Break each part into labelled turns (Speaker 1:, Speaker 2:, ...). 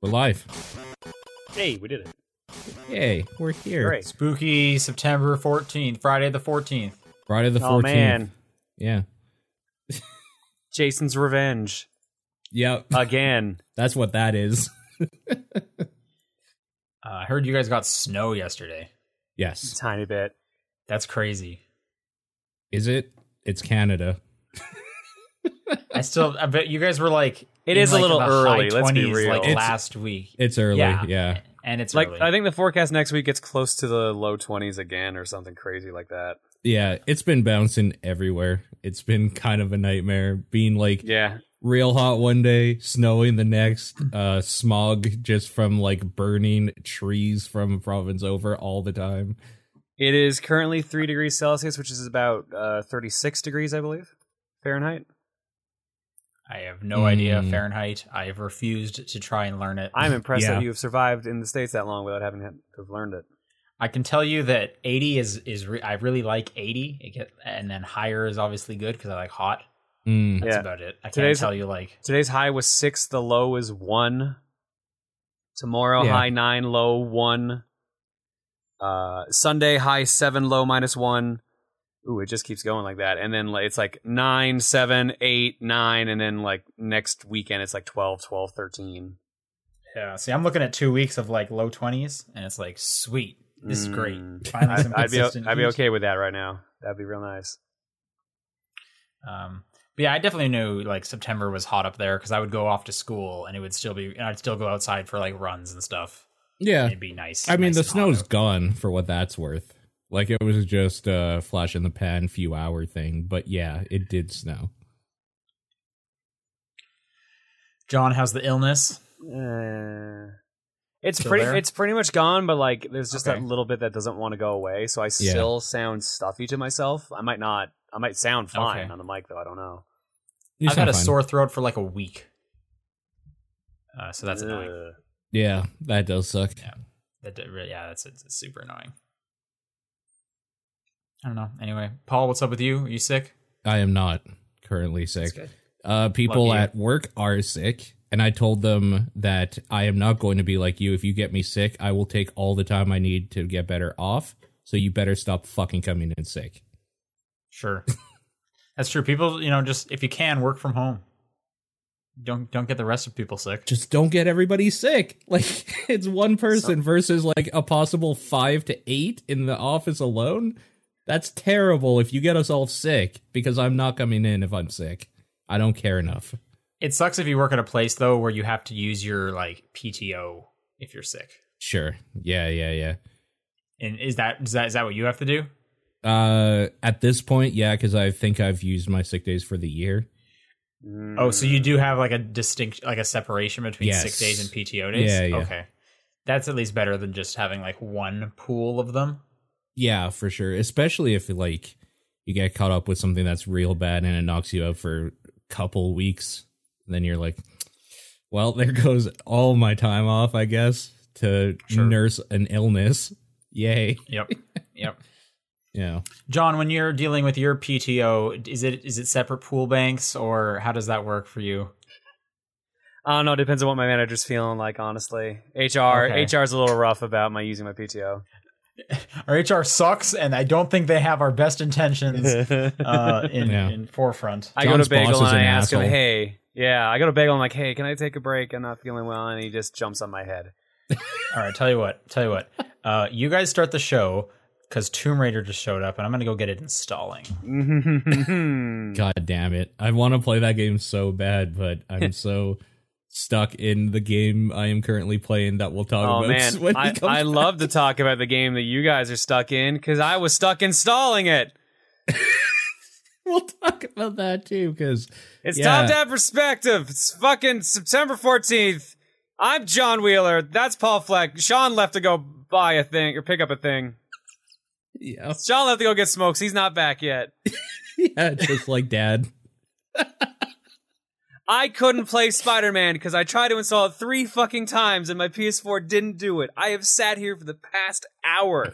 Speaker 1: We're live.
Speaker 2: Hey, we did it.
Speaker 1: Yay, we're here.
Speaker 2: Great.
Speaker 3: Spooky September 14th, Friday the 14th.
Speaker 1: Friday the 14th.
Speaker 2: Oh man,
Speaker 1: Yeah.
Speaker 2: Jason's revenge
Speaker 1: Yep.
Speaker 2: again.
Speaker 1: That's what that is.
Speaker 3: Uh, I heard you guys got snow yesterday.
Speaker 1: Yes.
Speaker 2: Tiny bit.
Speaker 3: That's crazy.
Speaker 1: Is it? It's Canada.
Speaker 3: I still, I bet you guys were like,
Speaker 2: It
Speaker 3: in,
Speaker 2: is a
Speaker 3: like,
Speaker 2: little
Speaker 3: the
Speaker 2: early,
Speaker 3: high
Speaker 2: let's be
Speaker 3: 20s,
Speaker 2: real.
Speaker 3: Like
Speaker 2: It's-
Speaker 3: last week,
Speaker 1: It's early. Yeah.
Speaker 3: Yeah. and it's
Speaker 4: like
Speaker 3: early.
Speaker 4: I think the forecast next week gets close to the low 20s again or something crazy like that.
Speaker 1: Yeah, It's been bouncing everywhere. It's been kind of a nightmare. Being like
Speaker 4: Yeah.
Speaker 1: real hot one day, snowing the next, uh, smog just from like burning trees from a province over all the time.
Speaker 4: It is currently 3 degrees Celsius, which is about uh, 36 degrees, I believe, Fahrenheit.
Speaker 3: I have no
Speaker 1: Mm.
Speaker 3: idea Fahrenheit. I have refused to try and learn it.
Speaker 4: I'm impressed
Speaker 1: Yeah.
Speaker 4: that you have survived in the States that long without having had to have learned it.
Speaker 3: I can tell you that 80 is is re- I really like 80, it get, and then higher is obviously good because I like hot.
Speaker 1: Mm.
Speaker 3: That's
Speaker 4: Yeah.
Speaker 3: about it. I can't
Speaker 4: Today's-
Speaker 3: tell you like
Speaker 4: Today's high was 6, the low is 1. Tomorrow,
Speaker 1: Yeah.
Speaker 4: high 9, low 1. Uh, Sunday, high 7, low minus 1. Ooh, it just keeps going like that. And then like, it's like 9, 7, 8, 9. And then like next weekend, it's like 12, 12, 13.
Speaker 3: yeah. See, I'm looking at two weeks of like low 20s, and it's like sweet. This is great.
Speaker 4: Mm.
Speaker 3: Finally,
Speaker 4: I'd,
Speaker 3: some
Speaker 4: I'd be,
Speaker 3: consistent
Speaker 4: I'd be
Speaker 3: heat.
Speaker 4: okay with that right now. That'd be real nice.
Speaker 3: Um, but yeah, I definitely knew like September was hot up there because I would go off to school and it would still be, and I'd still go outside for like runs and stuff.
Speaker 1: Yeah.
Speaker 3: It'd be nice.
Speaker 1: I mean,
Speaker 3: nice
Speaker 1: the
Speaker 3: and hot
Speaker 1: snow's
Speaker 3: out.
Speaker 1: gone for what that's worth. Like it was just a flash in the pan, few hour thing. But yeah, it did snow.
Speaker 3: John, how's the illness?
Speaker 4: Uh, it's
Speaker 3: Still
Speaker 4: pretty.
Speaker 3: there?
Speaker 4: It's pretty much gone, but like, there's just
Speaker 3: Okay.
Speaker 4: that little bit that doesn't want to go away. So I still sound stuffy to myself. I might not. I might sound fine
Speaker 3: Okay.
Speaker 4: on the mic though. I don't know.
Speaker 1: You
Speaker 3: I've had
Speaker 1: sound
Speaker 3: a
Speaker 1: fine.
Speaker 3: sore throat for like a week. Uh, so that's
Speaker 4: Ugh.
Speaker 3: annoying.
Speaker 1: Yeah, that does suck.
Speaker 3: Yeah. That did, really- yeah, that's it's, it's super annoying. I don't know. Anyway, Paul, what's up with you? Are you sick?
Speaker 1: I am not currently sick.
Speaker 3: good.
Speaker 1: Uh, people
Speaker 4: Lucky.
Speaker 1: at work are sick, and I told them that I am not going to be like you. If you get me sick, I will take all the time I need to get better off. So you better stop fucking coming in sick.
Speaker 3: Sure. that's true. People, you know, just if you can work from home. Don't don't get the rest of people sick.
Speaker 1: Just don't get everybody sick. Like it's one person versus like a possible five to eight in the office alone. That's terrible if you get us all sick because I'm not coming in if I'm sick. I don't care enough.
Speaker 3: It sucks if you work at a place though where you have to use your like PTO if you're sick.
Speaker 1: Sure. Yeah, yeah, yeah.
Speaker 3: And is that is that is that what you have to do?
Speaker 1: Uh, at this point, yeah, because I think I've used my sick days for the year.
Speaker 4: Mm.
Speaker 3: Oh, so you do have like a distinct like a separation between
Speaker 1: Yes.
Speaker 3: sick days and PTO days.
Speaker 1: Yeah, yeah.
Speaker 3: Okay, that's at least better than just having like one pool of them.
Speaker 1: Yeah, for sure. Especially if like you get caught up with something that's real bad and it knocks you out for a couple weeks, then you're like, well, there goes all my time off, I guess, to
Speaker 3: Sure.
Speaker 1: nurse an illness. Yay.
Speaker 3: Yep, yep.
Speaker 1: Yeah.
Speaker 3: John, when you're dealing with your PTO, is it is it separate pool banks or how does that work for you?
Speaker 4: I don't know. It depends on what my manager's feeling like. Honestly, HR
Speaker 3: Okay.
Speaker 4: HR's a little rough about my using my PTO.
Speaker 3: Our HR sucks, and I don't think they have our best intentions uh, in,
Speaker 1: Yeah.
Speaker 3: in forefront.
Speaker 4: I go
Speaker 1: John's
Speaker 4: to
Speaker 1: boss
Speaker 4: Bagel
Speaker 1: is
Speaker 4: and I
Speaker 1: an
Speaker 4: ask him,
Speaker 1: asshole.
Speaker 4: "Hey, yeah." I go to Bagel. I'm like, "Hey, can I take a break? I'm not feeling well," and he just jumps on my head.
Speaker 3: All right, tell you what, tell you what. Uh, you guys start the show because Tomb Raider just showed up, and I'm gonna go get it installing.
Speaker 4: Uh,
Speaker 1: God damn it. I want to play that game so bad, but I'm so stuck in the game I am currently playing that we'll talk
Speaker 4: Oh
Speaker 1: about
Speaker 4: man,
Speaker 1: when
Speaker 4: I,
Speaker 1: we come
Speaker 4: I
Speaker 1: back.
Speaker 4: love to talk about the game that you guys are stuck in because I was stuck installing it.
Speaker 1: we'll talk about that too because
Speaker 4: It's
Speaker 1: Yeah.
Speaker 4: time to have perspective. It's fucking September fourteenth. I'm John Wheeler. That's Paul Fleck. Sean left to go buy a thing or pick up a thing.
Speaker 1: yeah,
Speaker 4: Sean left to go get smokes. He's not back yet.
Speaker 1: yeah, just like dad.
Speaker 4: I couldn't play Spider Man because I tried to install it three fucking times and my PS4 didn't do it. I have sat here for the past hour,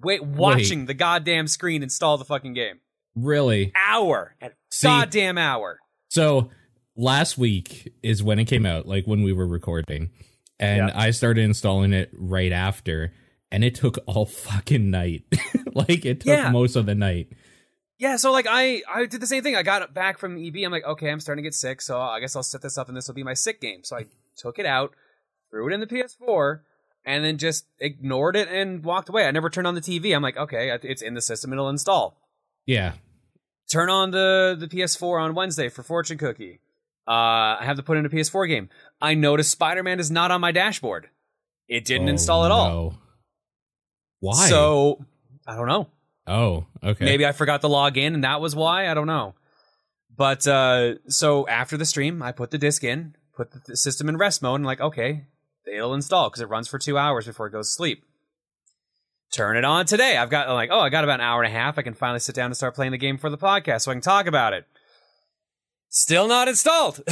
Speaker 4: wait, watching the goddamn screen install the fucking game.
Speaker 1: Really?
Speaker 4: Hour, An
Speaker 1: See-
Speaker 4: goddamn hour.
Speaker 1: So last week is when it came out, like when we were recording. and
Speaker 2: Yeah.
Speaker 1: I started installing it right after, and it took all fucking night. like it took
Speaker 4: Yeah.
Speaker 1: most of the night.
Speaker 4: Yeah, so like I I did the same thing. I got it back from EB. I'm like, okay, I'm starting to get sick, so I guess I'll set this up and this will be my sick game. So I took it out, threw it in the PS4, and then just ignored it and walked away. I never turned on the TV. I'm like, okay, it's in the system, it'll install.
Speaker 1: Yeah,
Speaker 4: Turn on the the PS4 on Wednesday for Fortune Cookie. Uh, I have to put in a PS4 game. I noticed Spider Man is not on my dashboard. It didn't
Speaker 1: Oh,
Speaker 4: install at all.
Speaker 1: no. Why?
Speaker 4: So I don't know.
Speaker 1: oh, okay.
Speaker 4: Maybe I forgot to log in and that was why. I don't know. But uh, so after the stream, I put the disc in, put the th- system in rest mode, and like, okay, it'll install because it runs for two hours before it goes to sleep. Turn it on today. I've got like, oh, I got about an hour and a half. I can finally sit down and start playing the game for the podcast so I can talk about it. Still not installed.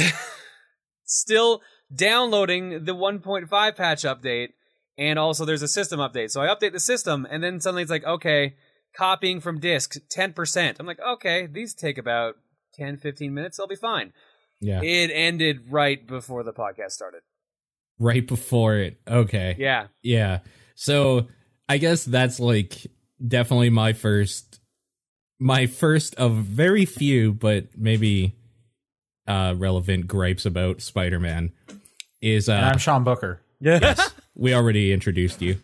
Speaker 4: Still downloading the 1.5 patch update. And also, there's a system update. So I update the system, and then suddenly it's like, okay, copying from disk 10%. I'm like, okay, these take about 10, 15 minutes. They'll be fine.
Speaker 1: yeah,
Speaker 4: It ended right before the podcast started.
Speaker 1: right before it. Okay.
Speaker 4: Yeah.
Speaker 1: Yeah. So I guess that's like definitely my first my first of very few but maybe uh relevant gripes about Spider-Man is
Speaker 3: And
Speaker 1: uh
Speaker 3: I'm Sean Booker.
Speaker 1: yes, we already introduced you.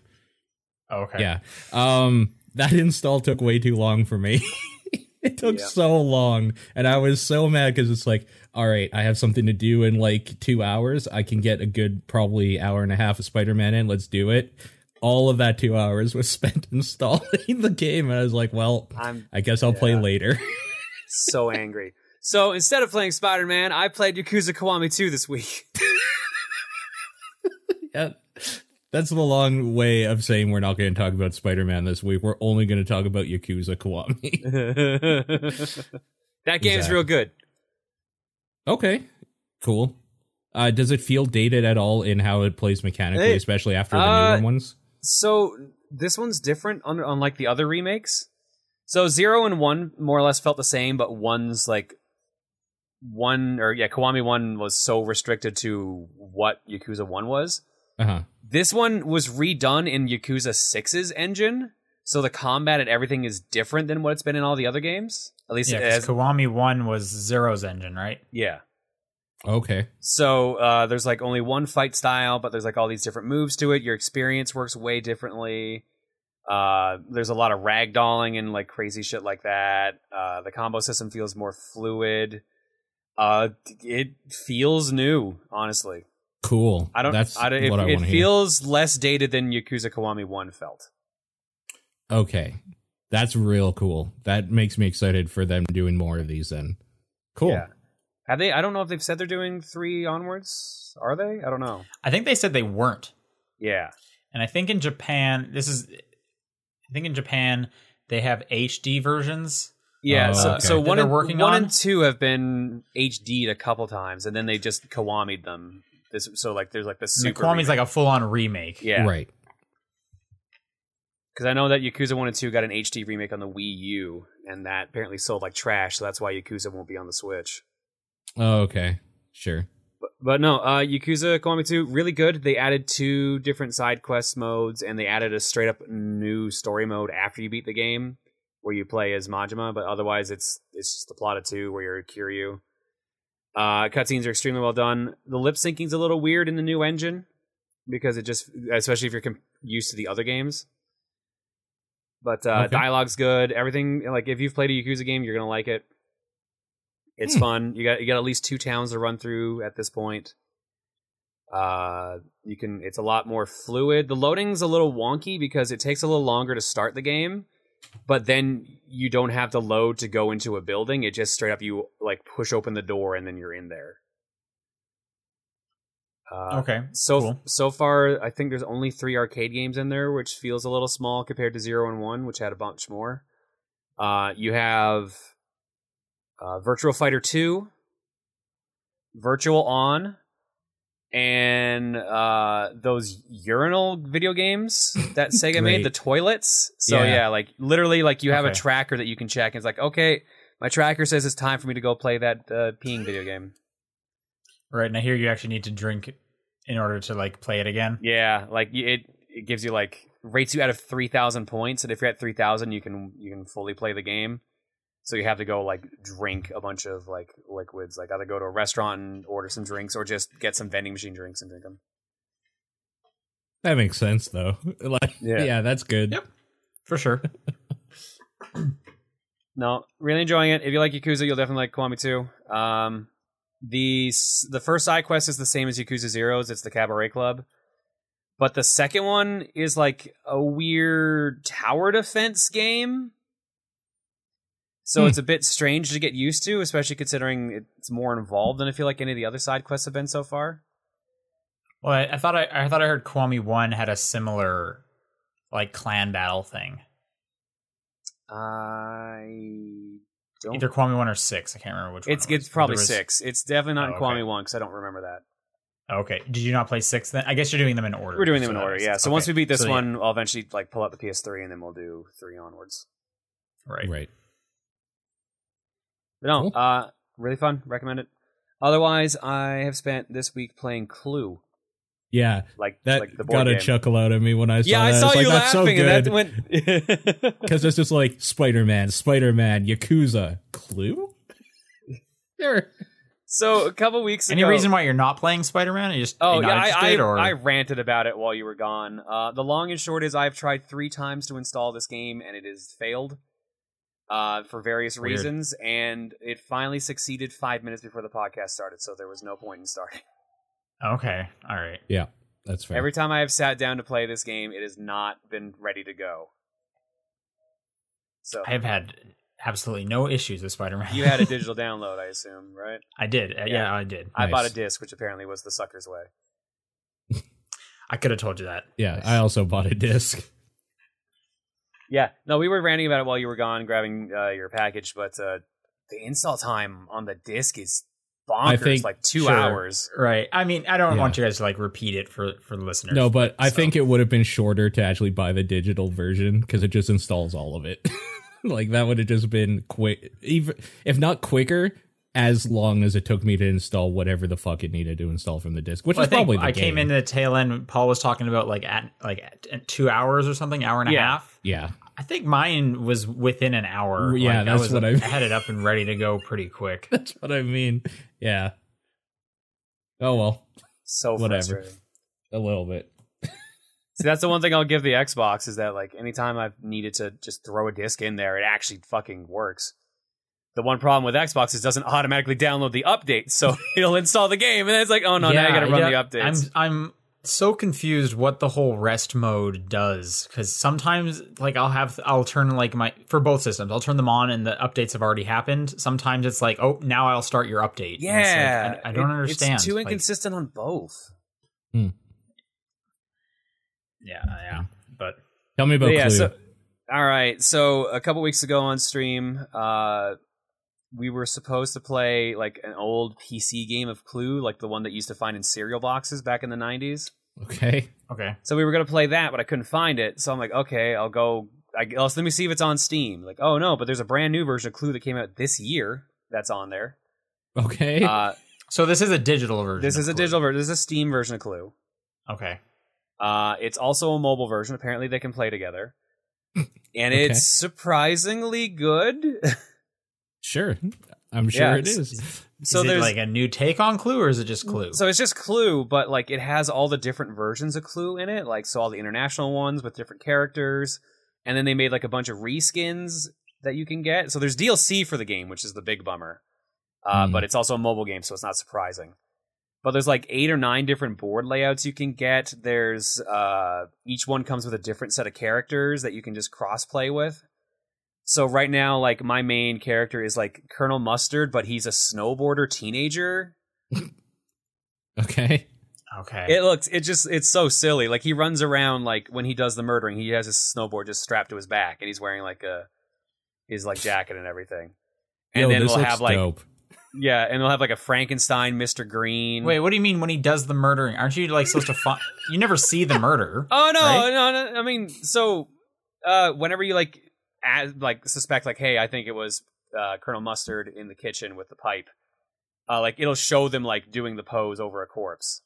Speaker 3: Oh, okay.
Speaker 1: Yeah. Um that install took way too long for me. it took
Speaker 4: Yeah.
Speaker 1: so long and I was so mad cuz it's like all right, I have something to do in like 2 hours. I can get a good probably hour and a half of Spider-Man in. Let's do it. All of that 2 hours was spent installing the game and I was like, well,
Speaker 4: I'm
Speaker 1: I guess I'll play
Speaker 4: Yeah.
Speaker 1: later.
Speaker 4: so angry. So instead of playing Spider Man, I played Yakuza Kiwami 2 this week.
Speaker 1: yeah. That's the long way of saying we're not going to talk about Spider-Man this week. We're only going to talk about Yakuza Kiwami.
Speaker 4: that game's
Speaker 1: Exactly.
Speaker 4: real good.
Speaker 1: Okay, cool. Uh, does it feel dated at all in how it plays mechanically,
Speaker 4: Hey,
Speaker 1: especially after the
Speaker 4: uh,
Speaker 1: newer ones?
Speaker 4: So this one's different, un- unlike the other remakes. So zero and one more or less felt the same, but one's like one or yeah, Kiwami one was so restricted to what Yakuza one was.
Speaker 1: Uh huh.
Speaker 4: This one was redone in Yakuza 6's engine, so the combat and everything is different than what it's been in all the other games. At least,
Speaker 3: Yeah,
Speaker 4: it
Speaker 3: 'cause
Speaker 4: has-
Speaker 3: Kiwami 1 was Zero's engine, right?
Speaker 4: yeah.
Speaker 1: Okay.
Speaker 4: So uh, there's like only one fight style, but there's like all these different moves to it. Your experience works way differently. Uh, there's a lot of ragdolling and like crazy shit like that. Uh, the combo system feels more fluid. Uh, it feels new, honestly.
Speaker 1: Cool.
Speaker 4: I don't.
Speaker 1: That's
Speaker 4: I don't, it,
Speaker 1: what I
Speaker 4: it
Speaker 1: want to hear.
Speaker 4: feels less dated than Yakuza Kiwami One felt.
Speaker 1: Okay, that's real cool. That makes me excited for them doing more of these. Then, cool.
Speaker 4: Yeah. Have they? I don't know if they've said they're doing three onwards. Are they? I don't know.
Speaker 3: I think they said they weren't.
Speaker 4: Yeah.
Speaker 3: And I think in Japan, this is, I think in Japan, they have HD versions.
Speaker 4: Yeah,
Speaker 1: Oh,
Speaker 4: so,
Speaker 1: okay.
Speaker 4: so
Speaker 3: That
Speaker 4: one
Speaker 3: they're
Speaker 4: and
Speaker 3: working
Speaker 4: one
Speaker 3: on?
Speaker 4: and two have been HD'd a couple times, and then they just Kiwami'd them. This, so like there's like the
Speaker 3: And the
Speaker 4: super
Speaker 3: Kiwami's like a full on remake.
Speaker 4: yeah,
Speaker 1: Right.
Speaker 4: Because I know that Yakuza one and two got an HD remake on the Wii U, and that apparently sold like trash. So that's why Yakuza won't be on the Switch.
Speaker 1: Oh, okay. Sure.
Speaker 4: But, but no, uh, Yakuza Kiwami two really good. They added two different side quest modes, and they added a straight up new story mode after you beat the game, where you play as Majima. But otherwise, it's it's just the plot of two where you're Kiryu. Uh, cutscenes are extremely well done. The lip syncing's a little weird in the new engine because it just, especially if you're com- used to the other games. But uh,
Speaker 1: Okay.
Speaker 4: dialogue's good. Everything like if you've played a Yakuza game, you're gonna like it. It's
Speaker 1: Hmm.
Speaker 4: fun. You got you got at least two towns to run through at this point. Uh, you can. It's a lot more fluid. The loading's a little wonky because it takes a little longer to start the game but then you don't have to load to go into a building. It just straight up you like push open the door and then you're in there. Uh,
Speaker 3: Okay.
Speaker 4: So
Speaker 3: cool.
Speaker 4: so far, I think there's only three arcade games in there, which feels a little small compared to zero and one, which had a bunch more. Uh, you have uh, Virtual Fighter two, Virtual On, and uh, those urinal video games that Sega made,
Speaker 1: Great.
Speaker 4: the toilets. So
Speaker 1: Yeah.
Speaker 4: yeah, like literally, like you have a
Speaker 3: Okay.
Speaker 4: tracker that you can check. And it's like, okay, my tracker says it's time for me to go play that uh, peeing video game.
Speaker 3: Right. And I hear you actually need to drink in order to like play it again.
Speaker 4: Yeah, like you- it it gives you like rates you out of three thousand points, and if you're at three thousand, you can you can fully play the game. So you have to go like drink a bunch of like liquids, like either go to a restaurant and order some drinks, or just get some vending machine drinks and drink them.
Speaker 1: That makes sense though. like
Speaker 4: Yeah.
Speaker 1: yeah. that's good.
Speaker 3: Yep. For sure.
Speaker 4: No, really enjoying it. If you like Yakuza, you'll definitely like Kiwami too. Um, the s- the first side quest is the same as Yakuza Zeros. It's the Cabaret Club, but the second one is like a weird tower defense game. So
Speaker 1: Hmm.
Speaker 4: it's a bit strange to get used to, especially considering it's more involved than I feel like any of the other side quests have been so far.
Speaker 3: Well, I, I thought I, I thought I heard Kwame One had a similar like clan battle thing.
Speaker 4: I don't.
Speaker 3: Either Kwame One or Six. I can't remember which
Speaker 4: it's
Speaker 3: one. it was.
Speaker 4: it's probably
Speaker 3: There was-
Speaker 4: six. It's definitely not
Speaker 3: Oh,
Speaker 4: in
Speaker 3: okay.
Speaker 4: Kwame one because I don't remember that.
Speaker 3: Okay. Did you not play six then? I guess you're doing them in order.
Speaker 4: We're doing them
Speaker 3: so
Speaker 4: in
Speaker 3: that
Speaker 4: order,
Speaker 3: makes
Speaker 4: yeah.
Speaker 3: sense.
Speaker 4: So once
Speaker 3: Okay.
Speaker 4: we beat this
Speaker 3: So, yeah,
Speaker 4: one, I'll eventually like pull out the PS3 and then we'll do three onwards.
Speaker 3: right.
Speaker 1: Right.
Speaker 4: But no,
Speaker 1: Cool.
Speaker 4: uh, really fun. Recommend it. Otherwise, I have spent this week playing Clue,
Speaker 1: Yeah.
Speaker 4: like
Speaker 1: That
Speaker 4: like the board
Speaker 1: got a
Speaker 4: game.
Speaker 1: chuckle out of me when I saw
Speaker 4: yeah,
Speaker 1: that.
Speaker 4: I saw
Speaker 1: It's like,
Speaker 4: you
Speaker 1: that's so
Speaker 4: laughing,
Speaker 1: good.
Speaker 4: and that went.
Speaker 1: Because it's just like Spider Man, Spider Man, Yakuza, Clue. There.
Speaker 4: so a couple weeks
Speaker 3: Any
Speaker 4: ago,
Speaker 3: reason why you're not playing Spider Man? You just
Speaker 4: Oh
Speaker 3: you're
Speaker 4: yeah,
Speaker 3: not
Speaker 4: I I,
Speaker 3: interested, or
Speaker 4: I ranted about it while you were gone. Uh, the long and short is I've tried three times to install this game and it has failed uh, for various
Speaker 3: Weird.
Speaker 4: reasons, and it finally succeeded five minutes before the podcast started, so there was no point in starting.
Speaker 3: okay, all right.
Speaker 1: That's fair.
Speaker 4: Every time I have sat down to play this game, it has not been ready to go. So
Speaker 3: I've had absolutely no issues with Spider Man.
Speaker 4: you had a digital download, I assume, right?
Speaker 3: I did. Yeah,
Speaker 4: Yeah.
Speaker 3: yeah I did.
Speaker 4: I bought a
Speaker 1: Nice.
Speaker 4: disc, which apparently was the sucker's way.
Speaker 3: I could have told you that.
Speaker 1: yeah, I also bought a disc.
Speaker 4: Yeah, no, we were ranting about it while you were gone, grabbing uh, your package, but uh, the install time on the disc is bonkers,
Speaker 1: I think-
Speaker 4: like two
Speaker 3: sure.
Speaker 4: hours.
Speaker 3: Right. I mean, I don't
Speaker 1: Yeah.
Speaker 3: want you guys to like repeat it for for the listeners.
Speaker 1: No, but I
Speaker 3: So-
Speaker 1: think it would have been shorter to actually buy the digital version because it just installs all of it. like that would have just been quick, even if not quicker, as long as it took me to install whatever the fuck it needed to install from the disc, which
Speaker 3: Well, I
Speaker 1: is probably
Speaker 3: think
Speaker 1: the
Speaker 3: I
Speaker 1: game.
Speaker 3: came into the tail end. Paul was talking about like at like at two hours or something, hour and
Speaker 4: Yeah.
Speaker 3: a half.
Speaker 1: yeah,
Speaker 3: I think mine was within an hour.
Speaker 1: Yeah,
Speaker 3: Like,
Speaker 1: that's
Speaker 3: I was,
Speaker 1: what I-
Speaker 3: had it up and ready to go pretty quick.
Speaker 1: that's what I mean. Yeah. Oh well,
Speaker 4: So
Speaker 1: Whatever.
Speaker 4: frustrating.
Speaker 1: a little bit.
Speaker 4: See, that's the one thing I'll give the Xbox is that like anytime I've needed to just throw a disc in there, it actually fucking works. The one problem with Xbox is it doesn't automatically download the update, so it'll install the game, and then it's like, oh no, now I
Speaker 3: Yeah,
Speaker 4: gotta run
Speaker 3: yeah.
Speaker 4: the updates.
Speaker 3: I'm I'm so confused what the whole rest mode does because sometimes like I'll have I'll turn like my for both systems I'll turn them on and the updates have already happened. Sometimes it's like oh now I'll start your update. And it's like,
Speaker 4: yeah,
Speaker 3: I, I don't
Speaker 4: It-
Speaker 3: understand.
Speaker 4: It's too
Speaker 3: Like,
Speaker 4: inconsistent on both.
Speaker 3: yeah, yeah, but
Speaker 1: Tell me about
Speaker 4: yeah,
Speaker 1: Clue.
Speaker 4: so- all right. So a couple weeks ago on stream, uh, we were supposed to play like an old PC game of Clue, like the one that you used to find in cereal boxes back in the '90s.
Speaker 1: okay,
Speaker 3: okay.
Speaker 4: So we were gonna play that, but I couldn't find it. So I'm like, okay, I'll go. I guess let me see if it's on Steam. Like, oh no, but there's a brand new version of Clue that came out this year that's on there.
Speaker 1: okay.
Speaker 4: Uh,
Speaker 3: So this is a digital version.
Speaker 4: this
Speaker 3: of
Speaker 4: is a
Speaker 3: Clue.
Speaker 4: digital version. This is a Steam version of Clue.
Speaker 3: Okay.
Speaker 4: Uh, it's also a mobile version. Apparently, they can play together, and
Speaker 1: Okay.
Speaker 4: it's surprisingly good.
Speaker 1: sure, I'm sure
Speaker 4: yeah,
Speaker 1: it
Speaker 4: s-
Speaker 1: is.
Speaker 4: so
Speaker 3: is it
Speaker 4: there's
Speaker 3: like a new take on Clue, or is it just Clue?
Speaker 4: So it's just Clue, but like it has all the different versions of Clue in it, like so all the international ones with different characters, and then they made like a bunch of reskins that you can get. So there's DLC for the game, which is the big bummer. Uh,
Speaker 1: Hmm.
Speaker 4: But it's also a mobile game, so it's not surprising. But there's like eight or nine different board layouts you can get. There's uh, each one comes with a different set of characters that you can just cross play with. So right now, like my main character is like Colonel Mustard, but he's a snowboarder teenager
Speaker 1: Okay,
Speaker 3: okay.
Speaker 4: it looks it just it's so silly like he runs around like when he does the murdering he has his snowboard just strapped to his back and he's wearing like a his like jacket and everything and
Speaker 1: Yo,
Speaker 4: then
Speaker 1: this
Speaker 4: we'll
Speaker 1: looks
Speaker 4: have like
Speaker 1: dope.
Speaker 4: yeah and they'll have like a frankenstein mr green
Speaker 3: Wait, what do you mean when he does the murdering? Aren't you like supposed to find? you never see the murder.
Speaker 4: oh no,
Speaker 3: right?
Speaker 4: no no i mean so uh whenever you like as, like suspect like hey i think it was uh colonel mustard in the kitchen with the pipe uh like it'll show them like doing the pose over a corpse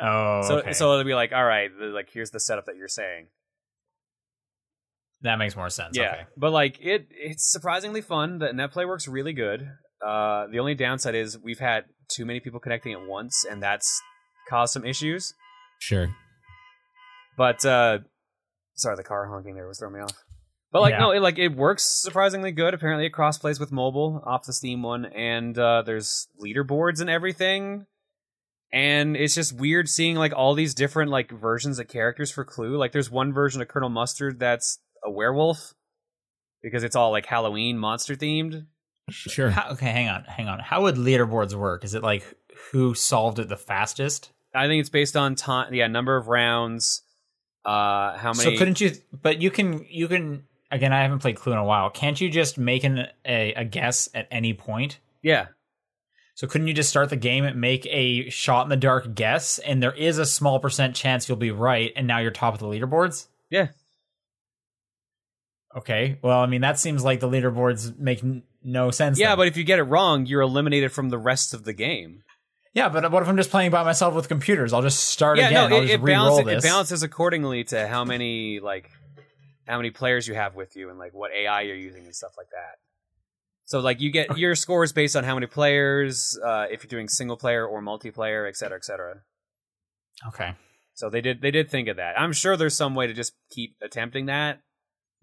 Speaker 3: Oh,
Speaker 4: so
Speaker 3: okay.
Speaker 4: so it'll be like, all right, the- like here's the setup that you're saying.
Speaker 3: that makes more sense.
Speaker 4: yeah,
Speaker 3: Okay.
Speaker 4: but like it, it's surprisingly fun. The netplay works really good. Uh, the only downside is we've had too many people connecting at once, and that's caused some issues.
Speaker 1: Sure.
Speaker 4: But uh, sorry, the car honking there was throwing me off. But like
Speaker 3: Yeah.
Speaker 4: no, it like it works surprisingly good. Apparently, it cross plays with mobile off the Steam one, and uh, there's leaderboards and everything. And it's just weird seeing like all these different like versions of characters for Clue. Like there's one version of Colonel Mustard that's a werewolf because it's all like Halloween monster themed.
Speaker 1: Sure.
Speaker 3: How, okay, hang on, hang on. How would leaderboards work? Is it like who solved it the fastest?
Speaker 4: I think it's based on time, yeah, number of rounds. Uh, how many?
Speaker 3: So couldn't you? But you can. You can. Again, I haven't played Clue in a while. Can't you just make an, a a guess at any point?
Speaker 4: yeah,
Speaker 3: So couldn't you just start the game and make a shot in the dark guess, and there is a small percent chance you'll be right, and now you're top of the leaderboards?
Speaker 4: Yeah.
Speaker 3: Okay. Well, I mean, that seems like the leaderboards make n- no sense.
Speaker 4: yeah.
Speaker 3: then.
Speaker 4: But if you get it wrong, you're eliminated from the rest of the game.
Speaker 3: yeah, but what if I'm just playing by myself with computers? I'll just start again. I'll just re-roll
Speaker 4: balances,
Speaker 3: this.
Speaker 4: it balances accordingly to how many like how many players you have with you and like what AI you're using and stuff like that. So like you get your scores based on how many players, uh, if you're doing single player or multiplayer, et cetera, et cetera.
Speaker 3: Okay.
Speaker 4: So they did they did think of that. I'm sure there's some way to just keep attempting that,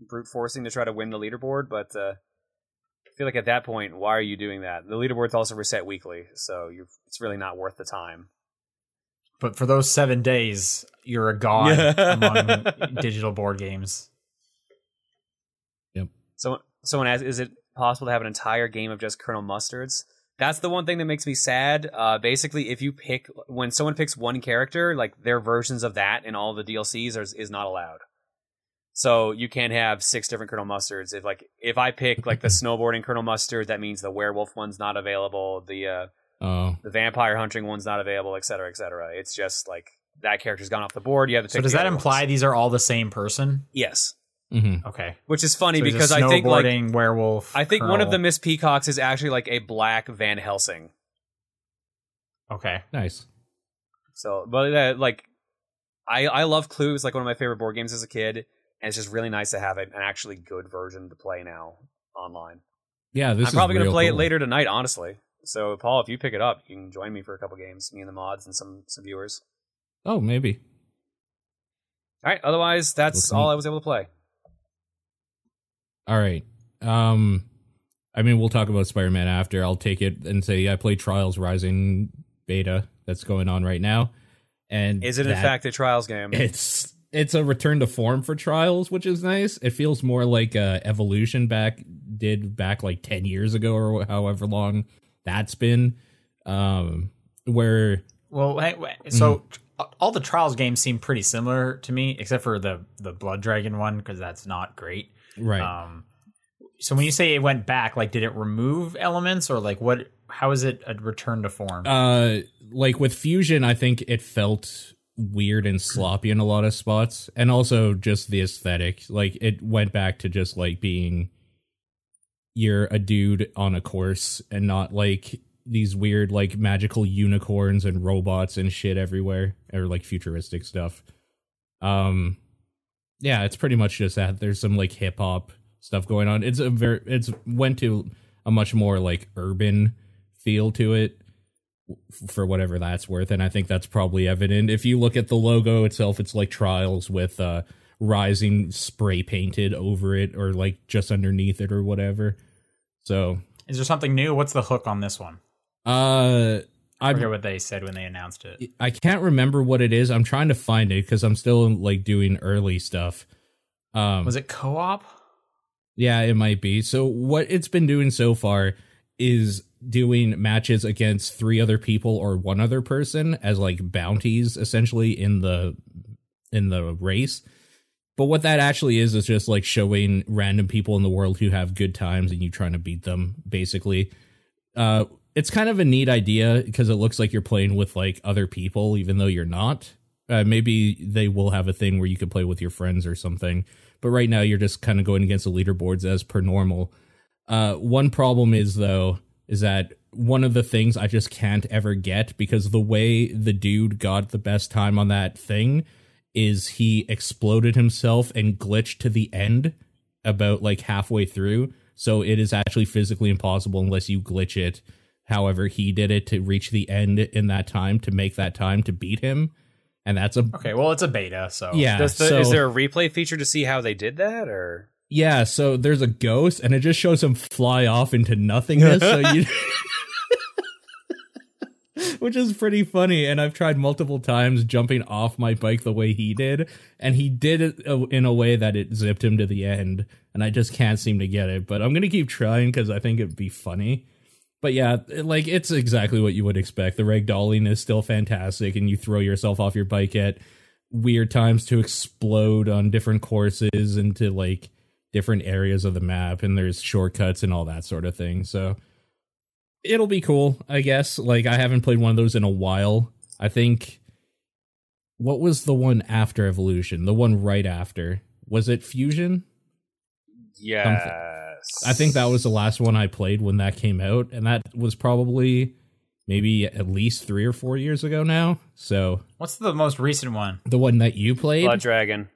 Speaker 4: brute forcing to try to win the leaderboard, but uh, I feel like at that point, why are you doing that? The leaderboard's also reset weekly, so you it's really not worth the time.
Speaker 3: But for those seven days, you're a god among digital board games.
Speaker 4: So someone asked, "Is it possible to have an entire game of just Colonel Mustards?" That's the one thing that makes me sad. Uh, basically, if you pick when someone picks one character, like their versions of that in all the DLCs are, is not allowed. So you can't have six different Colonel Mustards. If like if I pick like the snowboarding Colonel Mustard, that means the werewolf one's not available. The uh,
Speaker 1: Oh.
Speaker 4: the vampire hunting one's not available, et cetera, et cetera. It's just like that character's gone off the board. You have to.
Speaker 3: So
Speaker 4: pick
Speaker 3: does
Speaker 4: the
Speaker 3: that
Speaker 4: other
Speaker 3: imply
Speaker 4: ones.
Speaker 3: these are all the same person?
Speaker 4: Yes,
Speaker 1: hmm
Speaker 3: Okay.
Speaker 4: which is funny
Speaker 3: So he's a
Speaker 4: because I think like
Speaker 3: snowboarding, werewolf.
Speaker 4: I think one of
Speaker 3: colonel.
Speaker 4: the Miss Peacocks is actually like a black Van Helsing.
Speaker 3: Okay.
Speaker 1: Nice.
Speaker 4: So, but uh, like, I I love Clue. It's like one of my favorite board games as a kid, and it's just really nice to have it, an actually good version to play now online.
Speaker 1: Yeah. This
Speaker 4: I'm
Speaker 1: is
Speaker 4: probably gonna
Speaker 1: real
Speaker 4: play it
Speaker 1: cool.
Speaker 4: later tonight, honestly. So, Paul, if you pick it up, you can join me for a couple games, me and the mods and some some viewers.
Speaker 1: Oh, maybe.
Speaker 4: All right. Otherwise, that's
Speaker 1: Looks
Speaker 4: all
Speaker 1: neat.
Speaker 4: I was able to play.
Speaker 1: All right. Um, I mean, we'll talk about Spider Man after. I'll take it and say I play Trials Rising beta that's going on right now. And
Speaker 4: Is it in
Speaker 1: that-
Speaker 4: fact a trials game?
Speaker 1: It's it's a return to form for Trials, which is nice. It feels more like uh, Evolution back did back like ten years ago or however long that's been. Um, where
Speaker 3: Well, hey, wait, so
Speaker 1: Mm-hmm.
Speaker 3: uh, all the trials games seem pretty similar to me, except for the the Blood Dragon one because that's not great.
Speaker 1: right?
Speaker 3: Um, so when you say it went back, like, did it remove elements or like what? How is it a return to form?
Speaker 1: uh like with fusion i think it felt weird and sloppy in a lot of spots and also just the aesthetic like it went back to just like being you're a dude on a course and not like these weird like magical unicorns and robots and shit everywhere or like futuristic stuff um yeah it's pretty much just that there's some like hip hop stuff going on it's a very it's went to a much more like urban feel to it f- for whatever that's worth and i think that's probably evident if you look at the logo itself it's like trials with uh rising spray painted over it or like just underneath it or whatever so
Speaker 3: is there something new? What's the hook on this one?
Speaker 1: uh
Speaker 3: I
Speaker 1: i
Speaker 3: forget what they said when they announced it.
Speaker 1: i can't remember what it is i'm trying to find it because i'm still like doing early stuff um
Speaker 3: Was it co-op?
Speaker 1: Yeah, it might be. So what it's been doing so far is doing matches against three other people or one other person as like bounties essentially in the in the race. But what that actually is is just like showing random people in the world who have good times and you trying to beat them basically. Uh it's kind of a neat idea because it looks like you're playing with like other people even though you're not. Uh, maybe they will have a thing where you can play with your friends or something but right now you're just kind of going against the leaderboards as per normal. Uh, one problem is though is that one of the things I just can't ever get because the way the dude got the best time on that thing is he exploded himself and glitched to the end about like halfway through. So it is actually physically impossible unless you glitch it however he did it to reach the end in that time to make that time to beat him. And that's a
Speaker 3: Okay, well, it's a beta, so
Speaker 1: yeah.
Speaker 4: Does the,
Speaker 1: so,
Speaker 4: is there a replay feature to see how they did that, or
Speaker 1: yeah, so there's a ghost and it just shows him fly off into nothingness. so you Which is pretty funny, and I've tried multiple times jumping off my bike the way he did, and he did it uh, in a way that it zipped him to the end, and I just can't seem to get it. But I'm gonna keep trying because I think it'd be funny. But yeah, it- like it's exactly what you would expect. The ragdolling is still fantastic, and you throw yourself off your bike at weird times to explode on different courses into like different areas of the map, and there's shortcuts and all that sort of thing. So it'll be cool, I guess. Like I haven't played one of those in a while. I think what was the one after Evolution? The one right after was it Fusion?
Speaker 4: yes?
Speaker 1: I think that was the last one I played when that came out, and that was probably maybe at least three or four years ago now. So
Speaker 3: What's the most recent one?
Speaker 1: the one that you played,
Speaker 4: Blood Dragon.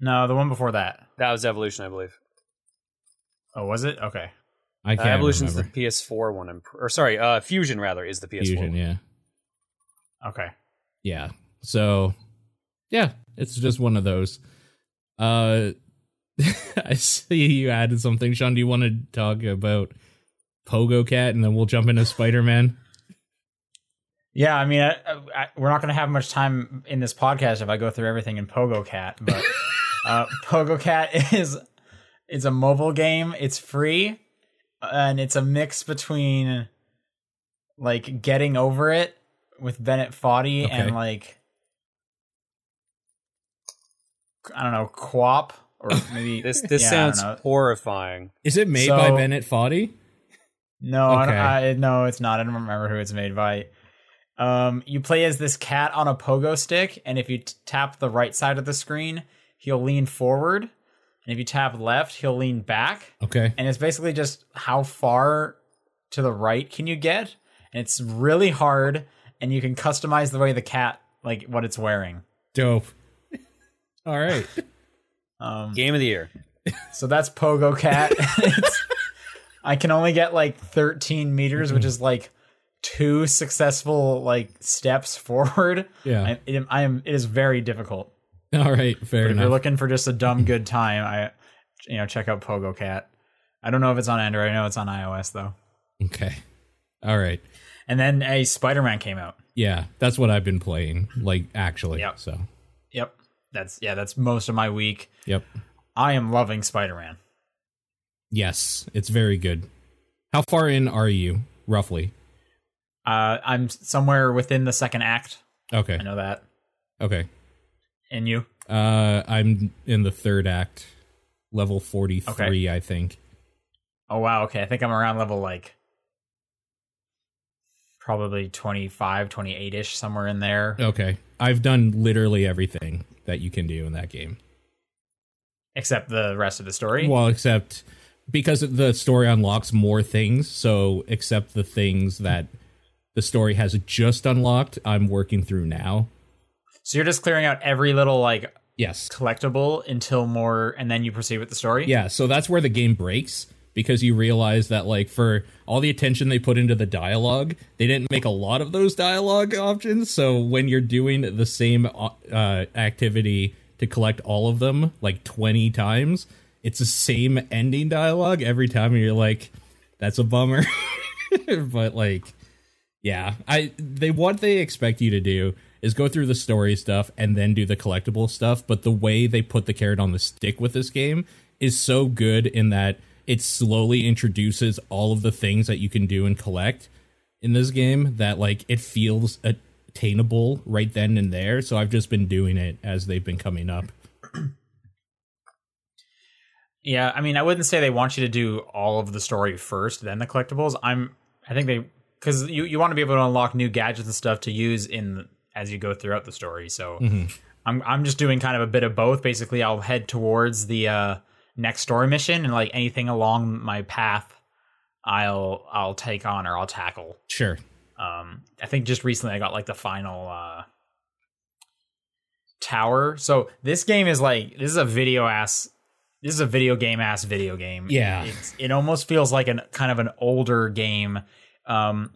Speaker 3: No, the one before that.
Speaker 4: That was Evolution, I believe.
Speaker 3: Oh, was it? Okay.
Speaker 1: I
Speaker 4: Uh,
Speaker 1: can't
Speaker 4: Evolution's
Speaker 1: remember.
Speaker 4: the PS4 one, I'm pr- or sorry, uh, Fusion rather is the PS4.
Speaker 1: Fusion,
Speaker 4: one.
Speaker 1: yeah,
Speaker 3: Okay.
Speaker 1: yeah. So yeah, it's just one of those. Uh, I see you added something, Sean. Do you want to talk about Pogo Cat, and then we'll jump into Spider Man?
Speaker 3: Yeah, I mean, I, I, we're not going to have much time in this podcast if I go through everything in Pogo Cat, but uh, Pogo Cat is it's a mobile game. It's free, and it's a mix between like getting over it with Bennett Foddy
Speaker 1: Okay.
Speaker 3: and like I don't know, Quap or maybe
Speaker 4: This this
Speaker 3: yeah, I don't
Speaker 4: sounds
Speaker 3: know.
Speaker 4: horrifying.
Speaker 1: Is it made by
Speaker 3: So-
Speaker 1: Bennett Foddy?
Speaker 3: No, I don't-
Speaker 1: Okay.
Speaker 3: I, no, it's not. I don't remember who it's made by. Um, you play as this cat on a pogo stick, and if you t- tap the right side of the screen, he'll lean forward, and if you tap left, he'll lean back.
Speaker 1: Okay,
Speaker 3: And it's basically just how far to the right can you get, and it's really hard. And you can customize the way the cat, like what it's wearing.
Speaker 1: dope. All right.
Speaker 3: Um,
Speaker 4: Game of the year.
Speaker 3: So that's Pogo Cat. It's- I can only get like 13 meters, which is like two successful like steps forward.
Speaker 1: Yeah.
Speaker 3: I, it, am- I am. It is very difficult.
Speaker 1: All right, fair
Speaker 3: But if you're
Speaker 1: enough. Mm-hmm.
Speaker 3: looking for just a dumb good time, I, you know, check out Pogo Cat. I don't know if it's on Android. I know it's on iOS though.
Speaker 1: okay. All right.
Speaker 3: And then a Spider-Man came out.
Speaker 1: Yeah, that's what I've been playing, like actually.
Speaker 3: Yep.
Speaker 1: So,
Speaker 3: Yep. That's yeah. That's most of my week.
Speaker 1: yep.
Speaker 3: I am loving Spider-Man.
Speaker 1: Yes, it's very good. How far in are you roughly?
Speaker 3: Uh, I'm somewhere within the second act.
Speaker 1: Okay.
Speaker 3: I know that.
Speaker 1: Okay.
Speaker 3: And you?
Speaker 1: Uh I'm in the third act, level 43, I think.
Speaker 3: Oh wow, okay. I think I'm around level like probably 25, 28ish somewhere in there
Speaker 1: Okay. I've done literally everything that you can do in that game.
Speaker 3: except the rest of the story.
Speaker 1: Well, except because the story unlocks more things, so except the things that the story has just unlocked, I'm working through now.
Speaker 3: So you're just clearing out every little like
Speaker 1: Yes.
Speaker 3: collectible until more and then you proceed with the story?
Speaker 1: Yeah, so that's where the game breaks because you realize that like for all the attention they put into the dialogue, they didn't make a lot of those dialogue options. So when you're doing the same uh, activity to collect all of them like 20 times, it's the same ending dialogue every time and you're like that's a bummer. but like yeah, I they what they expect you to do is go through the story stuff and then do the collectible stuff, but the way they put the carrot on the stick with this game is so good in that it slowly introduces all of the things that you can do and collect in this game that like it feels attainable right then and there. So I've just been doing it as they've been coming up.
Speaker 3: Yeah, I mean, I wouldn't say they want you to do all of the story first, then the collectibles. I'm, I think they, because you, you want to be able to unlock new gadgets and stuff to use in as you go throughout the story. So I'm, I'm just doing kind of a bit of both. Basically, I'll head towards the uh, next story mission and like anything along my path, I'll I'll take on or I'll tackle.
Speaker 1: Sure.
Speaker 3: Um, I think just recently I got like the final uh, tower. So this game is like this is a video ass. This is a video game ass video game.
Speaker 1: Yeah.
Speaker 3: it's, it almost feels like an kind of an older game. Um,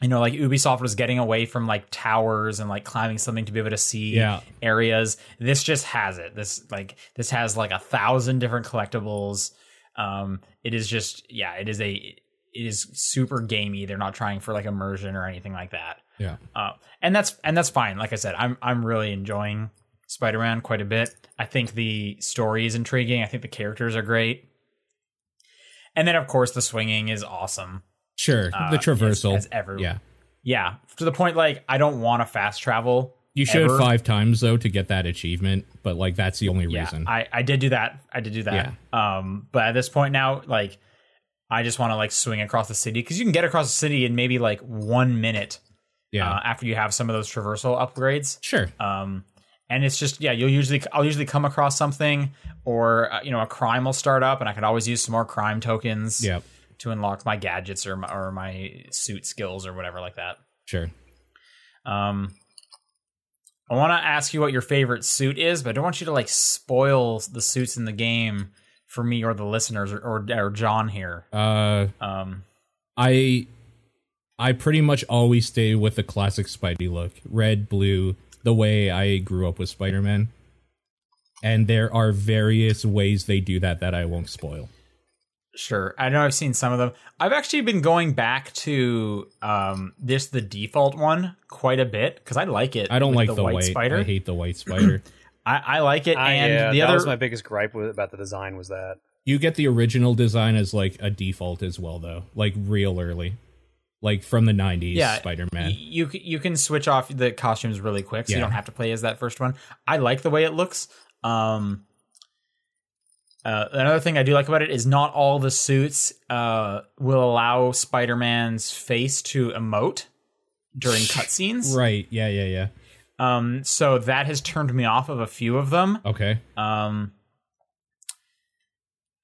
Speaker 3: you know, like Ubisoft was getting away from like towers and like climbing something to be able to see
Speaker 1: Yeah.
Speaker 3: areas. This just has it. This like this has like a thousand different collectibles. Um, it is just yeah, it is a it is super gamey. They're not trying for like immersion or anything like that.
Speaker 1: Yeah.
Speaker 3: Uh, and that's and that's fine. Like I said, I'm I'm really enjoying Spider Man quite a bit. I think the story is intriguing. I think the characters are great. And then of course the swinging is awesome.
Speaker 1: Sure.
Speaker 3: Uh,
Speaker 1: the traversal.
Speaker 3: as, as ever.
Speaker 1: yeah.
Speaker 3: yeah. To the point like I don't want to fast travel.
Speaker 1: You should
Speaker 3: ever.
Speaker 1: five times though to get that achievement, but like that's the only
Speaker 3: yeah,
Speaker 1: reason.
Speaker 3: I, I did do that. I did do that. Um, but at this point now, like, I just want to like swing across the city because you can get across the city in maybe like one minute
Speaker 1: yeah.
Speaker 3: uh, after you have some of those traversal upgrades.
Speaker 1: sure.
Speaker 3: Um, and it's just yeah, you'll usually I'll usually come across something or uh, you know a crime will start up, and I can always use some more crime tokens
Speaker 1: Yep.
Speaker 3: to unlock my gadgets or my, or my suit skills or whatever like that.
Speaker 1: Sure.
Speaker 3: Um, I want to ask you what your favorite suit is, but I don't want you to like spoil the suits in the game for me or the listeners or or, or John here.
Speaker 1: Uh
Speaker 3: Um,
Speaker 1: I I pretty much always stay with the classic Spidey look, red, blue, the way I grew up with Spider-Man. And there are various ways they do that that I won't spoil.
Speaker 3: sure, I know I've seen some of them. I've actually been going back to um this the default one quite a bit because I like it.
Speaker 1: I don't like
Speaker 3: with the,
Speaker 1: the,
Speaker 3: white, spider.
Speaker 1: I
Speaker 3: I,
Speaker 1: hate the white spider.
Speaker 3: I, like it,
Speaker 4: I-
Speaker 3: and
Speaker 4: yeah,
Speaker 3: the
Speaker 4: that
Speaker 3: other
Speaker 4: was my biggest gripe with, about the design was that
Speaker 1: you get the original design as like a default as well though, like real early. Like from the 90s
Speaker 3: Yeah, y-
Speaker 1: Spider-Man.
Speaker 3: you c- you can switch off the costumes really quick, so you
Speaker 1: Yeah.
Speaker 3: don't have to play as that first one. I like the way it looks. Um, uh, another thing I do like about it is not all the suits uh, will allow Spider Man's face to emote during cutscenes.
Speaker 1: Right. Yeah, yeah, yeah.
Speaker 3: Um, so that has turned me off of a few of them.
Speaker 1: Okay.
Speaker 3: Um,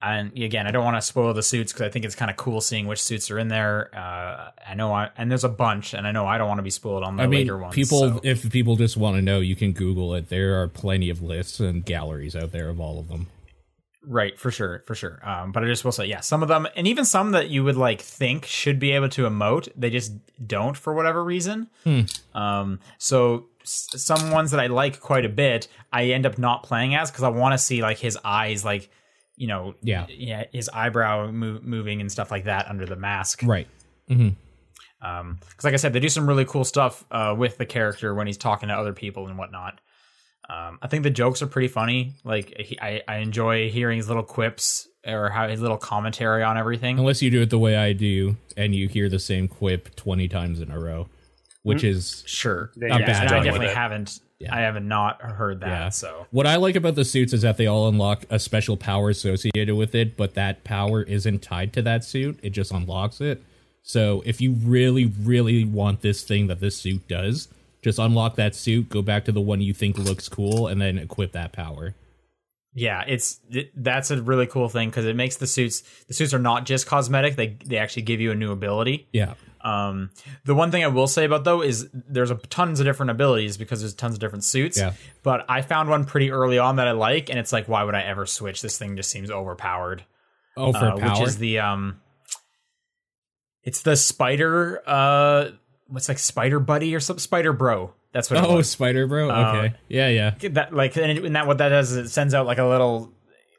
Speaker 3: and again, I don't want to spoil the suits because I think it's kind of cool seeing which suits are in there. Uh, I know, I and there's a bunch, and I know I don't want to be spoiled on the
Speaker 1: I mean,
Speaker 3: later ones.
Speaker 1: people,
Speaker 3: so.
Speaker 1: if people just want to know, you can Google it. There are plenty of lists and galleries out there of all of them.
Speaker 3: right for sure, for sure. Um, but I just will say, yeah, some of them, and even some that you would like think should be able to emote, they just don't for whatever reason. Um, so s- some ones that I like quite a bit, I end up not playing as because I want to see like his eyes, like you know,
Speaker 1: Yeah.
Speaker 3: yeah, his eyebrow mo- moving and stuff like that under the mask.
Speaker 1: Right.
Speaker 3: because Um, like I said, they do some really cool stuff uh, with the character when he's talking to other people and whatnot. Um, I think the jokes are pretty funny. Like he, I, I enjoy hearing his little quips or how his little commentary on everything.
Speaker 1: Unless you do it the way I do and you hear the same quip 20 times in a row, which
Speaker 3: Mm.
Speaker 1: is
Speaker 3: Sure,
Speaker 4: They
Speaker 1: Not
Speaker 3: Yeah,
Speaker 1: bad.
Speaker 3: and
Speaker 1: Done
Speaker 3: I
Speaker 1: with
Speaker 3: definitely
Speaker 4: it.
Speaker 3: haven't.
Speaker 1: Yeah.
Speaker 3: I haven't not heard that.
Speaker 1: Yeah.
Speaker 3: So
Speaker 1: what I like about the suits is that they all unlock a special power associated with it, but that power isn't tied to that suit. It just unlocks it. So if you really, really want this thing that this suit does, just unlock that suit, go back to the one you think looks cool, and then equip that power.
Speaker 3: yeah, it's it, that's a really cool thing because it makes the suits. The suits are not just cosmetic. They they actually give you a new ability.
Speaker 1: Yeah.
Speaker 3: Um, the one thing I will say about though is there's a tons of different abilities because there's tons of different suits.
Speaker 1: Yeah.
Speaker 3: But I found one pretty early on that I like, and it's like, why would I ever switch? This thing just seems overpowered.
Speaker 1: Oh, for
Speaker 3: Uh,
Speaker 1: power.
Speaker 3: which is the um, it's the spider. Uh, what's like spider buddy or something? Spider bro. That's what. it
Speaker 1: Oh,
Speaker 3: was.
Speaker 1: Spider Bro.
Speaker 3: Uh,
Speaker 1: Okay. yeah, yeah.
Speaker 3: that like and, it- and that what that does is it sends out like a little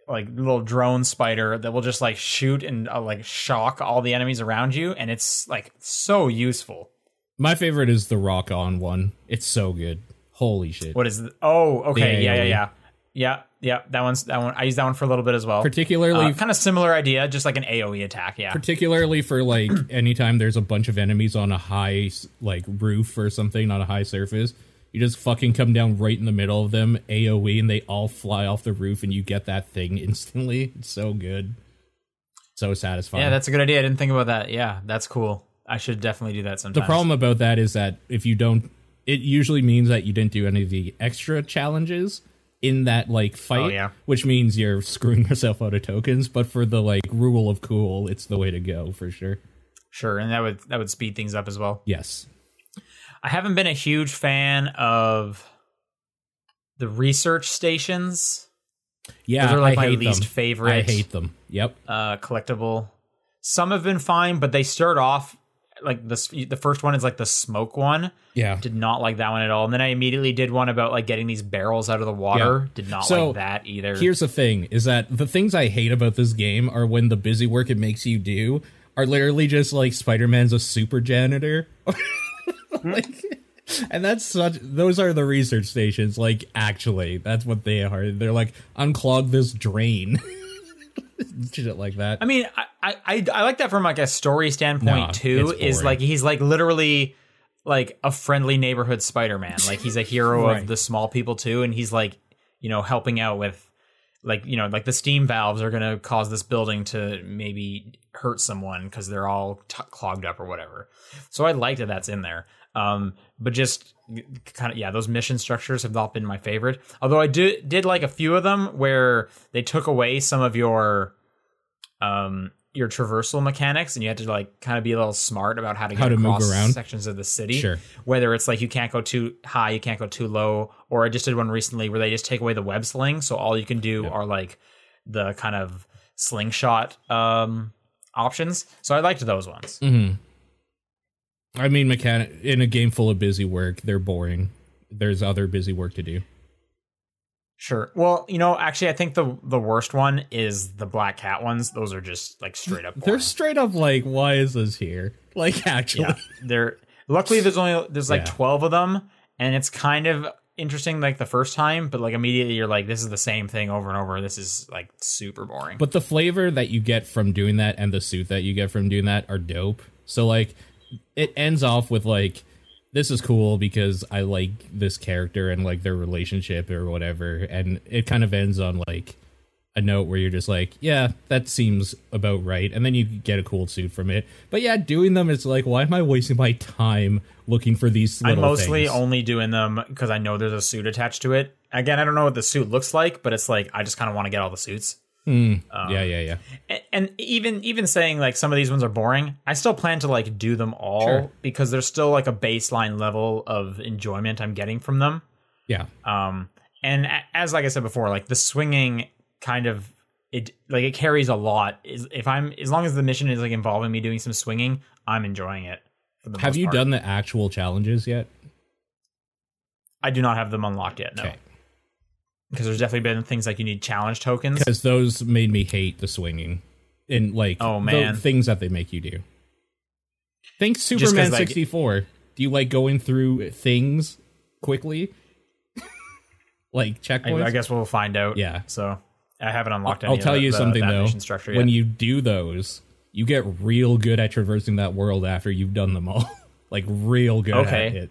Speaker 3: like little drone spider that will just like shoot and uh, like shock all the enemies around you, and it's like so useful.
Speaker 1: My favorite is the Rock On one. It's so good. Holy shit.
Speaker 3: What is? The, oh, okay,
Speaker 1: The
Speaker 3: yeah, yeah,
Speaker 1: AoE.
Speaker 3: yeah, yeah, yeah. That one's that one. I used that one for a little bit as well.
Speaker 1: Particularly,
Speaker 3: kind of similar idea, just like an AOE attack. Yeah,
Speaker 1: particularly for like anytime there's a bunch of enemies on a high s- like roof or something on a high surface, you just fucking come down right in the middle of them, AOE, and they all fly off the roof, and you get that thing instantly. It's so good, so satisfying.
Speaker 3: yeah, that's a good idea. I didn't think about that. Yeah, that's cool. I should definitely do that
Speaker 1: the
Speaker 3: sometime.
Speaker 1: problem about that is that if you don't, it usually means that you didn't do any of the extra challenges, in that like fight,
Speaker 3: Oh, yeah.
Speaker 1: which means you're screwing yourself out of tokens. But for the like rule of cool, it's the way to go for sure.
Speaker 3: Sure, and that would that would speed things up as well.
Speaker 1: Yes.
Speaker 3: I haven't been a huge fan of the research stations.
Speaker 1: Yeah,
Speaker 3: Those are like
Speaker 1: I
Speaker 3: my
Speaker 1: hate
Speaker 3: least
Speaker 1: them.
Speaker 3: favorite.
Speaker 1: I hate them. Yep.
Speaker 3: uh, collectible. Some have been fine, but they start off like the s- the first one is like the smoke one.
Speaker 1: Yeah.
Speaker 3: Did not like that one at all. And then I immediately did one about like getting these barrels out of the water. Did not
Speaker 1: So,
Speaker 3: like that either.
Speaker 1: Here's the thing is that the things I hate about this game are when the busy work it makes you do are literally just like Spider Man's a super janitor. like, and that's such, those are the research stations. Like, actually, that's what they are. They're like, unclog this drain. Shit like that.
Speaker 3: I mean, I, I I I like that from like a story standpoint
Speaker 1: Nah,
Speaker 3: too.
Speaker 1: it's
Speaker 3: Is
Speaker 1: boring.
Speaker 3: like he's like literally like a friendly neighborhood Spider-Man. Like he's a hero
Speaker 1: Right.
Speaker 3: of the small people too, and he's like you know helping out with like you know like the steam valves are gonna cause this building to maybe hurt someone because they're all t- clogged up or whatever. So I like that that's in there. Um, but just kind of yeah, those mission structures have not been my favorite. Although I do did like a few of them where they took away some of your um your traversal mechanics and you had to like kind of be a little smart about how to get
Speaker 1: How to move
Speaker 3: across
Speaker 1: around.
Speaker 3: sections of the city
Speaker 1: Sure.
Speaker 3: whether it's like you can't go too high you can't go too low or i just did one recently where they just take away the web sling so all you can do are like the kind of slingshot um options so i liked those ones
Speaker 1: hmm I mean, mechanic in a game full of busy work, they're boring. There's other busy work to do.
Speaker 3: sure well you know actually i think the the worst one is the black cat ones those are just like straight up
Speaker 1: They're
Speaker 3: boring.
Speaker 1: straight up like, why is this here? Like, actually.
Speaker 3: yeah they're luckily there's only there's like
Speaker 1: Yeah.
Speaker 3: 12 of them and it's kind of interesting like the first time but like immediately you're like this is the same thing over and over this is like super boring
Speaker 1: But the flavor that you get from doing that and the suit that you get from doing that are dope. So like it ends off with like this is cool because I like this character and like their relationship or whatever and it kind of ends on like a note where you're just like, yeah, that seems about right. And then you get a cool suit from it. But yeah, doing them it's like why am I wasting my time looking for these
Speaker 3: i'm
Speaker 1: little
Speaker 3: mostly
Speaker 1: things?
Speaker 3: only doing them because i know there's a suit attached to it again i don't know what the suit looks like but it's like i just kind of want to get all the suits
Speaker 1: yeah, yeah, yeah.
Speaker 3: and, and even even saying like some of these ones are boring i still plan to like do them all
Speaker 1: Sure.
Speaker 3: because there's still like a baseline level of enjoyment i'm getting from them
Speaker 1: Yeah.
Speaker 3: um and a- as like i said before like the swinging kind of it like it carries a lot is if i'm as long as the mission is like involving me doing some swinging i'm enjoying it for the
Speaker 1: Have
Speaker 3: most
Speaker 1: you
Speaker 3: part.
Speaker 1: done the actual challenges yet?
Speaker 3: i do not have them unlocked yet no
Speaker 1: Okay.
Speaker 3: because there's definitely been things like you need challenge tokens
Speaker 1: because those made me hate the swinging and like
Speaker 3: Oh,
Speaker 1: the
Speaker 3: man.
Speaker 1: things that they make you do. Think
Speaker 3: 'cause,
Speaker 1: Superman
Speaker 3: like-
Speaker 1: sixty four. Do you like going through things quickly, like
Speaker 3: I,
Speaker 1: checkpoints?
Speaker 3: I guess we'll find out
Speaker 1: Yeah.
Speaker 3: so i haven't unlocked
Speaker 1: I'll
Speaker 3: any of
Speaker 1: tell
Speaker 3: the-
Speaker 1: you
Speaker 3: the-
Speaker 1: something
Speaker 3: that
Speaker 1: though.
Speaker 3: mission structure
Speaker 1: When
Speaker 3: yet.
Speaker 1: you do those, you get real good at traversing that world after you've done them all. like real good
Speaker 3: Okay.
Speaker 1: at it.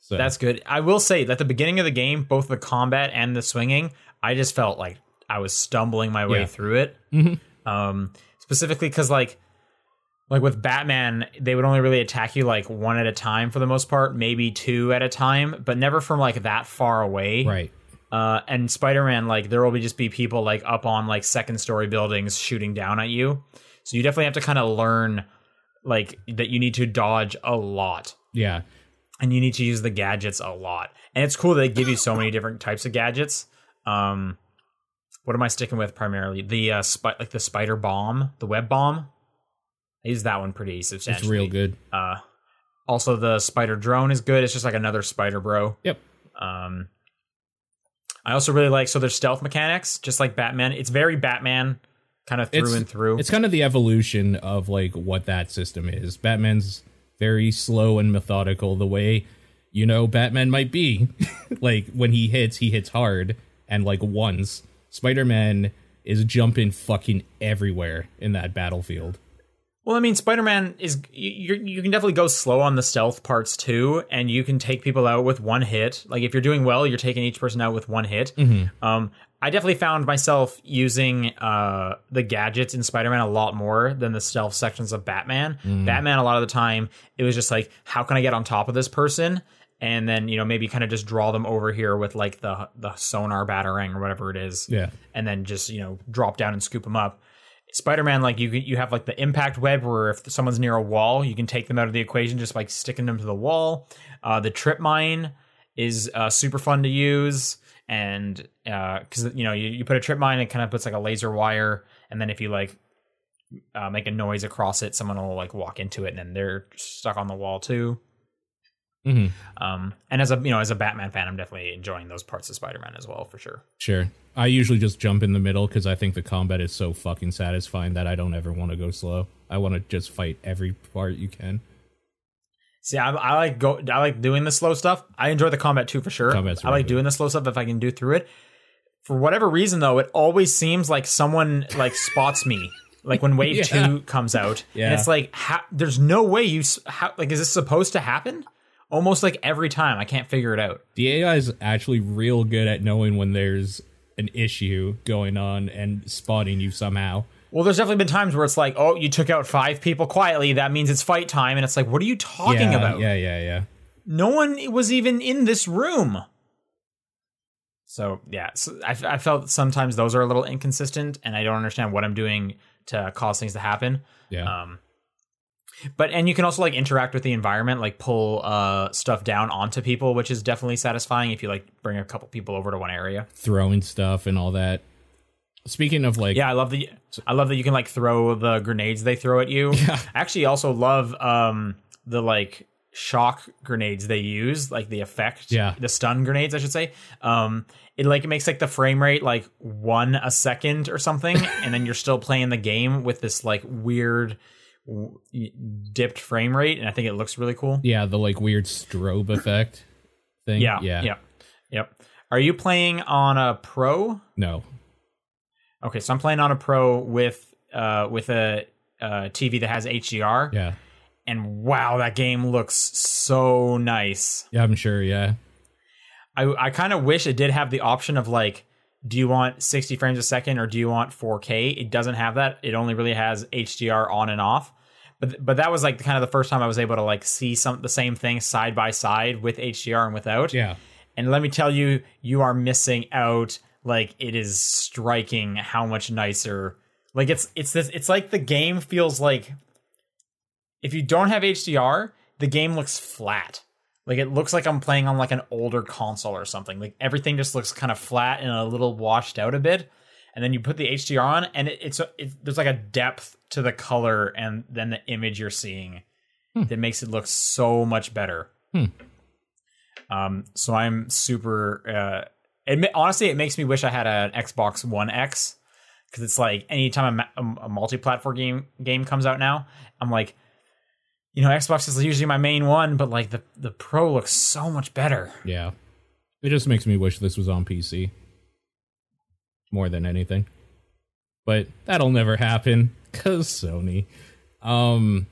Speaker 1: So
Speaker 3: That's good. I will say at the beginning of the game, both the combat and the swinging, I just felt like I was stumbling my way
Speaker 1: Yeah. Mm-hmm.
Speaker 3: through it. Um, specifically because like like with Batman, they would only really attack you like one at a time for the most part, maybe two at a time, but never from like that far away.
Speaker 1: right.
Speaker 3: Uh, and Spider-Man, like there will be just be people like up on like second story buildings shooting down at you. So you definitely have to kind of learn like that you need to dodge a lot
Speaker 1: Yeah.
Speaker 3: and you need to use the gadgets a lot. And it's cool that they give you so many different types of gadgets. Um, what am I sticking with primarily? The uh, spi- like the spider bomb, the web bomb. I use that one pretty
Speaker 1: It's
Speaker 3: substantially.
Speaker 1: real good.
Speaker 3: Uh, also, the spider drone is good. It's just like another spider bro.
Speaker 1: Yep.
Speaker 3: Um, I also really like so there's stealth mechanics, just like Batman. It's very Batman kind of through
Speaker 1: It's-
Speaker 3: and through.
Speaker 1: It's kind of the evolution of like what that system is. Batman's very slow and methodical the way you know Batman might be. like when he hits, he hits hard and like once. Spider-Man is jumping fucking everywhere in that battlefield.
Speaker 3: Well, I mean, Spider Man is you, you. You can definitely go slow on the stealth parts too, and you can take people out with one hit. Like if you're doing well, you're taking each person out with one hit. Um, I definitely found myself using uh, the gadgets in Spider Man a lot more than the stealth sections of Batman. Batman, a lot of the time, it was just like, how can I get on top of this person? and then you know maybe kind of just draw them over here with like the the sonar batarang or whatever it is
Speaker 1: Yeah.
Speaker 3: and then just you know drop down and scoop them up. Spider-Man, like you, you have like the impact web where if someone's near a wall, you can take them out of the equation just like sticking them to the wall. Uh, the trip mine is uh, super fun to use, and because you know you, you put a trip mine, it kind of puts like a laser wire, and then if you like uh, make a noise across it, someone will like walk into it, and then they're stuck on the wall too.
Speaker 1: hmm
Speaker 3: Um, and as a you know as a Batman fan, I'm definitely enjoying those parts of Spider-Man as well for sure.
Speaker 1: Sure. I usually just jump in the middle because I think the combat is so fucking satisfying that I don't ever want to go slow. I want to just fight every part you can.
Speaker 3: See, I, I like go. I like doing the slow stuff. I enjoy the combat too for sure.
Speaker 1: Combat's
Speaker 3: I like
Speaker 1: really good.
Speaker 3: doing the slow stuff if I can do through it. For whatever reason, though, it always seems like someone like spots me. Like when Wave
Speaker 1: Yeah.
Speaker 3: Two comes out,
Speaker 1: Yeah.
Speaker 3: and it's like, ha- there's no way you s- how, like. Is this supposed to happen? Almost like every time, I can't figure it out.
Speaker 1: The AI is actually real good at knowing when there's an issue going on and spotting you somehow.
Speaker 3: Well, there's definitely been times where it's like, oh, you took out five people quietly. That means it's fight time, and it's like, what are you talking
Speaker 1: yeah,
Speaker 3: about?
Speaker 1: Yeah, yeah, yeah.
Speaker 3: no one was even in this room. So yeah, so I, I felt sometimes those are a little inconsistent, and I don't understand what I'm doing to cause things to happen.
Speaker 1: Yeah.
Speaker 3: Um, but and you can also like interact with the environment, like pull uh stuff down onto people, which is definitely satisfying if you like bring a couple people over to one area.
Speaker 1: Throwing stuff and all that. Speaking of like
Speaker 3: Yeah, I love the I love that you can like throw the grenades they throw at you. I actually also love um the like shock grenades they use, like the effect.
Speaker 1: Yeah.
Speaker 3: The stun grenades, I should say. Um it like makes like the frame rate like one a second or something, and then you're still playing the game with this like weird w- dipped frame rate, and I think it looks really cool.
Speaker 1: yeah, the like weird strobe effect thing.
Speaker 3: Yeah.
Speaker 1: yeah.
Speaker 3: Yep. Yep. Are you playing on a pro?
Speaker 1: No.
Speaker 3: Okay, so I'm playing on a pro with uh with a uh TV that has HDR
Speaker 1: Yeah.
Speaker 3: and wow, that game looks so nice.
Speaker 1: Yeah, I'm sure, yeah.
Speaker 3: I I kind of wish it did have the option of like do you want 60 frames a second or do you want 4K? It doesn't have that. It only really has HDR on and off. But but that was like kind of the first time I was able to like see some the same thing side by side with HDR and without.
Speaker 1: Yeah.
Speaker 3: And let me tell you, you are missing out. Like it is striking how much nicer. Like it's it's this it's like the game feels like if you don't have HDR, the game looks flat. Like it looks like I'm playing on like an older console or something. Like everything just looks kind of flat and a little washed out a bit. And then you put the HDR on, and it, it's, it's there's like a depth to the color and then the image you're seeing that makes it look so much better. Um, so I'm super. Uh, admit, honestly, it makes me wish I had an Xbox One X because it's like anytime a, ma- a, a multi-platform game game comes out now, I'm like, you know, Xbox is usually my main one, but like the the Pro looks so much better.
Speaker 1: Yeah. It just makes me wish this was on PC more than anything. But that'll never happen cuz Sony. Um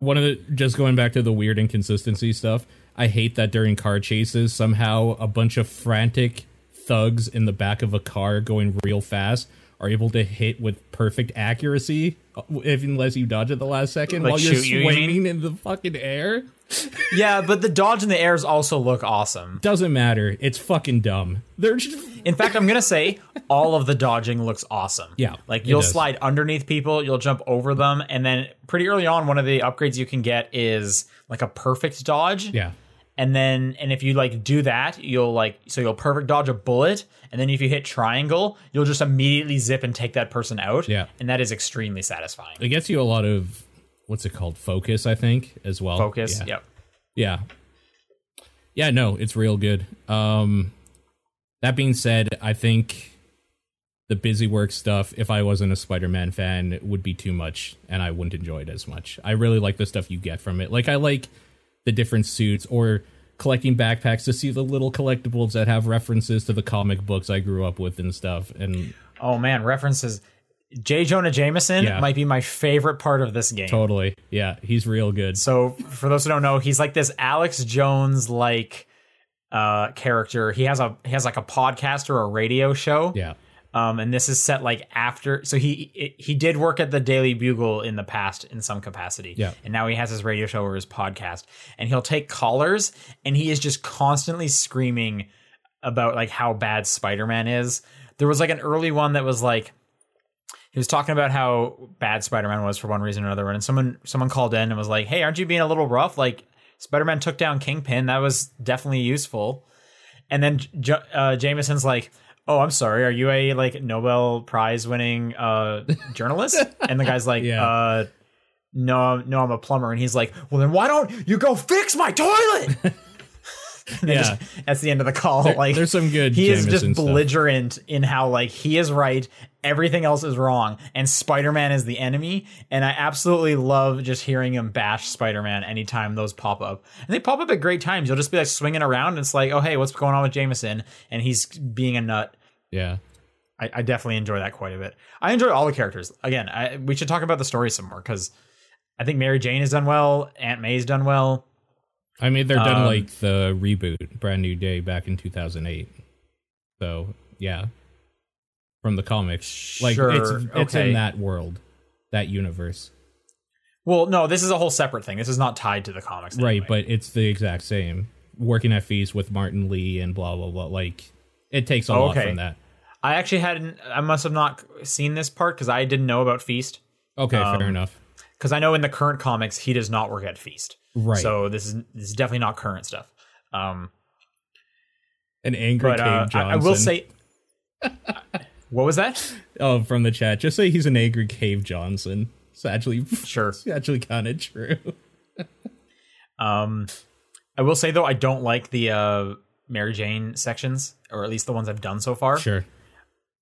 Speaker 1: one of the just going back to the weird inconsistency stuff, I hate that during car chases somehow a bunch of frantic thugs in the back of a car going real fast are able to hit with perfect accuracy uh, if unless you dodge at the last second
Speaker 3: Like
Speaker 1: while you're
Speaker 3: shoot you, you mean?
Speaker 1: swinging in the fucking air.
Speaker 3: yeah, but the dodge and the airs also look awesome.
Speaker 1: Doesn't matter. It's fucking dumb. They're just
Speaker 3: In fact, I'm gonna say all of the dodging looks awesome.
Speaker 1: Yeah,
Speaker 3: like
Speaker 1: it
Speaker 3: you'll
Speaker 1: does.
Speaker 3: slide underneath people, you'll jump over them, and then pretty early on, one of the upgrades you can get is like a perfect dodge.
Speaker 1: yeah.
Speaker 3: and then and if you like do that you'll like so you'll perfect dodge a bullet and then if you hit triangle you'll just immediately zip and take that person out
Speaker 1: Yeah.
Speaker 3: and that is extremely satisfying
Speaker 1: it gets you a lot of what's it called focus i think as well
Speaker 3: focus
Speaker 1: yeah
Speaker 3: yep
Speaker 1: yeah yeah no it's real good um that being said i think the busy work stuff if i wasn't a spider-man fan would be too much and i wouldn't enjoy it as much i really like the stuff you get from it like i like the different suits or collecting backpacks to see the little collectibles that have references to the comic books i grew up with and stuff and
Speaker 3: oh man references j jonah jameson
Speaker 1: Yeah.
Speaker 3: might be my favorite part of this game
Speaker 1: totally yeah he's real good
Speaker 3: so for those who don't know he's like this alex jones like uh character he has a he has like a podcast or a radio show
Speaker 1: yeah
Speaker 3: Um, and this is set like after, so he he did work at the Daily Bugle in the past in some capacity,
Speaker 1: Yeah.
Speaker 3: And now he has his radio show or his podcast, and he'll take callers, and he is just constantly screaming about like how bad Spider Man is. There was like an early one that was like he was talking about how bad Spider Man was for one reason or another, and someone someone called in and was like, "Hey, aren't you being a little rough? Like Spider Man took down Kingpin. That was definitely useful." And then J- uh, Jameson's like, "Oh, I'm sorry. Are you a like Nobel Prize winning uh, journalist?" and the guy's like,
Speaker 1: Yeah.
Speaker 3: uh, "No, I'm- no, I'm a plumber." And he's like, "Well, then why don't you go fix my toilet?" And they
Speaker 1: Yeah.
Speaker 3: just- that's the end of the call.
Speaker 1: There-
Speaker 3: like,
Speaker 1: there's some good
Speaker 3: He is
Speaker 1: Jameson
Speaker 3: just
Speaker 1: stuff.
Speaker 3: belligerent in how like he is right, everything else is wrong, and Spider-Man is the enemy. And I absolutely love just hearing him bash Spider-Man anytime those pop up, and they pop up at great times. You'll just be like swinging around, and it's like, oh hey, what's going on with Jameson? And he's being a nut.
Speaker 1: Yeah.
Speaker 3: I, I definitely enjoy that quite a bit. I enjoy all the characters. Again, I, we should talk about the story some more because I think Mary Jane has done well, Aunt May's done well.
Speaker 1: I mean, they're done
Speaker 3: Um,
Speaker 1: like the reboot, Brand New Day, back in 2008. So, yeah. From the comics. Like, it's,
Speaker 3: Sure,
Speaker 1: it's
Speaker 3: okay.
Speaker 1: in that world, that universe.
Speaker 3: Well, no, this is a whole separate thing. This is not tied to the comics, anyway.
Speaker 1: Right, but it's the exact same. Working at Feast with Martin Lee and blah, blah, blah. Like, it takes a
Speaker 3: Oh,
Speaker 1: lot
Speaker 3: okay.
Speaker 1: from that.
Speaker 3: I actually hadn't. I must have not seen this part because I didn't know about Feast.
Speaker 1: Okay, fair
Speaker 3: Um,
Speaker 1: enough.
Speaker 3: Because I know in the current comics he does not work at Feast.
Speaker 1: Right.
Speaker 3: So this is this is definitely not current stuff. Um,
Speaker 1: An angry
Speaker 3: but
Speaker 1: Cave
Speaker 3: uh, I,
Speaker 1: Johnson.
Speaker 3: I will say, what was that?
Speaker 1: Oh, from the chat. Just say he's an angry Cave Johnson. It's actually, it's
Speaker 3: Sure.
Speaker 1: actually kind of true.
Speaker 3: Um, I will say though I don't like the uh, Mary Jane sections, or at least the ones I've done so far.
Speaker 1: Sure.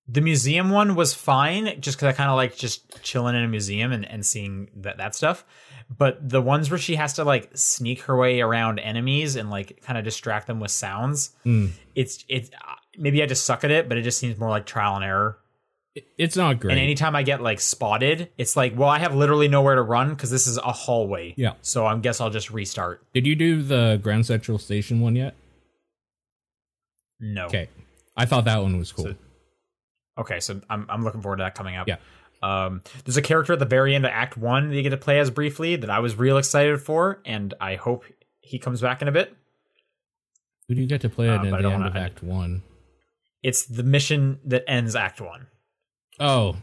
Speaker 3: The museum one was fine, just because I kind of like just chilling in a museum and, and seeing that that stuff. But the ones where she has to like sneak her way around enemies and like kind of distract them with sounds,
Speaker 1: Hmm.
Speaker 3: it's it's uh, maybe I just suck at it, but it just seems more like trial and error.
Speaker 1: It's not great.
Speaker 3: And anytime I get like spotted, it's like, well, I have literally nowhere to run because this is a hallway.
Speaker 1: Yeah.
Speaker 3: So I guess I'll just restart.
Speaker 1: Did you do the Grand Central Station one yet?
Speaker 3: No.
Speaker 1: Okay. I thought that one was cool.
Speaker 3: So- Okay, so I'm I'm looking forward to that coming up.
Speaker 1: Yeah.
Speaker 3: Um, there's a character at the very end of Act One that you get to play as briefly that I was real excited for, and I hope he comes back in a bit.
Speaker 1: Who do you get to play
Speaker 3: Uh,
Speaker 1: at
Speaker 3: but I
Speaker 1: the
Speaker 3: don't
Speaker 1: end
Speaker 3: wanna-
Speaker 1: of Act One?
Speaker 3: It's the mission that ends Act One.
Speaker 1: Oh,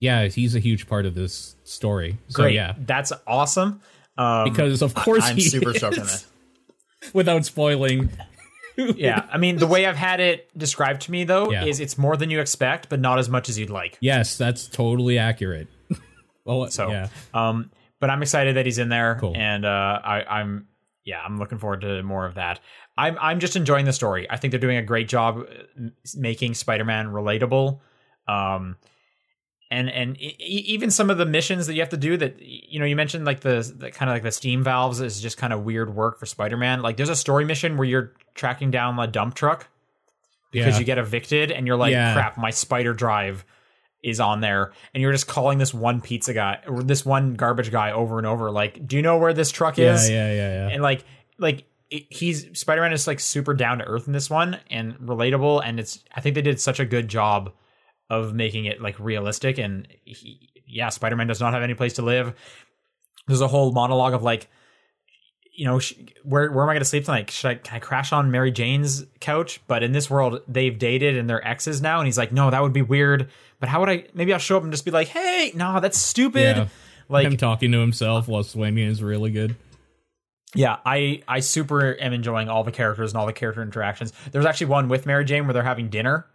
Speaker 1: yeah, he's a huge part of this story. So
Speaker 3: Great,
Speaker 1: yeah,
Speaker 3: that's awesome. Um,
Speaker 1: because of course
Speaker 3: I'm
Speaker 1: he
Speaker 3: super
Speaker 1: is.
Speaker 3: stoked on that.
Speaker 1: Without spoiling,
Speaker 3: Yeah, I mean the way I've had it described to me though
Speaker 1: Yeah.
Speaker 3: is it's more than you expect, but not as much as you'd like.
Speaker 1: yes, that's totally accurate. well,
Speaker 3: So,
Speaker 1: yeah,
Speaker 3: um, but I'm excited that he's in there,
Speaker 1: Cool.
Speaker 3: and uh, I, I'm yeah, I'm looking forward to more of that. I'm I'm just enjoying the story. I think they're doing a great job uh, m- making Spider-Man relatable, um, and and e- e- even some of the missions that you have to do that y- you know you mentioned like the, the kind of like the steam valves is just kind of weird work for Spider-Man. Like there's a story mission where you're tracking down a dump truck because
Speaker 1: yeah.
Speaker 3: you get evicted and you're like,
Speaker 1: Yeah.
Speaker 3: crap, my spider drive is on there. And you're just calling this one pizza guy or this one garbage guy over and over, like, do you know where this truck
Speaker 1: yeah,
Speaker 3: is?
Speaker 1: yeah, yeah, yeah.
Speaker 3: And like, like it- he's Spider Man is like super down to earth in this one and relatable. And it's, I think they did such a good job of making it like realistic. And he, yeah, Spider Man does not have any place to live. There's a whole monologue of like, you know, sh- where where am I going to sleep tonight? Should I can I crash on Mary Jane's couch? But in this world, they've dated and they're exes now, and he's like, no, that would be weird. But how would I? Maybe I'll show up and just be like, hey, nah, that's stupid.
Speaker 1: Yeah.
Speaker 3: Like,
Speaker 1: Him talking to himself while swimming is really good.
Speaker 3: yeah, I I super am enjoying all the characters and all the character interactions. There's actually one with Mary Jane where they're having dinner,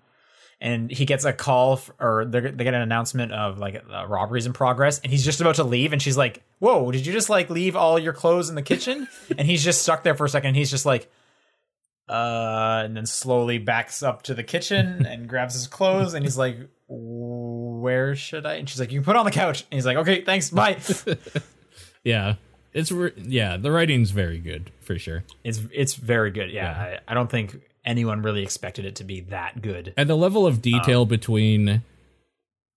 Speaker 3: and he gets a call f- or they're, they get an announcement of like uh, robberies in progress, and he's just about to leave, and she's like, "Whoa, did you just like leave all your clothes in the kitchen?" and he's just stuck there for a second. And he's just like, uh, and then slowly backs up to the kitchen and grabs his clothes, and he's like, "Where should I?" And she's like, "You can put it on the couch." And he's like, "Okay, thanks, bye."
Speaker 1: Yeah, it's re- yeah, the writing's very good for sure,
Speaker 3: It's it's very good. Yeah, I, I don't think anyone really expected it to be that good.
Speaker 1: and the level of
Speaker 3: Um,
Speaker 1: detail between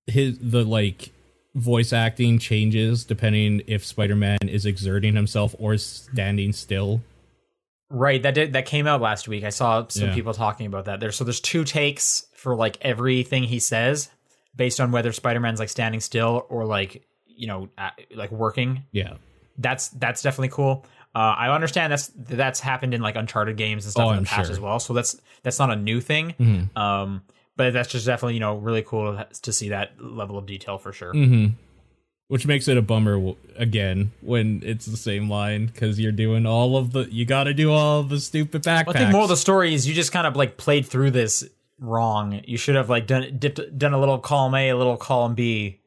Speaker 1: his the like voice acting changes depending if Spider Man is exerting himself or standing still.
Speaker 3: Right, that did that came out last week. I saw some
Speaker 1: Yeah.
Speaker 3: people talking about that. There, so there's two takes for like everything he says, based on whether Spider-Man's like standing still or like you know uh, like working.
Speaker 1: Yeah.
Speaker 3: That's that's definitely cool. Uh, I understand that's that's happened in like Uncharted games and stuff
Speaker 1: Oh,
Speaker 3: in the
Speaker 1: I'm
Speaker 3: past
Speaker 1: sure.
Speaker 3: as well. So that's that's not a new thing.
Speaker 1: Mhm.
Speaker 3: Um, but that's just definitely you know really cool to- to see that level of detail for sure.
Speaker 1: Mm-hmm. Which makes it a bummer w- again when it's the same line because you're doing all of the you got to do all of the stupid backpacks.
Speaker 3: I think more of the story is you just kind of like played through this wrong. You should have like done dipped, done a little column A, a little column B,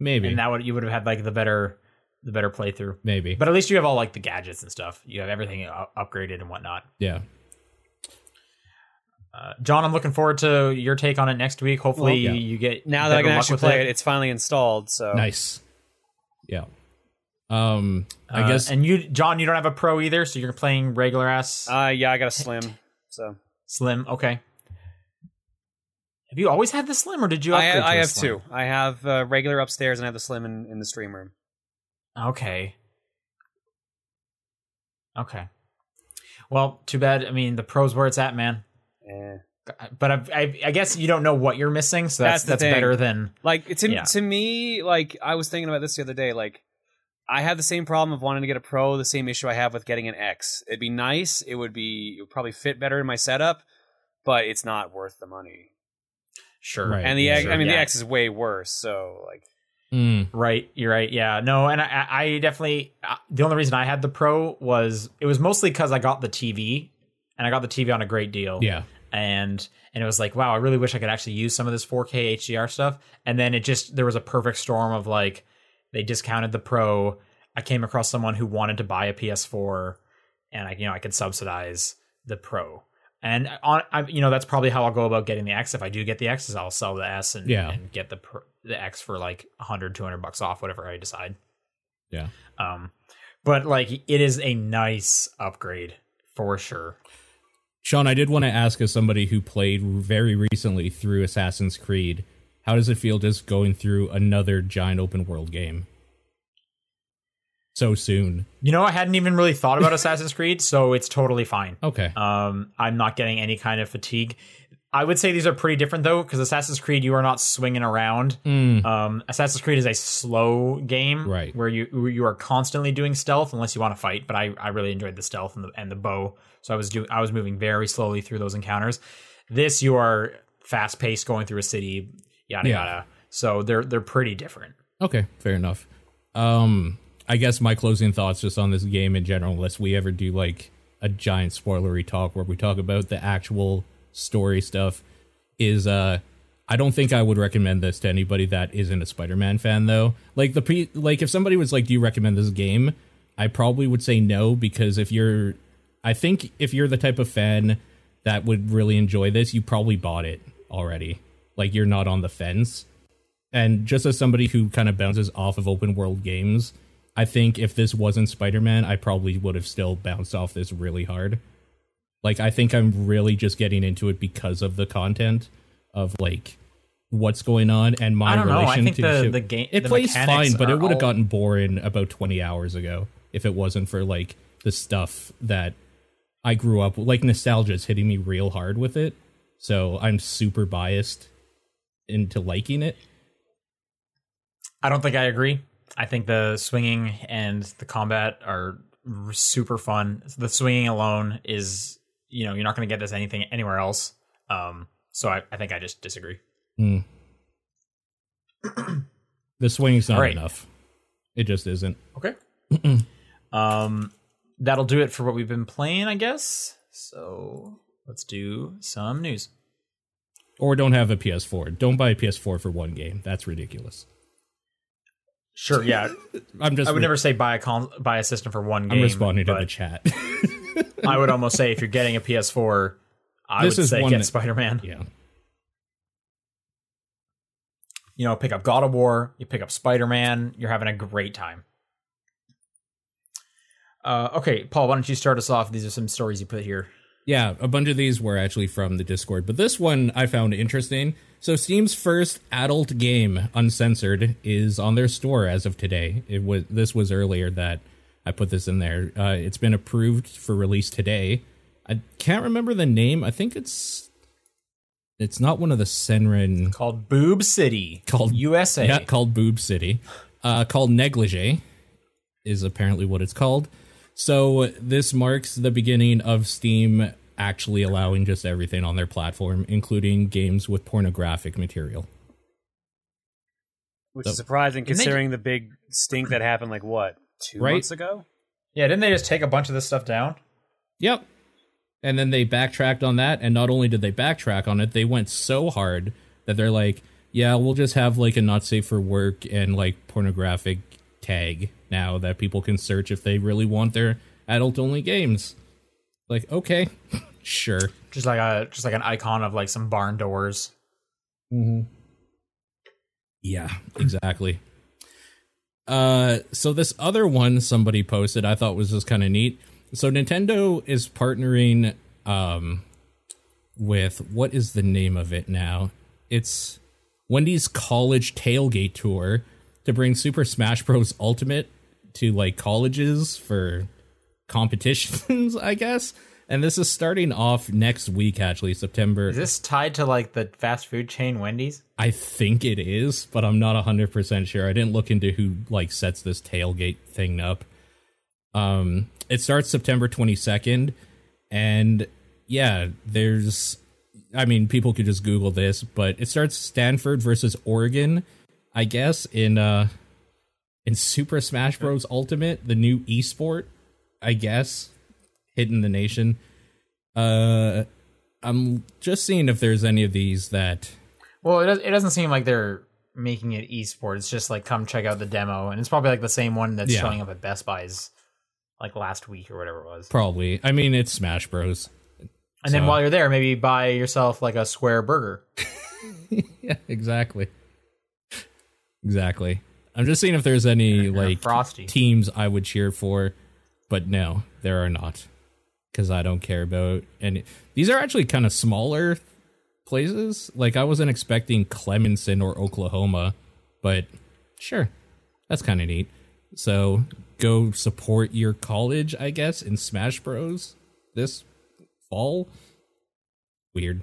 Speaker 1: maybe
Speaker 3: and that would you would have had like the better the better playthrough.
Speaker 1: maybe
Speaker 3: But at least you have all like the gadgets and stuff. You have everything u- upgraded and whatnot.
Speaker 1: yeah
Speaker 3: Uh, John, I'm looking forward to your take on it next week. Hopefully,
Speaker 1: Well, yeah.
Speaker 3: you get
Speaker 4: Now that I
Speaker 3: better
Speaker 4: can
Speaker 3: luck
Speaker 4: actually
Speaker 3: with
Speaker 4: play it, it's finally installed.
Speaker 3: uh,
Speaker 4: So
Speaker 1: nice yeah um I
Speaker 3: Uh,
Speaker 1: guess
Speaker 3: And you, John, you don't have a pro either, so you're playing regular ass
Speaker 4: Uh, yeah, I got a slim. So
Speaker 3: slim. Okay. Have you always had the slim, or did you? upgrade
Speaker 4: I,
Speaker 3: to
Speaker 4: I
Speaker 3: a
Speaker 4: have
Speaker 3: slim?
Speaker 4: two. I have uh, regular upstairs and I have the slim in, in the stream room.
Speaker 3: Okay. Okay. Well, too bad. I mean, the pros where it's at, man.
Speaker 4: Eh.
Speaker 3: But I, I, I guess you don't know what you're missing, so
Speaker 4: That's
Speaker 3: that's
Speaker 4: the
Speaker 3: that's,
Speaker 4: thing.
Speaker 3: better than
Speaker 4: Like it's in,
Speaker 3: Yeah.
Speaker 4: to me, like I was thinking about this the other day. Like I have the same problem of wanting to get a pro, the same issue I have with getting an X. It'd be nice. It would be it would probably fit better in my setup, but it's not worth the money.
Speaker 3: sure.
Speaker 1: Right.
Speaker 4: And the
Speaker 1: yeah,
Speaker 4: X,
Speaker 3: sure,
Speaker 4: I mean, the
Speaker 3: yeah.
Speaker 4: X is way worse. So like,
Speaker 1: mm,
Speaker 3: Right, you're right. Yeah, no, and I- I, I definitely uh, the only reason I had the pro was it was mostly because I got the TV, and I got the TV on a great deal.
Speaker 1: yeah
Speaker 3: and and it was like, wow, I really wish I could actually use some of this 4K HDR stuff. And then it just there was a perfect storm of like they discounted the Pro. I came across someone who wanted to buy a PS4, and I you know I could subsidize the Pro. And on, I, you know that's probably how I'll go about getting the X. If I do get the X, is I'll sell the S and,
Speaker 1: Yeah.
Speaker 3: and get the Pro- the X for like 100, 200 bucks off, whatever I decide.
Speaker 1: Yeah.
Speaker 3: Um, but like it is a nice upgrade for sure.
Speaker 1: Sean I did want to ask as somebody who played very recently through Assassin's Creed how does it feel just going through another giant open world game so soon
Speaker 3: You know, I hadn't even really thought about Assassin's Creed, so it's totally fine.
Speaker 1: okay
Speaker 3: Um, I'm not getting any kind of fatigue. I would say these are pretty different though, because Assassin's Creed, you are not swinging around.
Speaker 1: Mm,
Speaker 3: Um, Assassin's Creed is a slow game,
Speaker 1: Right.
Speaker 3: Where you where you are constantly doing stealth unless you want to fight. But I, I really enjoyed the stealth and the and the bow, so I was doing I was moving very slowly through those encounters. This you are fast paced going through a city, yada
Speaker 1: Yeah.
Speaker 3: yada. So they're they're pretty different.
Speaker 1: Okay, fair enough. Um, I guess my closing thoughts just on this game in general, unless we ever do like a giant spoilery talk where we talk about the actual story stuff, is uh, I don't think I would recommend this to anybody that isn't a Spider-Man fan though. Like the pre, like if somebody was like, "Do you recommend this game?" I probably would say no because if you're, I think if you're the type of fan that would really enjoy this, you probably bought it already. Like you're not on the fence and just as somebody who kind of bounces off of open world games, I think if this wasn't Spider Man, I probably would have still bounced off this really hard. Like, I think I'm really just getting into it because of the content of like what's going on and my
Speaker 3: I don't know. I
Speaker 1: relation
Speaker 3: think
Speaker 1: to
Speaker 3: the-
Speaker 1: shit.
Speaker 3: the game-
Speaker 1: It
Speaker 3: the
Speaker 1: plays
Speaker 3: mechanics
Speaker 1: fine, but
Speaker 3: are
Speaker 1: it would have
Speaker 3: all-
Speaker 1: gotten boring about 20 hours ago if it wasn't for like the stuff that I grew up like nostalgia is hitting me real hard with it. So I'm super biased into liking it.
Speaker 3: I don't think I agree. I think the swinging and the combat are r- super fun. The swinging alone is, you know, you're not going to get this anything anywhere else. Um, so I, I think I just disagree.
Speaker 1: Mm. the swing's not
Speaker 3: All right.
Speaker 1: enough. It just isn't.
Speaker 3: Okay. um, that'll do it for what we've been playing, I guess. So let's do some news.
Speaker 1: Or don't have a PS4. Don't buy a PS4 for one game. That's ridiculous.
Speaker 3: Sure. Yeah.
Speaker 1: I'm just.
Speaker 3: I would never say buy a con- buy a system for one game.
Speaker 1: I'm responding to
Speaker 3: but
Speaker 1: the chat.
Speaker 3: I would almost say if you're getting a PS4, I
Speaker 1: This
Speaker 3: would
Speaker 1: is
Speaker 3: say
Speaker 1: one
Speaker 3: get
Speaker 1: that-
Speaker 3: Spider-Man.
Speaker 1: yeah.
Speaker 3: you know, pick up God of War, you pick up Spider Man, you're having a great time. Uh, okay, Paul, why don't you start us off? These are some stories you put here.
Speaker 1: Yeah, a bunch of these were actually from the Discord, but this one I found interesting. So, Steam's first adult game, uncensored, is on their store as of today. It was this was earlier that I put this in there. Uh, it's been approved for release today. I can't remember the name. I think it's it's not one of the Senran
Speaker 3: Called Boob City.
Speaker 1: Called-
Speaker 3: USA.
Speaker 1: yeah, called Boob City, uh, called Negligee, is apparently what it's called. So this marks the beginning of Steam actually allowing just everything on their platform, including games with pornographic material.
Speaker 4: Which
Speaker 1: So-
Speaker 4: is surprising
Speaker 3: they-
Speaker 4: considering the big stink that happened like what, two
Speaker 1: Right?
Speaker 4: months ago?
Speaker 3: yeah, didn't they just take a bunch of this stuff down?
Speaker 1: Yep. And then they backtracked on that, and not only did they backtrack on it, they went so hard that they're like, "Yeah, we'll just have like a not safe for work and like pornographic tag now that people can search if they really want their adult only games." Like, okay, sure.
Speaker 3: Just like a just like an icon of like some barn doors.
Speaker 1: Yeah, exactly. Uh, so this other one somebody posted, I thought was just kind of neat. So Nintendo is partnering um with what is the name of it now? It's Wendy's College Tailgate Tour to bring Super Smash Bros. Ultimate to like colleges for competitions, I guess. And this is starting off next week, actually, September
Speaker 3: Is this tied to like the fast food chain Wendy's?
Speaker 1: I think it is, but I'm not 100% sure. I didn't look into who like sets this tailgate thing up. Um it starts September 22nd and yeah, there's I mean, people could just google this, but it starts Stanford versus Oregon, I guess in uh in Super Smash Bros Ultimate, the new esport, I guess, hitting the nation. Uh I'm just seeing if there's any of these that
Speaker 3: Well, it, does, it doesn't seem like they're making it esport. It's just like come check out the demo, and it's probably like the same one that's
Speaker 1: Yeah.
Speaker 3: showing up at Best Buy's like last week or whatever it was.
Speaker 1: Probably. I mean, it's Smash Bros.
Speaker 3: And then while you're there, maybe buy yourself like a square burger.
Speaker 1: Yeah, exactly. Exactly. I'm just seeing if there's any like
Speaker 3: Frosty.
Speaker 1: teams I would cheer for, but no, there are not because I don't care about any. These are actually kind of smaller places. Like I wasn't expecting Clemenson or Oklahoma, but sure, that's kind of neat. So go support your college, I guess, in Smash Bros. This fall. Weird.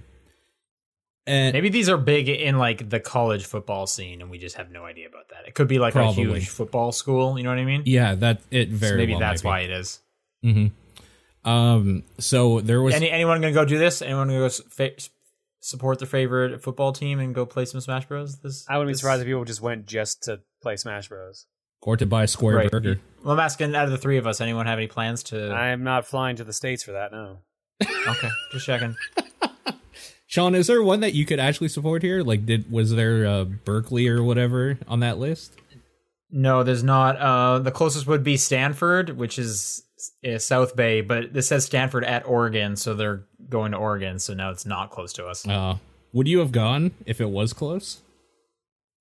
Speaker 1: And
Speaker 3: Maybe these are big in like the college football scene, and we just have no idea about that. It could be like
Speaker 1: Probably.
Speaker 3: a huge football school. You know what I mean?
Speaker 1: Yeah, that it
Speaker 3: So
Speaker 1: very
Speaker 3: maybe
Speaker 1: well
Speaker 3: that's
Speaker 1: might
Speaker 3: why it is.
Speaker 1: be. Mhm. Um. So there was
Speaker 3: Any anyone gonna go do this? Anyone gonna go s- fa- s- support their favorite football team and go play some Smash Bros? This
Speaker 4: I wouldn't be
Speaker 3: this-
Speaker 4: surprised if people just went just to play Smash Bros.
Speaker 1: or to buy a square
Speaker 3: Right.
Speaker 1: burger.
Speaker 3: Well, I'm asking out of the three of us, anyone have any plans to?
Speaker 4: I'm not flying to the States for that, no.
Speaker 3: okay, just checking.
Speaker 1: Sean, is there one that you could actually support here? Like, did was there uh, Berkeley or whatever on that list?
Speaker 3: No, there's not. Uh, the closest would be Stanford, which is, is South Bay, but this says Stanford at Oregon, so they're going to Oregon. So now it's not close to us.
Speaker 1: Uh, would you have gone if it was close?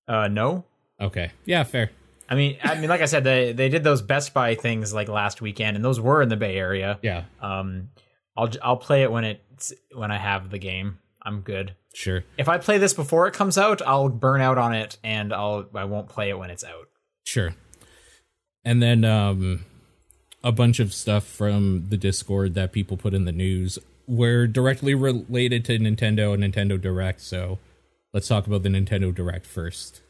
Speaker 3: Uh, no,
Speaker 1: Okay. Yeah. Fair.
Speaker 3: I mean, I mean, like I said, they they did those Best Buy things like last weekend, and those were in the Bay Area.
Speaker 1: Yeah.
Speaker 3: Um, I'll j- I'll play it when it's when I have the game. I'm good.
Speaker 1: Sure.
Speaker 3: If I play this before it comes out, I'll burn out on it, and I'll I won't play it when it's out.
Speaker 1: Sure. And then um, a bunch of stuff from the Discord that people put in the news were directly related to Nintendo and Nintendo Direct. So let's talk about the Nintendo Direct first,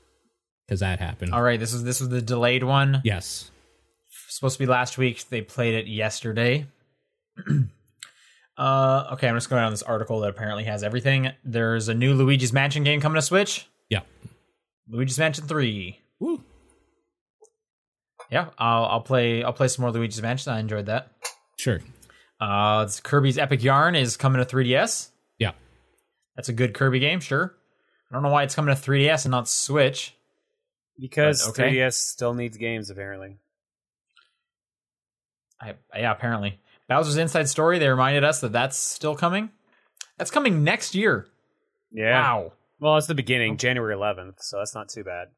Speaker 1: because that happened.
Speaker 3: All right, this was this was the delayed one.
Speaker 1: Yes.
Speaker 3: supposed to be last week. They played it yesterday. uh, okay, I'm just going on this article that apparently has everything. There's a new Luigi's Mansion game coming to Switch.
Speaker 1: Yeah.
Speaker 3: Luigi's Mansion Three.
Speaker 1: Woo.
Speaker 3: Yeah, I'll, I'll play. I'll play some more Luigi's Mansion. I enjoyed that.
Speaker 1: Sure.
Speaker 3: Uh, it's Kirby's Epic Yarn is coming to 3DS.
Speaker 1: Yeah.
Speaker 3: That's a good Kirby game, sure. I don't know why it's coming to 3DS and not Switch.
Speaker 4: Because
Speaker 3: But, okay.
Speaker 4: 3DS still needs games, apparently.
Speaker 3: I, yeah, apparently Bowser's Inside Story. They reminded us that that's still coming. That's coming next year.
Speaker 4: Yeah.
Speaker 3: Wow.
Speaker 4: Well, it's the beginning, January 11th, so that's not too bad.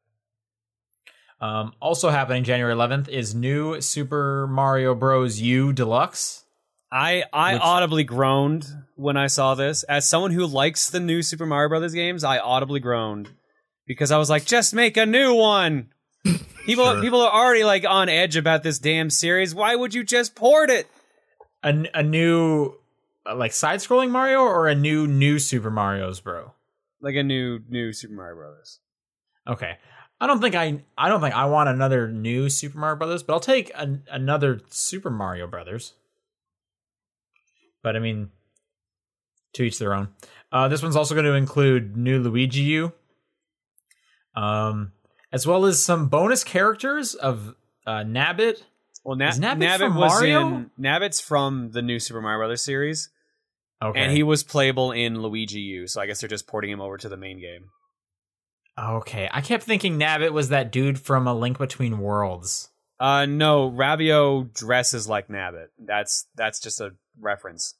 Speaker 3: Um, also happening January 11th is new Super Mario Bros. U Deluxe.
Speaker 4: I I
Speaker 3: Which-
Speaker 4: audibly groaned when I saw this. As someone who likes the new Super Mario Brothers games, I audibly groaned because I was like, "Just make a new one." People,
Speaker 3: Sure.
Speaker 4: people are already like on edge about this damn series. Why would you just port it?
Speaker 3: A, n- a new uh, like side-scrolling Mario or a new new Super Mario's, bro.
Speaker 4: Like a new, new Super Mario Brothers.
Speaker 3: Okay. I don't think I I don't think I want another new Super Mario Brothers, but I'll take an, another Super Mario Brothers. But I mean, to each their own. Uh, this one's also going to include new Luigi U, um, as well as some bonus characters of uh, Nabbit.
Speaker 4: Well, Na-
Speaker 3: Is Nabbit
Speaker 4: Nabbit
Speaker 3: from
Speaker 4: was
Speaker 3: Mario?
Speaker 4: in Nabbit's from the new Super Mario Brothers series,
Speaker 3: Okay.
Speaker 4: and he was playable in Luigi U. So I guess they're just porting him over to the main game.
Speaker 3: okay. I kept thinking Nabbit was that dude from A Link Between Worlds.
Speaker 4: Uh, no, Rabio dresses like Nabbit. That's that's just a reference.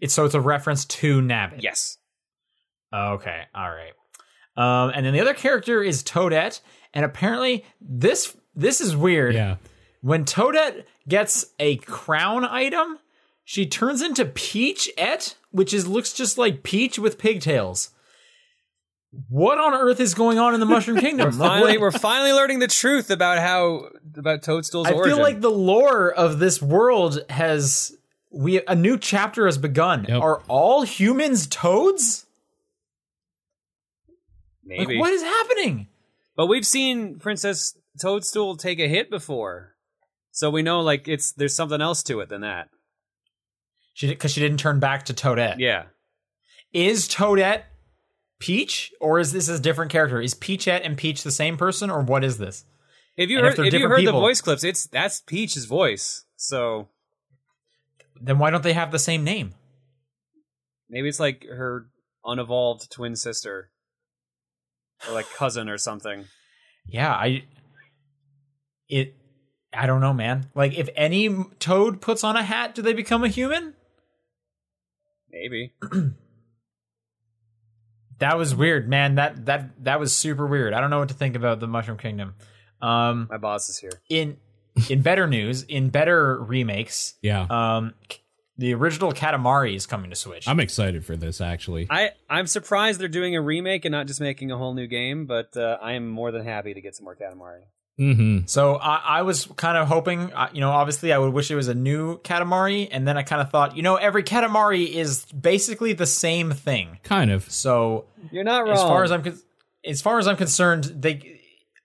Speaker 3: It's so it's a reference to Nabbit.
Speaker 4: Yes.
Speaker 3: Okay, all right. Um, and then the other character is Toadette, and apparently this this is weird.
Speaker 1: Yeah.
Speaker 3: When Toadette gets a crown item, she turns into Peachette, which is looks just like Peach with pigtails. What on earth is going on in the Mushroom Kingdom?
Speaker 4: Finally,
Speaker 3: Like,
Speaker 4: we're finally learning the truth about how about Toadstool's
Speaker 3: I
Speaker 4: origin.
Speaker 3: feel like the lore of this world has we a new chapter has begun.
Speaker 1: Yep.
Speaker 3: Are all humans toads? Like,
Speaker 4: maybe,
Speaker 3: what is happening?
Speaker 4: but we've seen Princess Toadstool take a hit before, so we know like it's there's something else to it than that.
Speaker 3: She because she didn't turn back to Toadette.
Speaker 4: Yeah.
Speaker 3: is Toadette Peach, or is this a different character? Is Peachette and Peach the same person, or what is this?
Speaker 4: If you
Speaker 3: And if
Speaker 4: heard
Speaker 3: they're
Speaker 4: if, you
Speaker 3: different
Speaker 4: heard the
Speaker 3: people-
Speaker 4: voice clips, it's that's Peach's voice. So
Speaker 3: Then why don't they have the same name?
Speaker 4: maybe it's like her unevolved twin sister, or like cousin or something.
Speaker 3: Yeah, I it I don't know, man. Like if any m- toad puts on a hat, do they become a human?
Speaker 4: Maybe.
Speaker 3: That was weird, man. That that that was super weird. I don't know what to think about the Mushroom Kingdom. Um
Speaker 4: My boss is here.
Speaker 3: in in better news, in better remakes,
Speaker 1: Yeah.
Speaker 3: um c- the original Katamari is coming to Switch.
Speaker 1: I'm excited for this actually.
Speaker 4: I I'm surprised they're doing a remake and not just making a whole new game, but uh, I am more than happy to get some more Katamari.
Speaker 1: Mm-hmm.
Speaker 3: So I, I was kind of hoping, uh, you know, obviously I would wish it was a new Katamari, and then I kind of thought, you know, every Katamari is basically the same thing.
Speaker 1: Kind of.
Speaker 3: So
Speaker 4: You're not wrong.
Speaker 3: as far as I'm, con- as far as I'm concerned, they,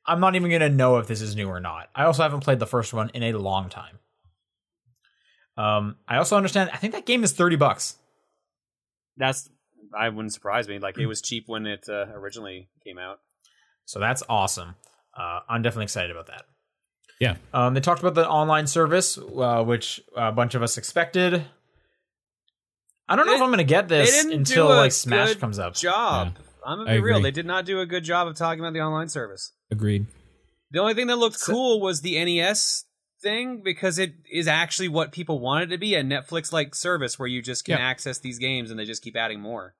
Speaker 3: I'm not even gonna know if this is new or not. I also haven't played the first one in a long time. Um, I also understand. I think that game is thirty bucks.
Speaker 4: that's I wouldn't surprise me. Like it was cheap when it uh, originally came out.
Speaker 3: So that's awesome. Uh, I'm definitely excited about that.
Speaker 1: Yeah.
Speaker 3: Um, they talked about the online service, uh, which a bunch of us expected. I don't know
Speaker 4: They-
Speaker 3: if I'm going to get this
Speaker 4: didn't do
Speaker 3: until
Speaker 4: a
Speaker 3: like Smash
Speaker 4: good
Speaker 3: comes up.
Speaker 4: Job. I'm gonna
Speaker 1: I
Speaker 4: be real.
Speaker 1: agree.
Speaker 4: They did not do a good job of talking about the online service.
Speaker 1: Agreed.
Speaker 4: The only thing that looked cool was the NES thing because it is actually what people wanted to be a Netflix like service where you just can
Speaker 1: Yeah.
Speaker 4: access these games and they just keep adding more.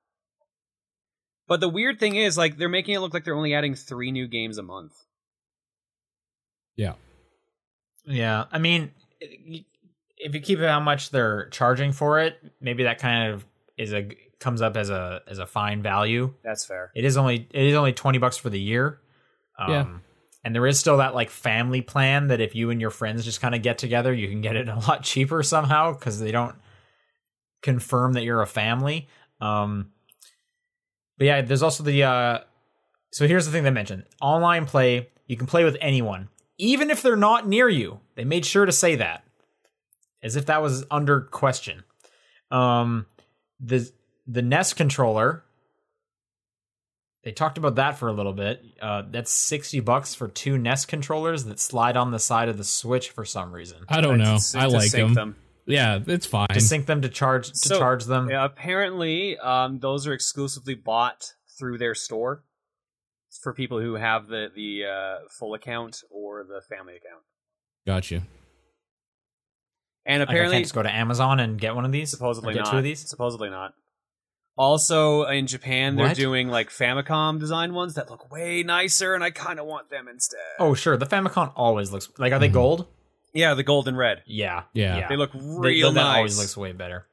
Speaker 4: But the weird thing is like they're making it look like they're only adding 3 new games a month.
Speaker 1: Yeah.
Speaker 3: Yeah, I mean, if you keep how much they're charging for it, maybe that kind of is a comes up as a as a fine value.
Speaker 4: That's fair.
Speaker 3: It is only it is only twenty bucks for the year. Um,
Speaker 1: Yeah.
Speaker 3: And there is still that like family plan that if you and your friends just kind of get together, you can get it a lot cheaper somehow because they don't confirm that you're a family. Um, but yeah, there's also the uh, so here's the thing they mentioned: online play. You can play with anyone, even if they're not near you. They made sure to say that, as if that was under question. Um, the the Nest controller. They talked about that for a little bit. Uh, that's sixty bucks for two Nest controllers that slide on the side of the Switch for some reason.
Speaker 1: I don't know.
Speaker 4: To-
Speaker 1: I
Speaker 4: to
Speaker 1: like
Speaker 4: sync
Speaker 1: them. Yeah, it's fine.
Speaker 3: To sync them to charge to
Speaker 4: So,
Speaker 3: charge them.
Speaker 4: Yeah, apparently, um, those are exclusively bought through their store for people who have the the uh, full account or the family account.
Speaker 1: Gotcha.
Speaker 4: And
Speaker 3: Like, I
Speaker 4: apparently,
Speaker 3: can't just go to Amazon and get one of these.
Speaker 4: supposedly
Speaker 3: or get
Speaker 4: not.
Speaker 3: two of these.
Speaker 4: Supposedly not. Also, in Japan, they're
Speaker 3: What?
Speaker 4: doing like Famicom design ones that look way nicer, and I kind of want them instead.
Speaker 3: Oh sure, the Famicom always looks like. Are they
Speaker 1: Mhm.
Speaker 3: gold?
Speaker 4: yeah, the gold and red.
Speaker 3: Yeah,
Speaker 1: Yeah.
Speaker 4: They look
Speaker 3: They-
Speaker 4: real
Speaker 3: that
Speaker 4: nice.
Speaker 3: always looks way better.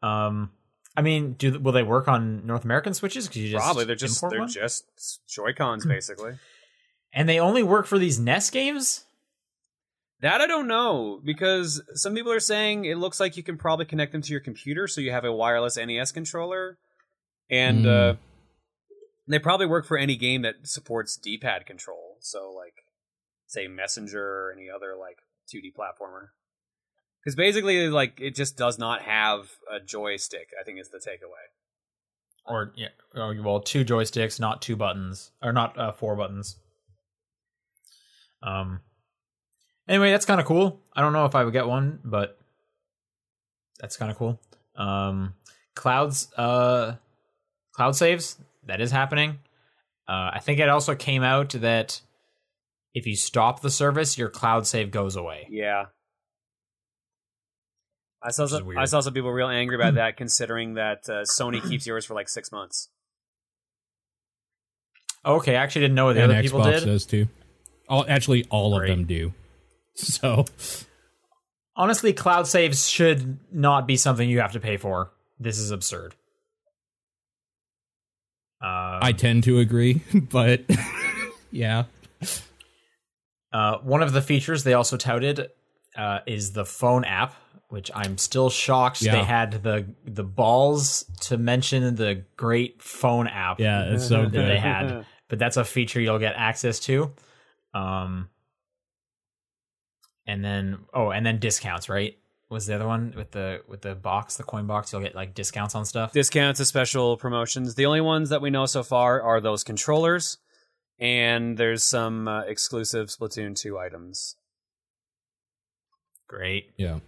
Speaker 3: Um, I mean, do will they work on North American switches? Because you just
Speaker 4: Probably they're just
Speaker 3: import
Speaker 4: they're
Speaker 3: one?
Speaker 4: just Joy Cons basically.
Speaker 3: And they only work for these NES games?
Speaker 4: That I don't know because some people are saying it looks like you can probably connect them to your computer, so you have a wireless NES controller,
Speaker 3: Hmm.
Speaker 4: and
Speaker 1: Mm.
Speaker 4: uh, they probably work for any game that supports D-pad control. So like, say Messenger or any other like 2D platformer. Because basically, like it just does not have a joystick. I think is the takeaway.
Speaker 3: Or yeah, oh, well, two joysticks, not two buttons, or not uh, four buttons. Um. Anyway, that's kind of cool. I don't know if I would get one, but that's kind of cool. Um, clouds, uh, cloud saves that is happening. Uh, I think it also came out that if you stop the service, your cloud save goes away.
Speaker 4: Yeah. I saw
Speaker 3: Which is
Speaker 4: some, I
Speaker 3: weird.
Speaker 4: saw some people real angry about that, considering that uh, Sony keeps yours for like six months.
Speaker 3: Okay, I actually didn't know what the
Speaker 1: and
Speaker 3: other people
Speaker 1: Xbox
Speaker 3: did.
Speaker 1: does too. All, actually, all
Speaker 3: Great.
Speaker 1: of them do. So
Speaker 3: Honestly, cloud saves should not be something you have to pay for. This is absurd. Uh,
Speaker 1: I tend to agree, but yeah,
Speaker 3: uh, one of the features they also touted uh, is the phone app, which I'm still shocked
Speaker 1: Yeah.
Speaker 3: they had the the balls to mention the great phone app
Speaker 1: yeah, it's so
Speaker 3: that they
Speaker 1: good.
Speaker 3: had. But that's a feature you'll get access to. Um, and then oh, and then discounts, right? Was the other one with the with the box, the coin box? You'll get like discounts on stuff.
Speaker 4: Discounts and special promotions. The only ones that we know so far are those controllers, and there's some uh, exclusive Splatoon 2 items.
Speaker 3: Great.
Speaker 1: Yeah,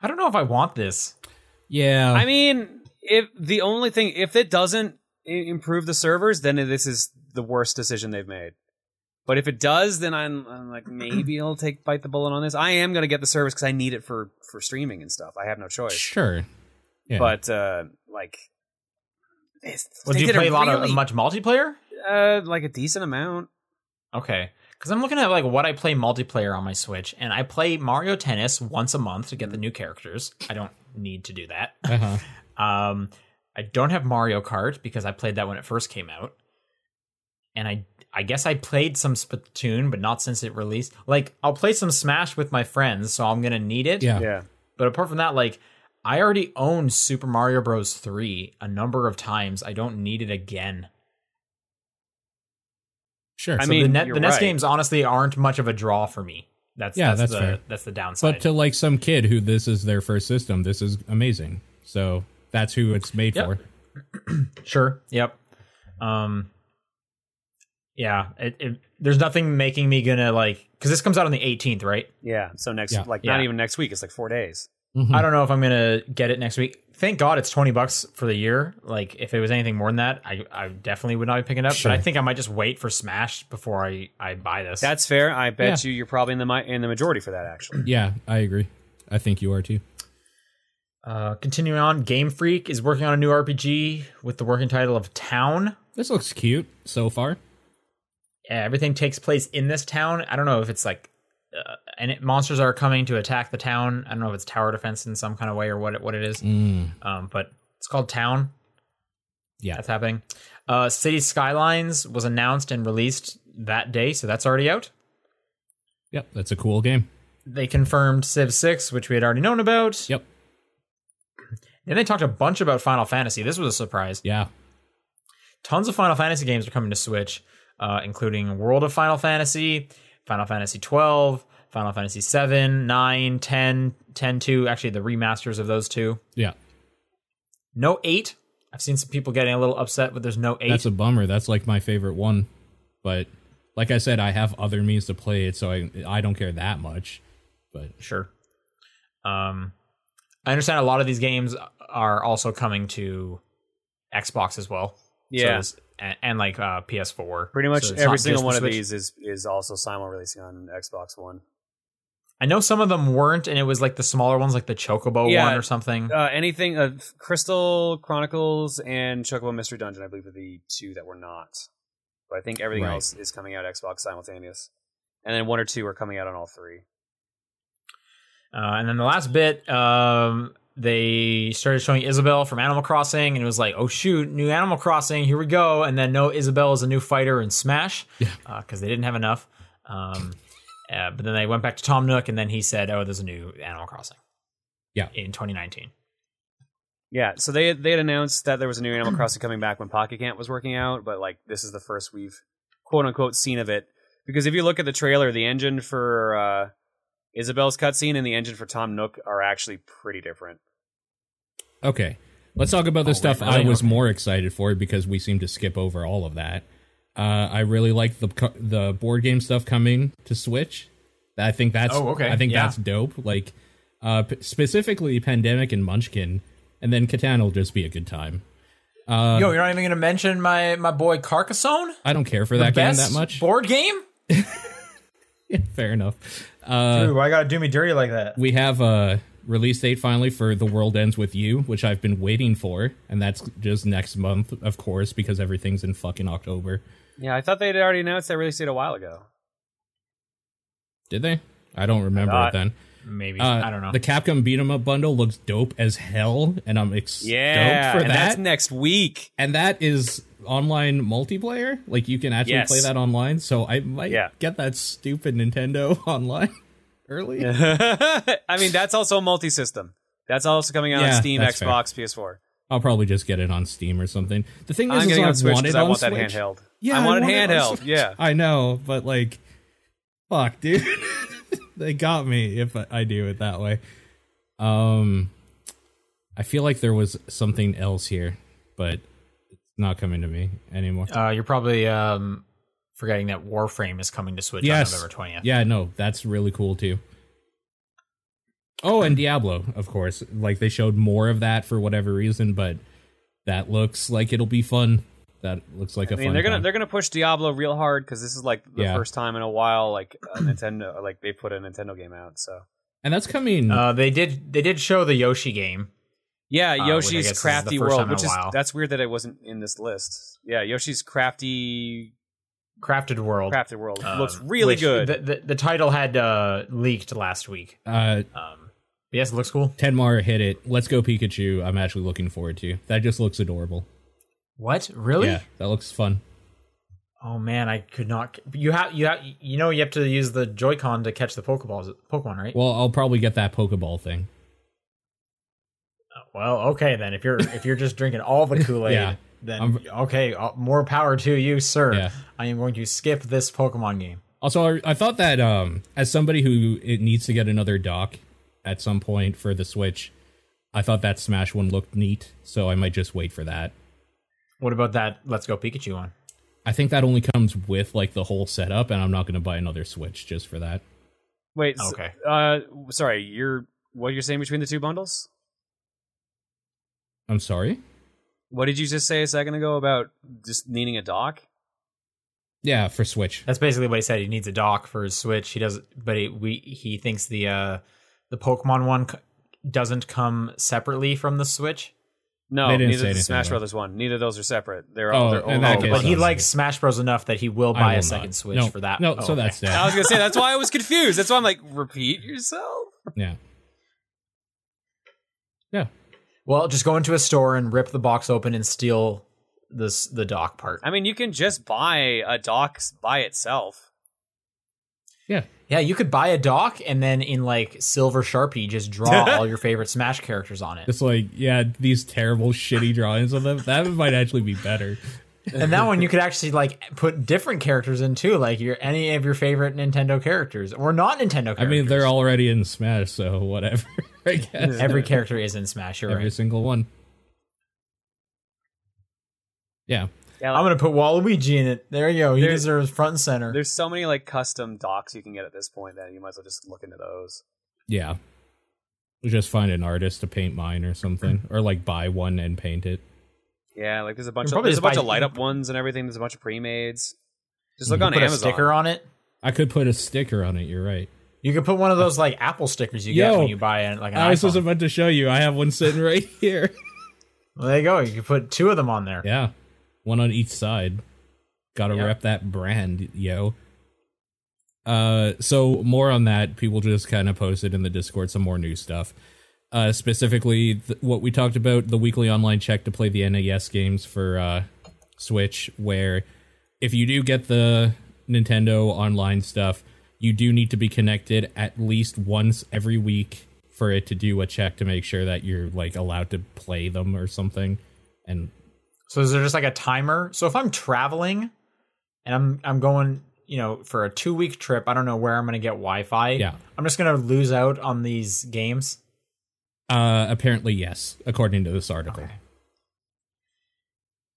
Speaker 3: I don't know if I want this.
Speaker 1: yeah.
Speaker 4: I mean, if the only thing if it doesn't i- improve the servers, then this is the worst decision they've made. But if it does, then I'm, I'm like maybe I'll take bite the bullet on this. I am gonna get the service because I need it for for streaming and stuff. I have no choice.
Speaker 1: sure. Yeah.
Speaker 4: But uh like, it's-
Speaker 3: Well,
Speaker 4: they
Speaker 3: do you
Speaker 4: did
Speaker 3: play a lot
Speaker 4: really-
Speaker 3: of much multiplayer?
Speaker 4: uh, like a decent amount.
Speaker 3: Okay, because I'm looking at like what I play multiplayer on my Switch, and I play Mario Tennis once a month to get the new characters. I don't need to do that.
Speaker 1: uh-huh.
Speaker 3: Um, I don't have Mario Kart because I played that when it first came out, and I I guess I played some Splatoon, but not since it released. Like I'll play some Smash with my friends, so I'm gonna need it.
Speaker 1: yeah,
Speaker 4: Yeah.
Speaker 3: But apart from that, like I already own Super Mario Bros. three a number of times. I don't need it again.
Speaker 1: sure.
Speaker 4: I
Speaker 3: So the
Speaker 4: mean,
Speaker 3: net
Speaker 4: you're
Speaker 3: the NES
Speaker 4: right.
Speaker 3: games honestly aren't much of a draw for me. That's
Speaker 1: Yeah, that's
Speaker 3: that's, the
Speaker 1: fair.
Speaker 3: that's the downside.
Speaker 1: but to like some kid who this is their first system, this is amazing. So that's who it's made
Speaker 3: Yep.
Speaker 1: for.
Speaker 3: sure, yep. Um, yeah, it, it, there's nothing making me gonna like because this comes out on the 18th, right?
Speaker 4: Yeah. So next,
Speaker 1: Yeah.
Speaker 4: like, not
Speaker 3: Yeah.
Speaker 4: even next week. It's like four days.
Speaker 1: Mhm.
Speaker 3: I don't know if I'm gonna get it next week. Thank God it's 20 bucks for the year. Like if it was anything more than that, I I definitely would not be picking it up.
Speaker 1: Sure.
Speaker 3: But I think I might just wait for Smash before I I buy this.
Speaker 4: That's fair. I bet you you're probably in the mi- in the majority for that actually.
Speaker 1: Yeah, I agree. I think you are too.
Speaker 3: uh, continuing on. Game Freak is working on a new RPG with the working title of Town.
Speaker 1: This looks cute so far.
Speaker 3: yeah, everything takes place in this town. I don't know if it's like, uh, and it, monsters are coming to attack the town. I don't know if it's tower defense in some kind of way or what it, what it is.
Speaker 1: Mm,
Speaker 3: Um, but it's called Town.
Speaker 1: Yeah.
Speaker 3: that's happening. Uh, City Skylines was announced and released that day, so that's already out.
Speaker 1: Yep, that's a cool game.
Speaker 3: They confirmed Civ Six, which we had already known about.
Speaker 1: Yep.
Speaker 3: Then they talked a bunch about Final Fantasy. This was a surprise.
Speaker 1: Yeah.
Speaker 3: tons of Final Fantasy games are coming to Switch, uh, including World of Final Fantasy, Final Fantasy 12, Final Fantasy 7, 9, 10, 10 2, actually the remasters of those two.
Speaker 1: Yeah.
Speaker 3: No 8. I've seen some people getting a little upset, but there's no 8.
Speaker 1: That's a bummer. That's like my favorite one. But like I said, I have other means to play it, so I I don't care that much. But
Speaker 3: sure. Um, I understand a lot of these games are also coming to Xbox as well. So
Speaker 4: Yeah.
Speaker 3: it's- and, and like uh, PS4.
Speaker 4: Pretty much
Speaker 3: So it's
Speaker 4: every
Speaker 3: not
Speaker 4: single
Speaker 3: just the
Speaker 4: one of
Speaker 3: Switch.
Speaker 4: these is is also simul releasing on Xbox One.
Speaker 3: I know some of them weren't, and it was like the smaller ones, like the Chocobo
Speaker 4: Yeah.
Speaker 3: one or something.
Speaker 4: Uh, anything uh, Crystal Chronicles and Chocobo Mystery Dungeon, I believe, are the two that were not. But I think everything
Speaker 1: Right.
Speaker 4: else is coming out Xbox simultaneous, and then one or two are coming out on all three.
Speaker 3: Uh, and then the last bit, um, they started showing Isabel from Animal Crossing, and it was like, oh shoot, new Animal Crossing, here we go. And then no, Isabel is a new fighter in Smash because they didn't have enough. Um, uh, but then they went back to Tom Nook, and then he said, oh, there's a new Animal Crossing.
Speaker 1: Yeah.
Speaker 3: in 2019.
Speaker 4: Yeah, so they they had announced that there was a new Animal Crossing coming back when Pocket Camp was working out, but like this is the first we've quote unquote seen of it. Because if you look at the trailer, the engine for uh, Isabel's cutscene and the engine for Tom Nook are actually pretty different.
Speaker 1: Okay. Let's talk about the
Speaker 3: Oh, wait,
Speaker 1: stuff
Speaker 3: no,
Speaker 1: I
Speaker 3: wait,
Speaker 1: was
Speaker 3: okay.
Speaker 1: more excited for because we seem to skip over all of that. Uh, I really like the co- the board game stuff coming to Switch. I think that's
Speaker 3: Oh, okay,
Speaker 1: I think
Speaker 3: yeah.
Speaker 1: that's dope. Like uh, p- specifically Pandemic and Munchkin, and then Catan will just be a good time. Uh,
Speaker 3: Yo, you're not even gonna mention my my boy Carcassonne,
Speaker 1: I don't care for that game
Speaker 3: best
Speaker 1: that much.
Speaker 3: board game.
Speaker 1: Fair enough. Uh,
Speaker 3: Dude, why gotta do me dirty like that?
Speaker 1: We have a release date finally for The World Ends with You, which I've been waiting for, and that's just next month, of course, because everything's in fucking October.
Speaker 4: Yeah, I thought they'd already announced that released it a while ago.
Speaker 1: Did they? I don't remember
Speaker 4: thought-
Speaker 1: it then.
Speaker 3: Maybe
Speaker 1: Uh,
Speaker 3: I don't know.
Speaker 1: The Capcom Beat 'em Up bundle looks dope as hell, and I'm ex-
Speaker 4: Yeah,
Speaker 1: stoked for
Speaker 4: and
Speaker 1: that.
Speaker 4: that's next week.
Speaker 1: and that is online multiplayer. Like you can actually
Speaker 4: Yes.
Speaker 1: play that online. So I might
Speaker 4: Yeah.
Speaker 1: get that stupid Nintendo online early.
Speaker 4: I mean, that's also multi-system. That's also coming out
Speaker 1: Yeah,
Speaker 4: on Steam,
Speaker 1: that's fair.
Speaker 4: Xbox, PS4.
Speaker 1: I'll probably just get it on Steam or something. The thing is,
Speaker 4: I'm
Speaker 1: is
Speaker 4: getting it
Speaker 1: I
Speaker 4: on Switch
Speaker 1: want it
Speaker 4: because I
Speaker 1: on
Speaker 4: want that
Speaker 1: Switch.
Speaker 4: handheld.
Speaker 1: Yeah,
Speaker 4: I want it
Speaker 1: on
Speaker 4: handheld,
Speaker 1: Switch.
Speaker 4: yeah.
Speaker 1: I know, but like, fuck, dude, they got me if I- I do it that way. Um, I feel like there was something else here, but it's not coming to me anymore.
Speaker 4: Oh,
Speaker 3: uh, you're probably um, forgetting that Warframe is coming to Switch
Speaker 1: Yes.
Speaker 3: on November 20th.
Speaker 1: Yeah, no, that's really cool too. Oh, and Diablo, of course. Like they showed more of that for whatever reason, but that looks like it'll be fun. That looks like a
Speaker 4: I mean,
Speaker 1: fun.
Speaker 4: they're gonna
Speaker 1: time.
Speaker 4: they're gonna push Diablo real hard because this is like the
Speaker 1: Yeah.
Speaker 4: first time in a while like a Nintendo uh, like they put a Nintendo game out. So
Speaker 1: and that's coming.
Speaker 3: Uh, they did they did show the Yoshi game.
Speaker 4: yeah,
Speaker 3: which I guess
Speaker 4: Yoshi's
Speaker 3: is the
Speaker 4: Crafty
Speaker 3: first time
Speaker 4: World,
Speaker 3: in a
Speaker 4: which is
Speaker 3: while.
Speaker 4: that's weird that it wasn't in this list. Yeah, Yoshi's Crafty
Speaker 3: Crafted World
Speaker 4: Crafted World
Speaker 3: um,
Speaker 4: looks really
Speaker 3: which
Speaker 4: good.
Speaker 3: The, the, the title had uh, leaked last week.
Speaker 1: uh,
Speaker 3: Um, but yes, it looks cool.
Speaker 1: Tenmar hit it. Let's go Pikachu. I'm actually looking forward to. That just looks adorable.
Speaker 3: What really?
Speaker 1: Yeah, that looks fun.
Speaker 3: Oh man, I could not. You have you have you know you have to use the Joy-Con to catch the Pokeballs, Pokemon, right?
Speaker 1: Well, I'll probably get that Pokeball thing.
Speaker 3: Well, okay then. If you're if you're just drinking all the Kool Aid,
Speaker 1: Yeah.
Speaker 3: then
Speaker 1: I'm-
Speaker 3: okay, uh, more power to you, sir.
Speaker 1: Yeah.
Speaker 3: I am going to skip this Pokemon game.
Speaker 1: Also, I, I thought that um, as somebody who it needs to get another dock at some point for the Switch, I thought that Smash one looked neat, so I might just wait for that.
Speaker 3: What about that Let's Go Pikachu one?
Speaker 1: I think that only comes with like the whole setup, and I'm not going to buy another Switch just for that.
Speaker 4: Wait, s-
Speaker 3: Okay.
Speaker 4: uh, sorry, you're what you're saying between the two bundles?
Speaker 1: I'm sorry.
Speaker 4: What did you just say a second ago about just needing a dock?
Speaker 1: Yeah, for Switch.
Speaker 3: That's basically what he said. He needs a dock for his Switch. He doesn't, but he, we he thinks the uh the Pokemon one c- doesn't come separately from the Switch.
Speaker 4: No,
Speaker 1: They didn't say
Speaker 4: neither the
Speaker 1: anything
Speaker 4: Smash
Speaker 1: about it.
Speaker 4: Brothers one. Neither of those are separate. They're
Speaker 1: Oh,
Speaker 4: all their
Speaker 1: in
Speaker 4: own.
Speaker 1: that case,
Speaker 4: little
Speaker 3: but
Speaker 4: bundle.
Speaker 3: he
Speaker 1: sounds
Speaker 3: likes Smash Bros enough that he will
Speaker 1: I
Speaker 3: buy
Speaker 1: will
Speaker 3: a
Speaker 1: not.
Speaker 3: second Switch
Speaker 1: No,
Speaker 3: for that.
Speaker 1: No,
Speaker 3: Oh,
Speaker 1: so
Speaker 3: okay.
Speaker 1: that's that.
Speaker 4: I was gonna say that's why I was confused. That's why I'm like, repeat yourself.
Speaker 1: yeah. Yeah.
Speaker 3: well, just go into a store and rip the box open and steal this the dock part.
Speaker 4: I mean, you can just buy a dock s- by itself.
Speaker 1: Yeah.
Speaker 3: Yeah, you could buy a dock and then in like silver sharpie just draw all your favorite Smash characters on it.
Speaker 1: It's like, yeah, these terrible, shitty drawings of them. That might actually be better.
Speaker 3: And that one you could actually like put different characters in too, like your any of your favorite Nintendo characters or not Nintendo.
Speaker 1: I
Speaker 3: characters.
Speaker 1: mean, they're already in Smash, so whatever. I guess
Speaker 3: every character is in Smash. You're
Speaker 1: every
Speaker 3: right.
Speaker 1: single one. Yeah,
Speaker 3: I'm gonna put Waluigi in it. There you go. He
Speaker 4: There-
Speaker 3: deserves front and center.
Speaker 4: There's so many like custom docks you can get at this point that you might as well just look into those.
Speaker 1: yeah. We just find an artist to paint mine or something,
Speaker 3: Hmm.
Speaker 1: or like buy one and paint it.
Speaker 4: Yeah, like there's a bunch
Speaker 3: You
Speaker 4: of
Speaker 3: probably
Speaker 4: there's
Speaker 3: just
Speaker 4: a bunch
Speaker 3: buy-
Speaker 4: of light up ones and everything. There's a bunch of pre-mades. Just look
Speaker 3: You
Speaker 4: on
Speaker 3: put
Speaker 4: Amazon.
Speaker 3: a sticker on it.
Speaker 1: I could put a sticker on it. You're right.
Speaker 3: You could put one of those like Apple stickers you
Speaker 1: Yo,
Speaker 3: get when you buy an, like an
Speaker 1: I was
Speaker 3: iPhone.
Speaker 1: just about to show you. I have one sitting right here.
Speaker 3: Well, there you go. You could put two of them on there.
Speaker 1: yeah, one on each side. Got to
Speaker 3: Yeah.
Speaker 1: rep that brand, yo. Uh, so more on that. People just kind of posted in the Discord some more new stuff. uh, specifically th- what we talked about the weekly online check to play the NES games for uh, Switch, where if you do get the Nintendo online stuff, you do need to be connected at least once every week for it to do a check to make sure that you're like allowed to play them or something. And
Speaker 3: So is there just like a timer? So if I'm traveling and I'm I'm going, you know, for a two week trip, I don't know where I'm gonna get Wi-Fi.
Speaker 1: Yeah.
Speaker 3: I'm just gonna lose out on these games.
Speaker 1: uh, apparently, yes, according to this article.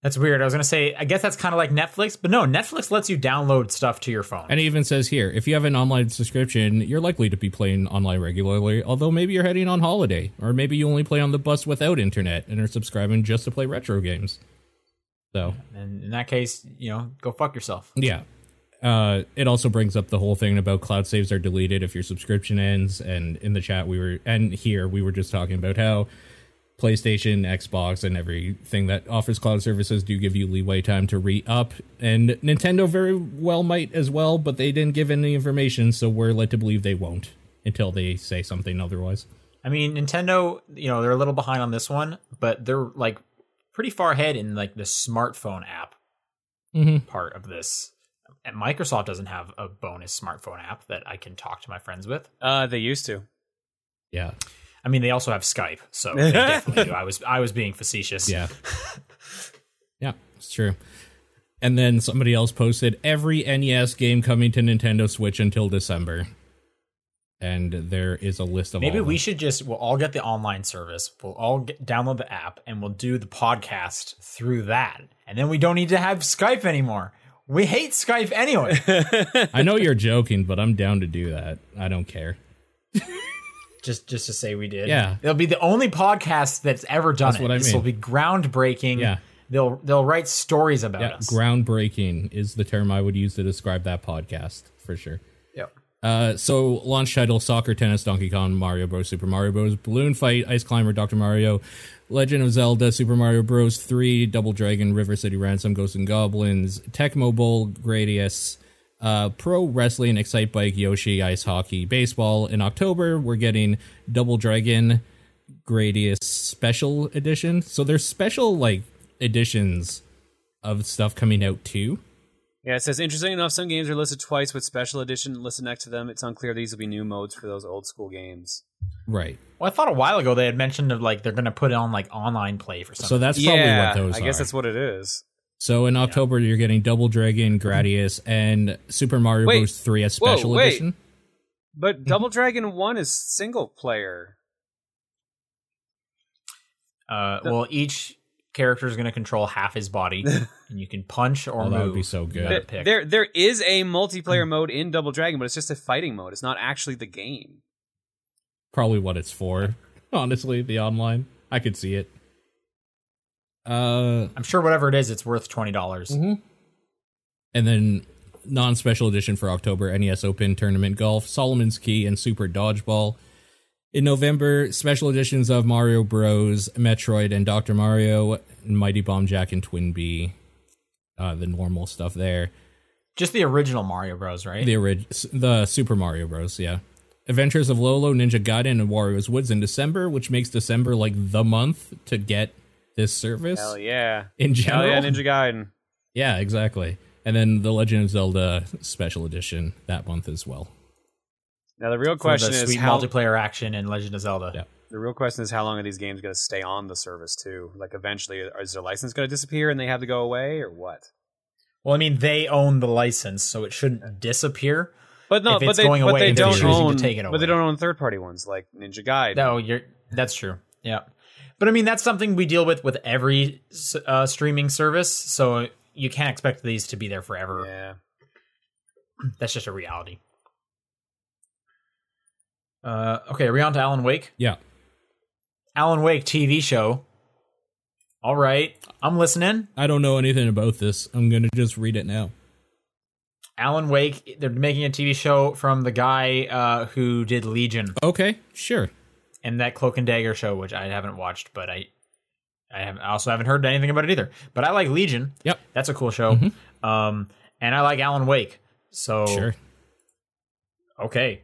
Speaker 3: That's weird. I was gonna say, I guess that's kind of like Netflix, but no, Netflix lets you download stuff to your phone.
Speaker 1: And it even says here if you have an online subscription, you're likely to be playing online regularly, although maybe you're heading on holiday, or maybe you only play on the bus without internet and are subscribing just to play retro games. So,
Speaker 3: and in that case, you know, go fuck yourself.
Speaker 1: yeah. Uh, it also brings up the whole thing about cloud saves are deleted if your subscription ends. And in the chat, we were, and here, we were just talking about how PlayStation, Xbox, and everything that offers cloud services do give you leeway time to re up. And Nintendo very well might as well, but they didn't give any information, so we're led to believe they won't until they say something otherwise.
Speaker 3: I mean, Nintendo, you know, they're a little behind on this one, but they're like pretty far ahead in like the smartphone app
Speaker 1: Mhm.
Speaker 3: part of this. And Microsoft doesn't have a bonus smartphone app that I can talk to my friends with.
Speaker 4: Uh, they used to.
Speaker 1: Yeah.
Speaker 3: I mean, they also have Skype, so they definitely do. I was I was being facetious.
Speaker 1: Yeah. yeah, it's true. And then somebody else posted every NES game coming to Nintendo Switch until December. And there is a list of
Speaker 3: Maybe
Speaker 1: all
Speaker 3: we
Speaker 1: of
Speaker 3: should just we'll all get the online service. We'll all get, download the app and we'll do the podcast through that. And then we don't need to have Skype anymore. We hate Skype anyway.
Speaker 1: them. I know you're joking, but I'm down to do that. I don't care.
Speaker 3: just just to say we did.
Speaker 1: Yeah.
Speaker 3: it'll be the only podcast that's ever done
Speaker 1: That's
Speaker 3: it.
Speaker 1: what I
Speaker 3: this
Speaker 1: mean.
Speaker 3: will be groundbreaking.
Speaker 1: Yeah.
Speaker 3: they'll theyeyll write stories about
Speaker 1: Yeah,
Speaker 3: us.
Speaker 1: groundbreaking is the term I would use to describe that podcast for sure.
Speaker 3: Yep.
Speaker 1: Uh, so launch title: Soccer, Tennis, Donkey Kong, Mario Bros, Super Mario Bros, Balloon Fight, Ice Climber, Doctor Mario, Legend of Zelda, Super Mario Bros Three, Double Dragon, River City Ransom, Ghosts and Goblins, Tecmo Bowl, Gradius, uh, Pro Wrestling, Excite Bike, Yoshi, Ice Hockey, Baseball. In October, we're getting Double Dragon, Gradius Special Edition. So there's special like editions of stuff coming out too.
Speaker 4: Yeah, it says interesting enough, some games are listed twice with special edition listed next to them. It's unclear these will be new modes for those old school games.
Speaker 1: Right.
Speaker 3: Well, I thought a while ago they had mentioned of like they're gonna put on like online play for something.
Speaker 1: So that's
Speaker 4: yeah,
Speaker 1: probably what those
Speaker 4: I guess
Speaker 1: are.
Speaker 4: that's what it is.
Speaker 1: So in October, you're getting Double Dragon, Gradius, and Super Mario
Speaker 4: Wait.
Speaker 1: Bros. 3 as
Speaker 4: Whoa,
Speaker 1: special
Speaker 4: wait.
Speaker 1: edition.
Speaker 4: But Double Dragon One is single player.
Speaker 3: uh, well, each character is gonna control half his body, and you can punch or
Speaker 1: Oh,
Speaker 3: move.
Speaker 1: that would be so good.
Speaker 3: You gotta
Speaker 1: Th-
Speaker 3: pick.
Speaker 4: There, there is a multiplayer mode in Double Dragon, but it's just a fighting mode. It's not actually the game.
Speaker 1: Probably what it's for. Honestly, the online, I could see it. Uh,
Speaker 3: I'm sure whatever it is, it's worth twenty dollars.
Speaker 4: Mm-hmm.
Speaker 1: and then non-special edition for October: NES Open Tournament Golf, Solomon's Key, and Super Dodgeball. In November, special editions of Mario Bros, Metroid, and Doctor Mario, Mighty Bomb Jack, and Twin B. Uh, the normal stuff there.
Speaker 3: Just the original Mario Bros. Right?
Speaker 1: The orig- the Super Mario Bros. Yeah, Adventures of Lolo, Ninja Gaiden, and Wario's Woods in December, which makes December like the month to get this service
Speaker 4: Hell yeah!
Speaker 1: in
Speaker 4: Hell
Speaker 1: general.
Speaker 4: yeah,
Speaker 1: Yeah,
Speaker 4: Ninja Gaiden.
Speaker 1: exactly. And then the Legend of Zelda Special Edition that month as well.
Speaker 4: Now the real
Speaker 3: For
Speaker 4: question
Speaker 3: the
Speaker 4: is
Speaker 3: sweet
Speaker 4: how.
Speaker 3: multiplayer action in Legend of Zelda.
Speaker 1: Yeah.
Speaker 4: The real question is how long are these games going to stay on the service too? Like eventually, is their license going to disappear and they have to go away or what?
Speaker 3: Well, I mean, they own the license, so it shouldn't disappear.
Speaker 4: But no,
Speaker 3: If
Speaker 4: but
Speaker 3: it's
Speaker 4: they,
Speaker 3: going
Speaker 4: but
Speaker 3: away,
Speaker 4: they
Speaker 3: they're
Speaker 4: don't
Speaker 3: choosing to
Speaker 4: own,
Speaker 3: take it
Speaker 4: but they
Speaker 3: away.
Speaker 4: don't own third party ones like Ninja Gaiden.
Speaker 3: No, you're that's true. Yeah, but I mean that's something we deal with with every s- uh, streaming service. So you can't expect these to be there forever.
Speaker 4: Yeah.
Speaker 3: That's just a reality. Uh, okay, are we on to Alan Wake?
Speaker 1: Yeah,
Speaker 3: Alan Wake TV show. All right, I'm listening.
Speaker 1: I don't know anything about this. I'm gonna just read it now.
Speaker 3: Alan Wake. They're making a TV show from the guy uh, who did Legion
Speaker 1: Okay, sure.
Speaker 3: and that Cloak and Dagger show, which I haven't watched, but I, I haven't I also haven't heard anything about it either. But I like Legion.
Speaker 1: Yep,
Speaker 3: That's a cool show. Um, Oh. and I like Alan Wake. So
Speaker 1: sure.
Speaker 3: okay.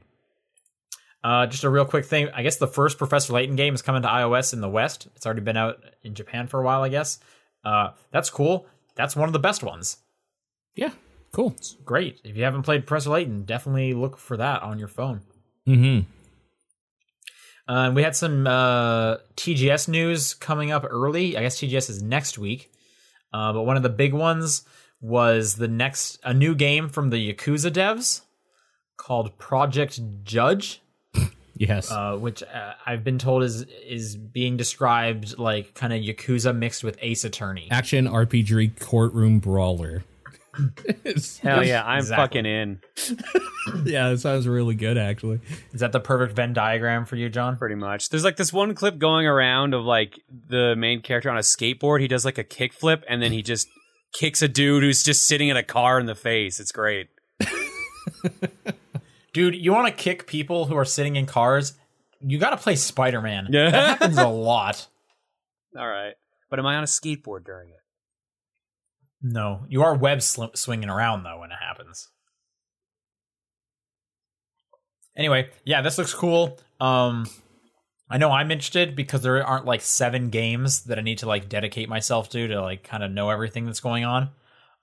Speaker 3: Uh, just a real quick thing. I guess the first Professor Layton game is coming to iOS in the West. It's already been out in Japan for a while, I guess. Uh, that's cool. That's one of the best ones.
Speaker 1: Yeah, cool.
Speaker 3: Great. If you haven't played Professor Layton, definitely look for that on your phone.
Speaker 1: Mm-hmm.
Speaker 3: Uh, we had some uh, TGS news coming up early. I guess TGS is next week. Uh, but one of the big ones was the next a new game from the Yakuza devs called Project Judge,
Speaker 1: Yes.
Speaker 3: uh, which uh, I've been told is is being described like kind of Yakuza mixed with Ace Attorney.
Speaker 1: Action RPG courtroom brawler.
Speaker 4: Hell yeah, I'm
Speaker 3: Exactly.
Speaker 4: fucking in.
Speaker 1: yeah, that sounds really good actually.
Speaker 3: Is that the perfect Venn diagram for you, John?
Speaker 4: pretty much. There's like this one clip going around of like the main character on a skateboard. He does like a kickflip and then he just kicks a dude who's just sitting in a car in the face. It's great.
Speaker 3: Dude, you want to kick people who are sitting in cars? You got to play Spider Man.
Speaker 4: Yeah.
Speaker 3: that happens a lot.
Speaker 4: All right. But am I on a skateboard during it?
Speaker 3: No, you are web sl- swinging around though when it happens. Anyway, yeah, this looks cool. Um, I know I'm interested because there aren't like seven games that I need to like dedicate myself to to like kind of know everything that's going on.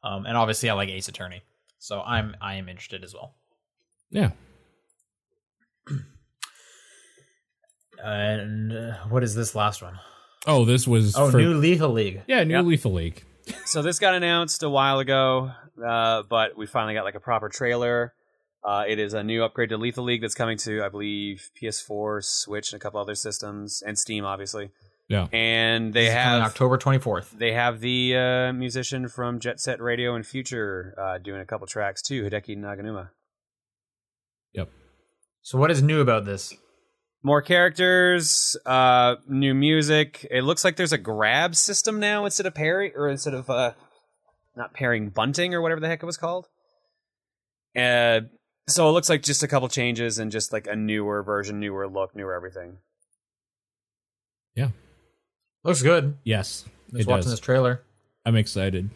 Speaker 3: Um, and obviously I like Ace Attorney, so I'm I am interested as well.
Speaker 1: Yeah.
Speaker 3: And uh, what is this last one?
Speaker 1: Oh, this was
Speaker 3: Oh,
Speaker 1: for-
Speaker 3: new Lethal League.
Speaker 1: Yeah, new
Speaker 4: Yeah.
Speaker 1: Lethal League.
Speaker 4: So this got announced a while ago, uh, but we finally got like a proper trailer. Uh, it is a new upgrade to Lethal League that's coming to, I believe, PS4, Switch, and a couple other systems, and Steam, obviously.
Speaker 1: Yeah.
Speaker 4: And they
Speaker 3: This is coming
Speaker 4: have
Speaker 3: October 24th.
Speaker 4: They have the uh, musician from Jet Set Radio and Future uh, doing a couple tracks too, Hideki Naganuma.
Speaker 1: Yep.
Speaker 3: So what is new about this?
Speaker 4: More characters, uh, new music. It looks like there's a grab system now instead of parry or instead of uh, not pairing bunting or whatever the heck it was called. Uh, so it looks like just a couple changes and just like a newer version, newer look, newer everything.
Speaker 3: Looks good.
Speaker 1: Yes.
Speaker 3: Just
Speaker 1: it
Speaker 3: watching
Speaker 1: does.
Speaker 3: this trailer.
Speaker 1: I'm excited.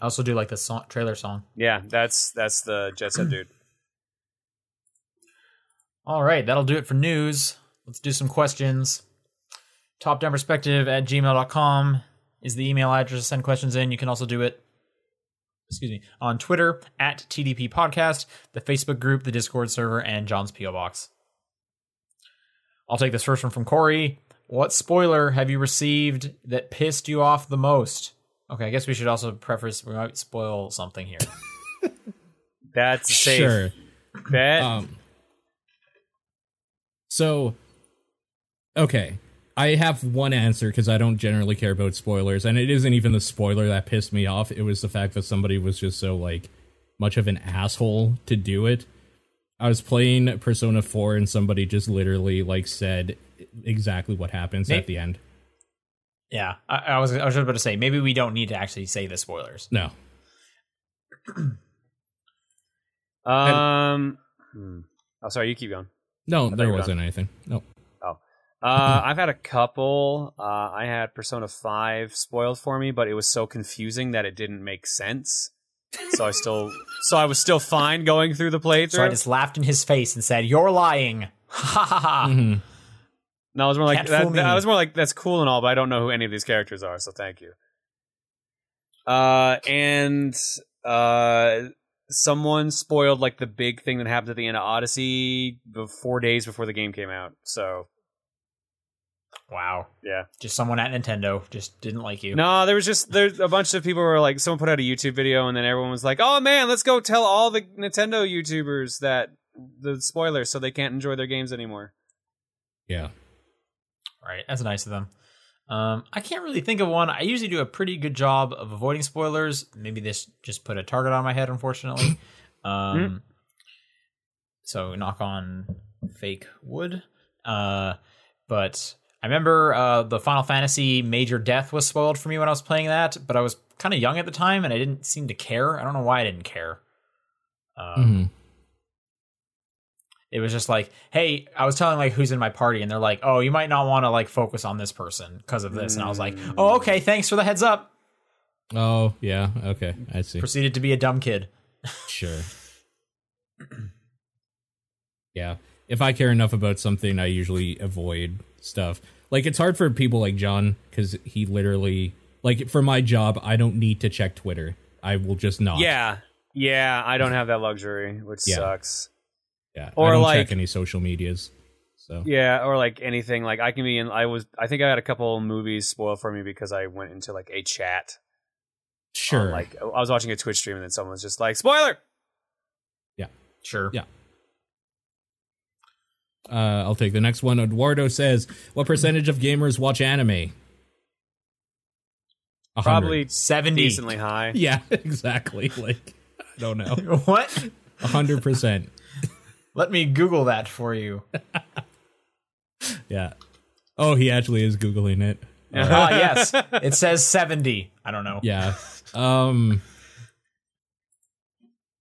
Speaker 3: I also do like the song, trailer song.
Speaker 4: Yeah, that's that's the Jet Set dude.
Speaker 3: All right, that'll do it for news. Let's do some questions. Top down perspective at gmail.com is the email address to send questions in. You can also do it, excuse me, on Twitter at TDP Podcast, the Facebook group, the Discord server, and John's P.O. Box. I'll take this first one from Corey. What spoiler have you received that pissed you off the most? Okay, I guess we should also preface we might spoil something here.
Speaker 4: That's safe.
Speaker 1: Sure.
Speaker 4: Bet.
Speaker 1: Um, so, okay. I have one answer because I don't generally care about spoilers, and it isn't even the spoiler that pissed me off. It was the fact that somebody was just so, like, much of an asshole to do it. I was playing Persona 4, and somebody just literally, like, said exactly what happens
Speaker 3: May-
Speaker 1: at the end.
Speaker 3: yeah, I, I was I was about to say maybe we don't need to actually say the spoilers.
Speaker 1: No.
Speaker 4: Um, hmm. oh, sorry, you keep going.
Speaker 1: No,
Speaker 4: thought
Speaker 1: there
Speaker 4: you were
Speaker 1: wasn't anything. No.
Speaker 4: Uh, I've had a couple. Uh, I had Persona Five spoiled for me, but it was so confusing that it didn't make sense. So I still, so I was still fine going through the playthrough.
Speaker 3: So I just laughed in his face and said, "You're lying." Ha ha ha.
Speaker 1: Mhm.
Speaker 4: no, I was more like
Speaker 3: Can't
Speaker 4: that,
Speaker 3: fool me.
Speaker 4: I was more like that's cool and all, but I don't know who any of these characters are. So thank you. Uh, and uh, someone spoiled like the big thing that happened at the end of Odyssey be- four days before the game came out. So
Speaker 3: Wow.
Speaker 4: Mm-hmm. yeah.
Speaker 3: Just someone at Nintendo just didn't like you.
Speaker 4: No, there was just there's a bunch of people who were like someone put out a YouTube video and then everyone was like, "Oh man, let's go tell all the Nintendo YouTubers that the spoilers so they can't enjoy their games anymore."
Speaker 1: Yeah.
Speaker 3: Right. That's nice of them. Um, I can't really think of one. I usually do a pretty good job of avoiding spoilers. Maybe this just put a target on my head, unfortunately. um, so knock on fake wood. Uh, but I remember uh, the Final Fantasy Major Death was spoiled for me when I was playing that, but I was kind of young at the time and I didn't seem to care. I don't know why I didn't care. Um,
Speaker 1: Mhm.
Speaker 3: it was just like hey i was telling like who's in my party and they're like oh you might not want to like focus on this person because of this and i was like
Speaker 4: Mm.
Speaker 3: oh okay thanks for the heads up
Speaker 1: Oh, yeah. Okay. I see.
Speaker 3: proceeded to be a dumb kid
Speaker 1: Sure. Yeah. If I care enough about something, I usually avoid stuff. Like it's hard for people like John cuz he literally like for my job, I don't need to check Twitter. I will just not.
Speaker 4: Yeah. Yeah, I don't have that luxury, which
Speaker 1: Yeah.
Speaker 4: sucks.
Speaker 1: Yeah.
Speaker 4: Or
Speaker 1: I don't
Speaker 4: like-
Speaker 1: check any social medias. So.
Speaker 4: Yeah, or like anything. Like I can be in. I was. I think I had a couple movies spoiled for me because I went into like a chat. on,
Speaker 1: Sure.
Speaker 4: like I was watching a Twitch stream and then someone was just like, "Spoiler."
Speaker 3: Sure.
Speaker 1: Yeah. uh, I'll take the next one. Eduardo says, "What percentage of gamers watch anime?" A hundred.
Speaker 4: Probably
Speaker 3: Seventy.
Speaker 4: decently high.
Speaker 1: Yeah, exactly. Like I don't know.
Speaker 3: what?
Speaker 1: A hundred percent.
Speaker 3: Let me Google that for you.
Speaker 1: Yeah. Oh, he actually is googling it.
Speaker 3: Ah, yes. It says 70. I don't know.
Speaker 1: Yeah. Um.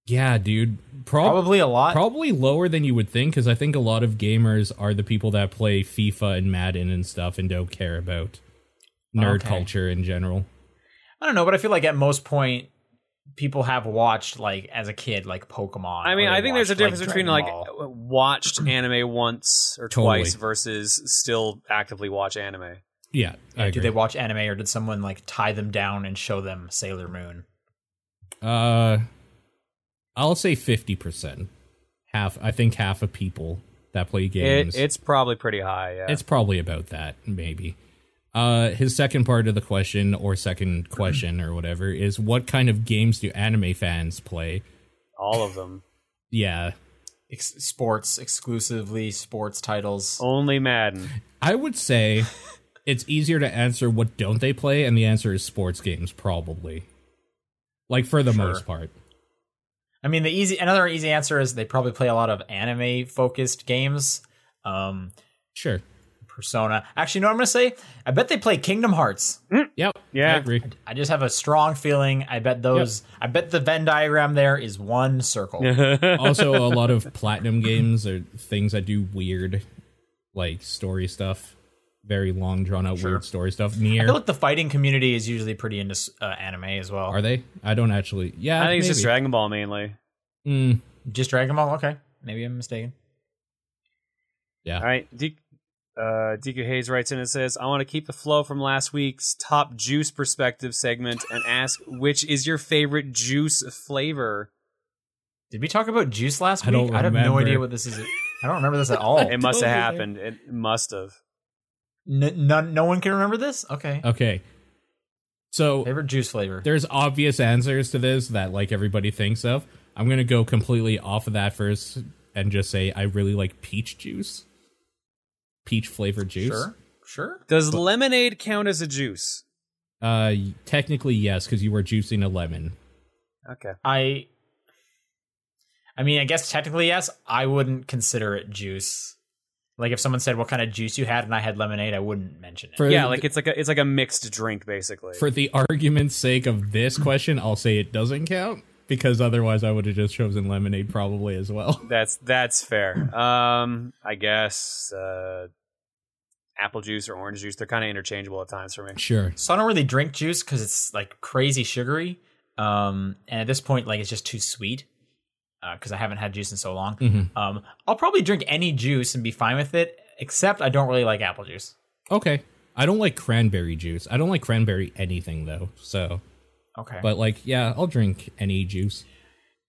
Speaker 1: Yeah, dude. Prob-
Speaker 3: Probably a lot.
Speaker 1: probably lower than you would think because I think a lot of gamers are the people that play FIFA and Madden and stuff and don't care about nerd
Speaker 3: Okay.
Speaker 1: culture in general.
Speaker 3: I don't know, but I feel like at most point people have watched like as a kid like Pokemon.
Speaker 4: I mean,
Speaker 3: or they
Speaker 4: I think there's a
Speaker 3: watched, like,
Speaker 4: difference between
Speaker 3: Dragon
Speaker 4: like uh,
Speaker 3: Ball.
Speaker 4: watched anime once or
Speaker 1: Totally.
Speaker 4: twice versus still actively watch anime.
Speaker 1: Yeah, I
Speaker 3: do
Speaker 1: agree.
Speaker 3: they watch anime or did someone like tie them down and show them Sailor Moon?
Speaker 1: Uh, I'll say fifty percent. Half, I think half of people that play games.
Speaker 4: It, it's probably pretty high. Yeah.
Speaker 1: it's probably about that, maybe. Uh, his second part of the question, or second question, or whatever, is what kind of games do anime fans play?
Speaker 4: all of them.
Speaker 1: Yeah,
Speaker 3: Ex- sports exclusively sports titles.
Speaker 1: Oh.
Speaker 4: Only Madden.
Speaker 1: I would say it's easier to answer what don't they play, and the answer is sports games, probably. Like for the
Speaker 3: Sure.
Speaker 1: most part,
Speaker 3: I mean, the easy another easy answer is they probably play a lot of anime focused games. Um,
Speaker 1: sure.
Speaker 3: Persona. Actually, you know what I'm gonna say? I bet they play Kingdom Hearts.
Speaker 1: Yep. I
Speaker 4: Yeah.
Speaker 1: agree.
Speaker 3: I just have a strong feeling. I bet those. I bet the Venn diagram there is one circle.
Speaker 1: Oh, also a lot of platinum games are things that do weird like story stuff very long drawn out weird story stuff
Speaker 3: I
Speaker 1: near
Speaker 3: feel like the fighting community is usually pretty into s- uh, anime as well.
Speaker 1: are they i don't actually yeah
Speaker 4: I think it's
Speaker 1: maybe.
Speaker 4: just Dragon Ball mainly.
Speaker 1: Mm,
Speaker 3: Just Dragon Ball? Okay, maybe I'm mistaken.
Speaker 4: All right. D- uh, DQ Hayes writes in and says, I want to keep the flow from last week's top juice perspective segment and ask, which is your favorite juice flavor?
Speaker 3: Did we talk about juice last
Speaker 1: I don't
Speaker 3: week? I have no
Speaker 1: remember.
Speaker 3: idea what this is. I don't remember this at all.
Speaker 4: It must have
Speaker 1: Totally.
Speaker 4: happened. It must have.
Speaker 3: N- none, no one can remember this. Okay.
Speaker 1: okay so
Speaker 3: Favorite juice flavor.
Speaker 1: there's obvious answers to this that like everybody thinks of i'm gonna go completely off of that first and just say i really like peach juice peach flavored juice
Speaker 3: Sure. Sure.
Speaker 4: Does lemonade count as a juice?
Speaker 1: uh y- technically yes because you were juicing a lemon
Speaker 4: Okay.
Speaker 3: I. I mean, I guess technically yes. I wouldn't consider it juice. Like if someone said what kind of juice you had and I had lemonade, I wouldn't mention it.
Speaker 1: For
Speaker 4: Yeah,
Speaker 1: the-
Speaker 4: like it's like a it's like a mixed drink basically.
Speaker 1: for the argument's sake of this question, I'll say it doesn't count because otherwise I would have just chosen lemonade probably as well.
Speaker 4: that's that's fair. Um I guess uh apple juice or orange juice, they're kind of interchangeable at times for me.
Speaker 1: Sure.
Speaker 3: so I don't really drink juice because it's like crazy sugary. Um, and at this point, like it's just too sweet because I haven't had juice in so long.
Speaker 1: Mm-hmm.
Speaker 3: Um, I'll probably drink any juice and be fine with it, except I don't really like apple juice.
Speaker 1: Okay. I don't like cranberry juice. I don't like cranberry anything though. So,
Speaker 3: Okay, but
Speaker 1: but like, yeah, I'll drink any juice.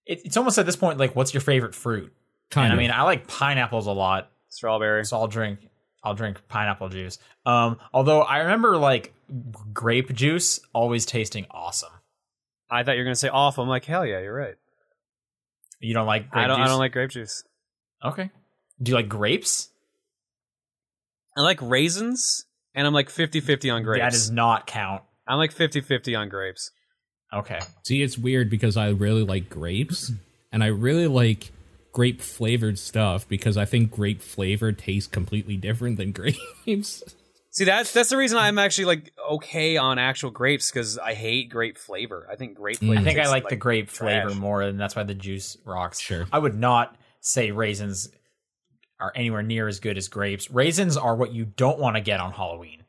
Speaker 3: it, it's almost at this point like, what's your favorite fruit?
Speaker 1: Kind
Speaker 3: And I
Speaker 1: of.
Speaker 3: mean, I like pineapples a lot,
Speaker 4: Strawberry.
Speaker 3: so I'll drink I'll drink pineapple juice. Um, although I remember like grape juice always tasting awesome.
Speaker 4: I thought you were going to say awful. I'm like, "Hell yeah, you're right."
Speaker 3: You don't like grape
Speaker 4: I don't
Speaker 3: juice?
Speaker 4: I don't like grape juice.
Speaker 3: Okay, do you like grapes?
Speaker 4: I like raisins, and I'm like 50 50 on grapes.
Speaker 3: That does not count.
Speaker 4: I'm like 50 50 on grapes.
Speaker 3: Okay.
Speaker 1: See, it's weird because I really like grapes and I really like grape flavored stuff because I think grape flavor tastes completely different than grapes.
Speaker 4: See, that's that's the reason I'm actually like okay on actual grapes because I hate grape flavor. I think grape flavor.
Speaker 3: Mm. I think I
Speaker 4: tastes
Speaker 3: like, the grape
Speaker 4: trash.
Speaker 3: flavor more, and that's why the juice rocks.
Speaker 1: Sure.
Speaker 3: I would not say raisins are anywhere near as good as grapes. Raisins are what you don't want to get on Halloween.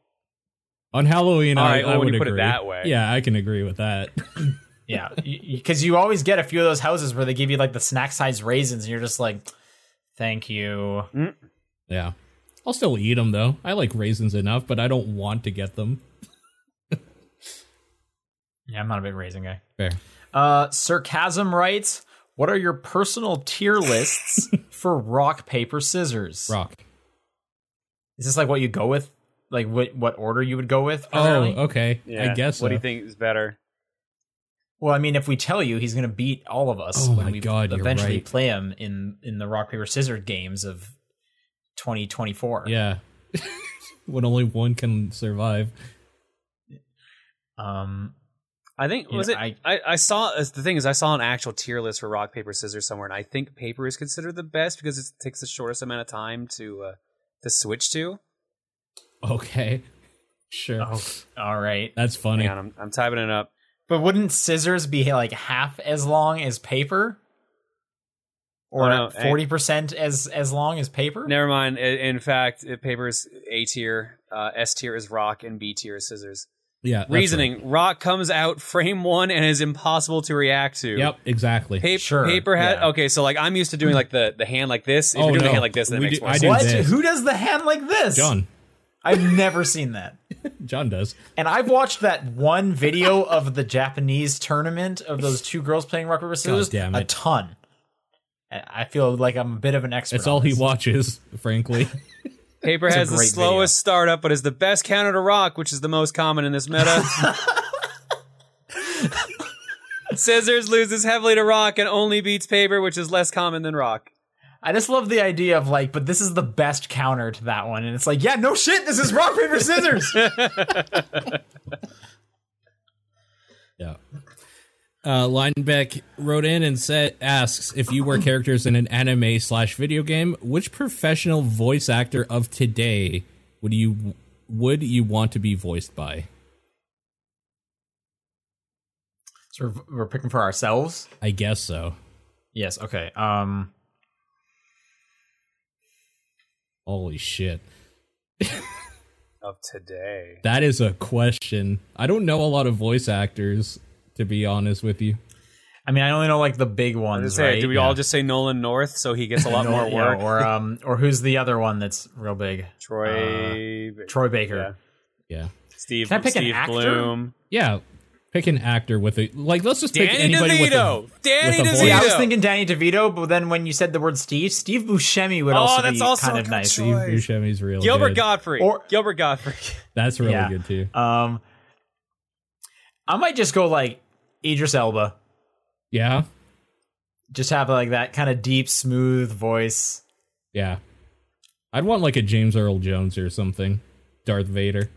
Speaker 1: On Halloween,
Speaker 4: All
Speaker 1: I,
Speaker 4: right,
Speaker 1: I
Speaker 4: well, when
Speaker 1: would
Speaker 4: you put it
Speaker 1: agree.
Speaker 4: that way.
Speaker 1: Yeah, I can agree with that.
Speaker 3: Yeah, because you always get a few of those houses where they give you like the snack size raisins, and you're just like, Thank you.
Speaker 1: Yeah. I'll still eat them though. I like raisins enough, but I don't want to get them.
Speaker 3: Yeah, I'm not a big raisin guy.
Speaker 1: Fair.
Speaker 3: Uh, Sarcasm writes, "What are your personal tier lists for rock paper scissors?
Speaker 1: Rock.
Speaker 3: Is this like what you go with? Like what what order you would go with?
Speaker 1: Oh,
Speaker 3: primarily?
Speaker 1: okay.
Speaker 4: Yeah.
Speaker 1: I guess.
Speaker 4: What do
Speaker 1: so.
Speaker 4: you think is better?
Speaker 3: well, I mean, if we tell you, he's gonna beat all of us
Speaker 1: Oh
Speaker 3: when
Speaker 1: my
Speaker 3: we
Speaker 1: God, you're
Speaker 3: eventually
Speaker 1: right.
Speaker 3: play him in in the rock paper scissors games of 2024.
Speaker 1: Yeah. when only one can survive.
Speaker 3: Um,
Speaker 4: I think
Speaker 3: You
Speaker 4: was
Speaker 3: know,
Speaker 4: it.
Speaker 3: I-
Speaker 4: I, I, saw uh, the thing is I saw an actual tier list for rock paper scissors somewhere, and I think paper is considered the best because it takes the shortest amount of time to uh, to switch to.
Speaker 1: Okay. Sure.
Speaker 3: oh, all right.
Speaker 1: That's funny.
Speaker 4: Hang on, I'm, I'm typing it up.
Speaker 3: But wouldn't scissors be like half as long as paper?
Speaker 4: Oh,
Speaker 3: Or
Speaker 4: no, I-
Speaker 3: forty percent as as long as paper?
Speaker 4: Never mind. I- In fact, it- paper is A tier, uh, S tier is rock, and B tier is scissors.
Speaker 1: Yeah. that's
Speaker 4: Reasoning: Rock comes out frame one and is impossible to react to.
Speaker 1: right. Yep, exactly.
Speaker 4: Paper,
Speaker 3: Sure,
Speaker 4: paper had
Speaker 3: yeah.
Speaker 4: okay. So like I'm used to doing like the the hand like this. If
Speaker 1: Oh,
Speaker 4: you're doing
Speaker 1: no.
Speaker 4: the hand like this, then it
Speaker 1: We
Speaker 4: makes
Speaker 1: do-
Speaker 4: more
Speaker 1: I
Speaker 4: sense.
Speaker 1: do
Speaker 3: What?
Speaker 1: this.
Speaker 3: Who does the hand like this?
Speaker 1: John.
Speaker 3: I've never seen that.
Speaker 1: John does.
Speaker 3: And I've watched that one video of the Japanese tournament of those two girls playing rock paper scissors
Speaker 1: God damn
Speaker 3: a
Speaker 1: it.
Speaker 3: ton. And I feel like I'm a bit of an expert.
Speaker 1: It's
Speaker 3: on
Speaker 1: all he
Speaker 3: this.
Speaker 1: watches, frankly.
Speaker 4: Paper
Speaker 3: It's a
Speaker 4: has the
Speaker 3: great
Speaker 4: slowest startup, but is the best counter to rock, which is the most common in this meta. Scissors loses heavily to rock and only beats paper, which is less common than rock.
Speaker 3: I just love the idea of like, but this is the best counter to that one, and it's like, yeah, no shit, this is rock paper scissors.
Speaker 1: Yeah. Uh, Linebeck wrote in and said, asks if you were characters in an anime slash video game, which professional voice actor of today would you would you want to be voiced by?
Speaker 3: so we're, we're picking for ourselves.
Speaker 1: I guess so.
Speaker 3: Yes. Okay. Um.
Speaker 1: Holy shit,
Speaker 4: Of today.
Speaker 1: that is a question. I don't know a lot of voice actors, to be honest with you.
Speaker 3: I mean, I only know like the big ones,
Speaker 4: Say,
Speaker 3: right?
Speaker 4: do we all just say Nolan North so he gets a lot more
Speaker 3: Yeah,
Speaker 4: work?
Speaker 3: or um, or who's the other one that's real big?
Speaker 4: Troy,
Speaker 3: uh, Troy Baker.
Speaker 4: Yeah.
Speaker 1: Yeah,
Speaker 4: Steve,
Speaker 3: Can I pick an
Speaker 4: Steve
Speaker 3: actor?
Speaker 4: Bloom,
Speaker 1: yeah. Pick an actor with a like. Let's just pick
Speaker 4: Danny
Speaker 1: anybody with a
Speaker 4: DeVito, Danny
Speaker 1: with a voice.
Speaker 4: DeVito.
Speaker 3: Yeah, I was thinking Danny DeVito, but then when you said the word Steve, Steve Buscemi would
Speaker 4: Oh,
Speaker 3: also
Speaker 4: that's
Speaker 3: be
Speaker 4: also
Speaker 3: kind
Speaker 4: a
Speaker 3: of
Speaker 4: good
Speaker 3: nice.
Speaker 4: choice.
Speaker 1: Steve Buscemi's really
Speaker 4: Gilbert
Speaker 1: good.
Speaker 4: Godfrey.
Speaker 3: Or-
Speaker 4: Gilbert Godfrey.
Speaker 1: That's really
Speaker 3: Yeah.
Speaker 1: good too.
Speaker 3: Um, I might just go like Idris Elba,
Speaker 1: Yeah,
Speaker 3: just have like that kind of deep, smooth voice.
Speaker 1: Yeah. I'd want like a James Earl Jones or something. Darth Vader.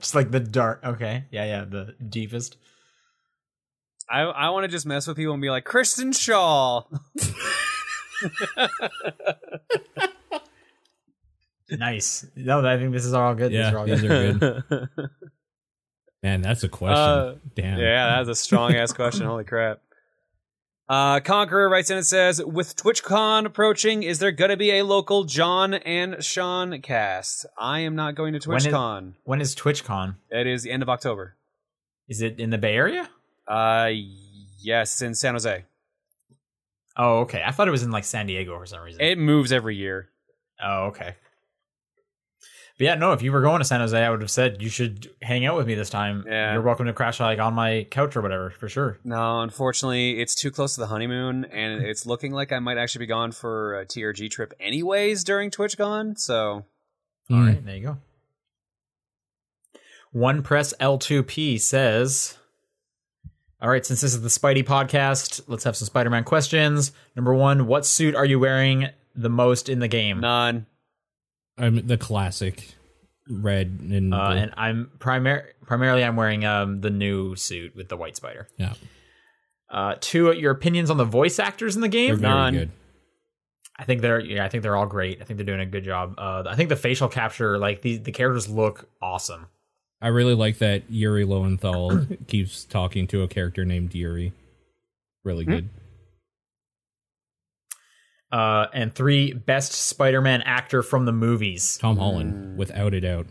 Speaker 3: just like the dark. Okay, yeah, yeah, the deepest.
Speaker 4: I, I want to just mess with people and be like, Kristen Shaw.
Speaker 3: Nice. No, I think this is all good. These are
Speaker 1: Yeah,
Speaker 3: all
Speaker 1: these
Speaker 3: good.
Speaker 1: are good. Man, that's a question.
Speaker 4: Uh,
Speaker 1: Damn.
Speaker 4: Yeah, that's a strong ass question. Holy crap. Uh, Conqueror writes in and says, "With TwitchCon approaching, is there gonna be a local John and Sean cast? I am not going to
Speaker 3: When is-
Speaker 4: TwitchCon.
Speaker 3: When is TwitchCon?
Speaker 4: it is the end of October.
Speaker 3: Is it in the Bay Area?
Speaker 4: Uh, yes, in San Jose.
Speaker 3: Oh, okay. I thought it was in like San Diego for some reason.
Speaker 4: It moves every year.
Speaker 3: oh, okay. But yeah, no, if you were going to San Jose, I would have said you should hang out with me this time.
Speaker 4: Yeah.
Speaker 3: You're welcome to crash like on my couch or whatever, for sure.
Speaker 4: No, unfortunately, it's too close to the honeymoon, and
Speaker 3: Hmm.
Speaker 4: it's looking like I might actually be gone for a TRG trip anyways during TwitchCon. So
Speaker 1: Hmm.
Speaker 3: All right, there you go. One Press L2P says, All right, since this is the Spidey podcast, let's have some Spider Man questions. Number one, what suit are you wearing the most in the game?
Speaker 4: none.
Speaker 1: I'm the classic red and,
Speaker 3: Uh,
Speaker 1: blue.
Speaker 3: and I'm primar- primarily I'm wearing um, the new suit with the white spider.
Speaker 1: yeah.
Speaker 3: Uh, two, your opinions on the voice actors in the
Speaker 1: They're
Speaker 3: game?
Speaker 1: very
Speaker 4: none.
Speaker 1: good.
Speaker 3: I think they're yeah, I think they're all great. I think they're doing a good job. Uh, I think the facial capture, like the the characters look awesome.
Speaker 1: I really like that Yuri Lowenthal keeps talking to a character named Yuri. Really
Speaker 3: Hmm?
Speaker 1: good.
Speaker 3: Uh, and three, best Spider-Man actor from the movies.
Speaker 1: Tom Holland, without a doubt.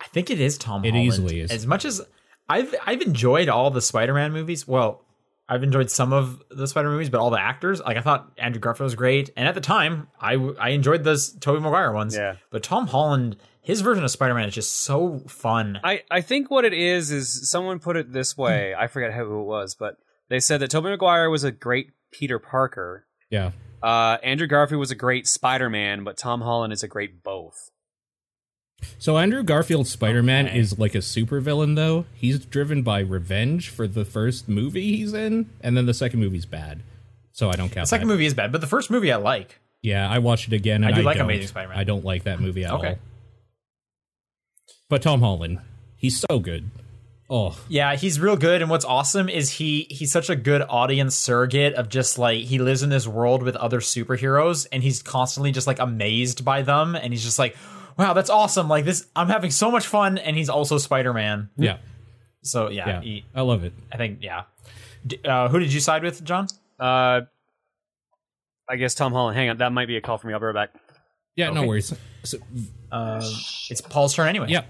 Speaker 3: I think it is Tom.
Speaker 1: It
Speaker 3: Holland.
Speaker 1: easily is.
Speaker 3: As much as I've I've enjoyed all the Spider-Man movies. Well, I've enjoyed some of the Spider movies, but all the actors, like I thought Andrew Garfield was great, and at the time, I w- I enjoyed those Tobey Maguire ones.
Speaker 4: Yeah.
Speaker 3: But Tom Holland, his version of Spider Man is just so fun.
Speaker 4: I, I think what it is is someone put it this way. I forget who it was, but they said that Tobey Maguire was a great Peter Parker.
Speaker 1: Yeah.
Speaker 4: Uh, Andrew Garfield was a great Spider Man, but Tom Holland is a great both.
Speaker 1: So Andrew Garfield's Spider-Man
Speaker 3: Okay.
Speaker 1: is like a supervillain though. He's driven by revenge for the first movie he's in and then the second movie's bad. So I don't count
Speaker 3: the second
Speaker 1: that.
Speaker 3: movie is bad, but the first movie I like.
Speaker 1: Yeah, I watched it again and
Speaker 3: I
Speaker 1: I
Speaker 3: do like
Speaker 1: don't.
Speaker 3: Amazing Spider-Man.
Speaker 1: I don't like that movie at
Speaker 3: Okay.
Speaker 1: all. But Tom Holland, he's so good. Oh,
Speaker 3: Yeah, he's real good, and what's awesome is he he's such a good audience surrogate of just like he lives in this world with other superheroes, and he's constantly just like amazed by them, and he's just like, wow, that's awesome! Like this, I'm having so much fun, and he's also Spider Man.
Speaker 1: yeah.
Speaker 3: So yeah,
Speaker 1: Yeah.
Speaker 3: he-
Speaker 1: I love it.
Speaker 3: I think yeah. D- uh, who did you side with, John?
Speaker 4: Uh, I guess Tom Holland. Hang on, that might be a call from me. I'll be right back.
Speaker 1: Yeah, no
Speaker 3: Okay.
Speaker 1: worries. So,
Speaker 3: Uh, it's Paul's turn anyway.
Speaker 1: yeah.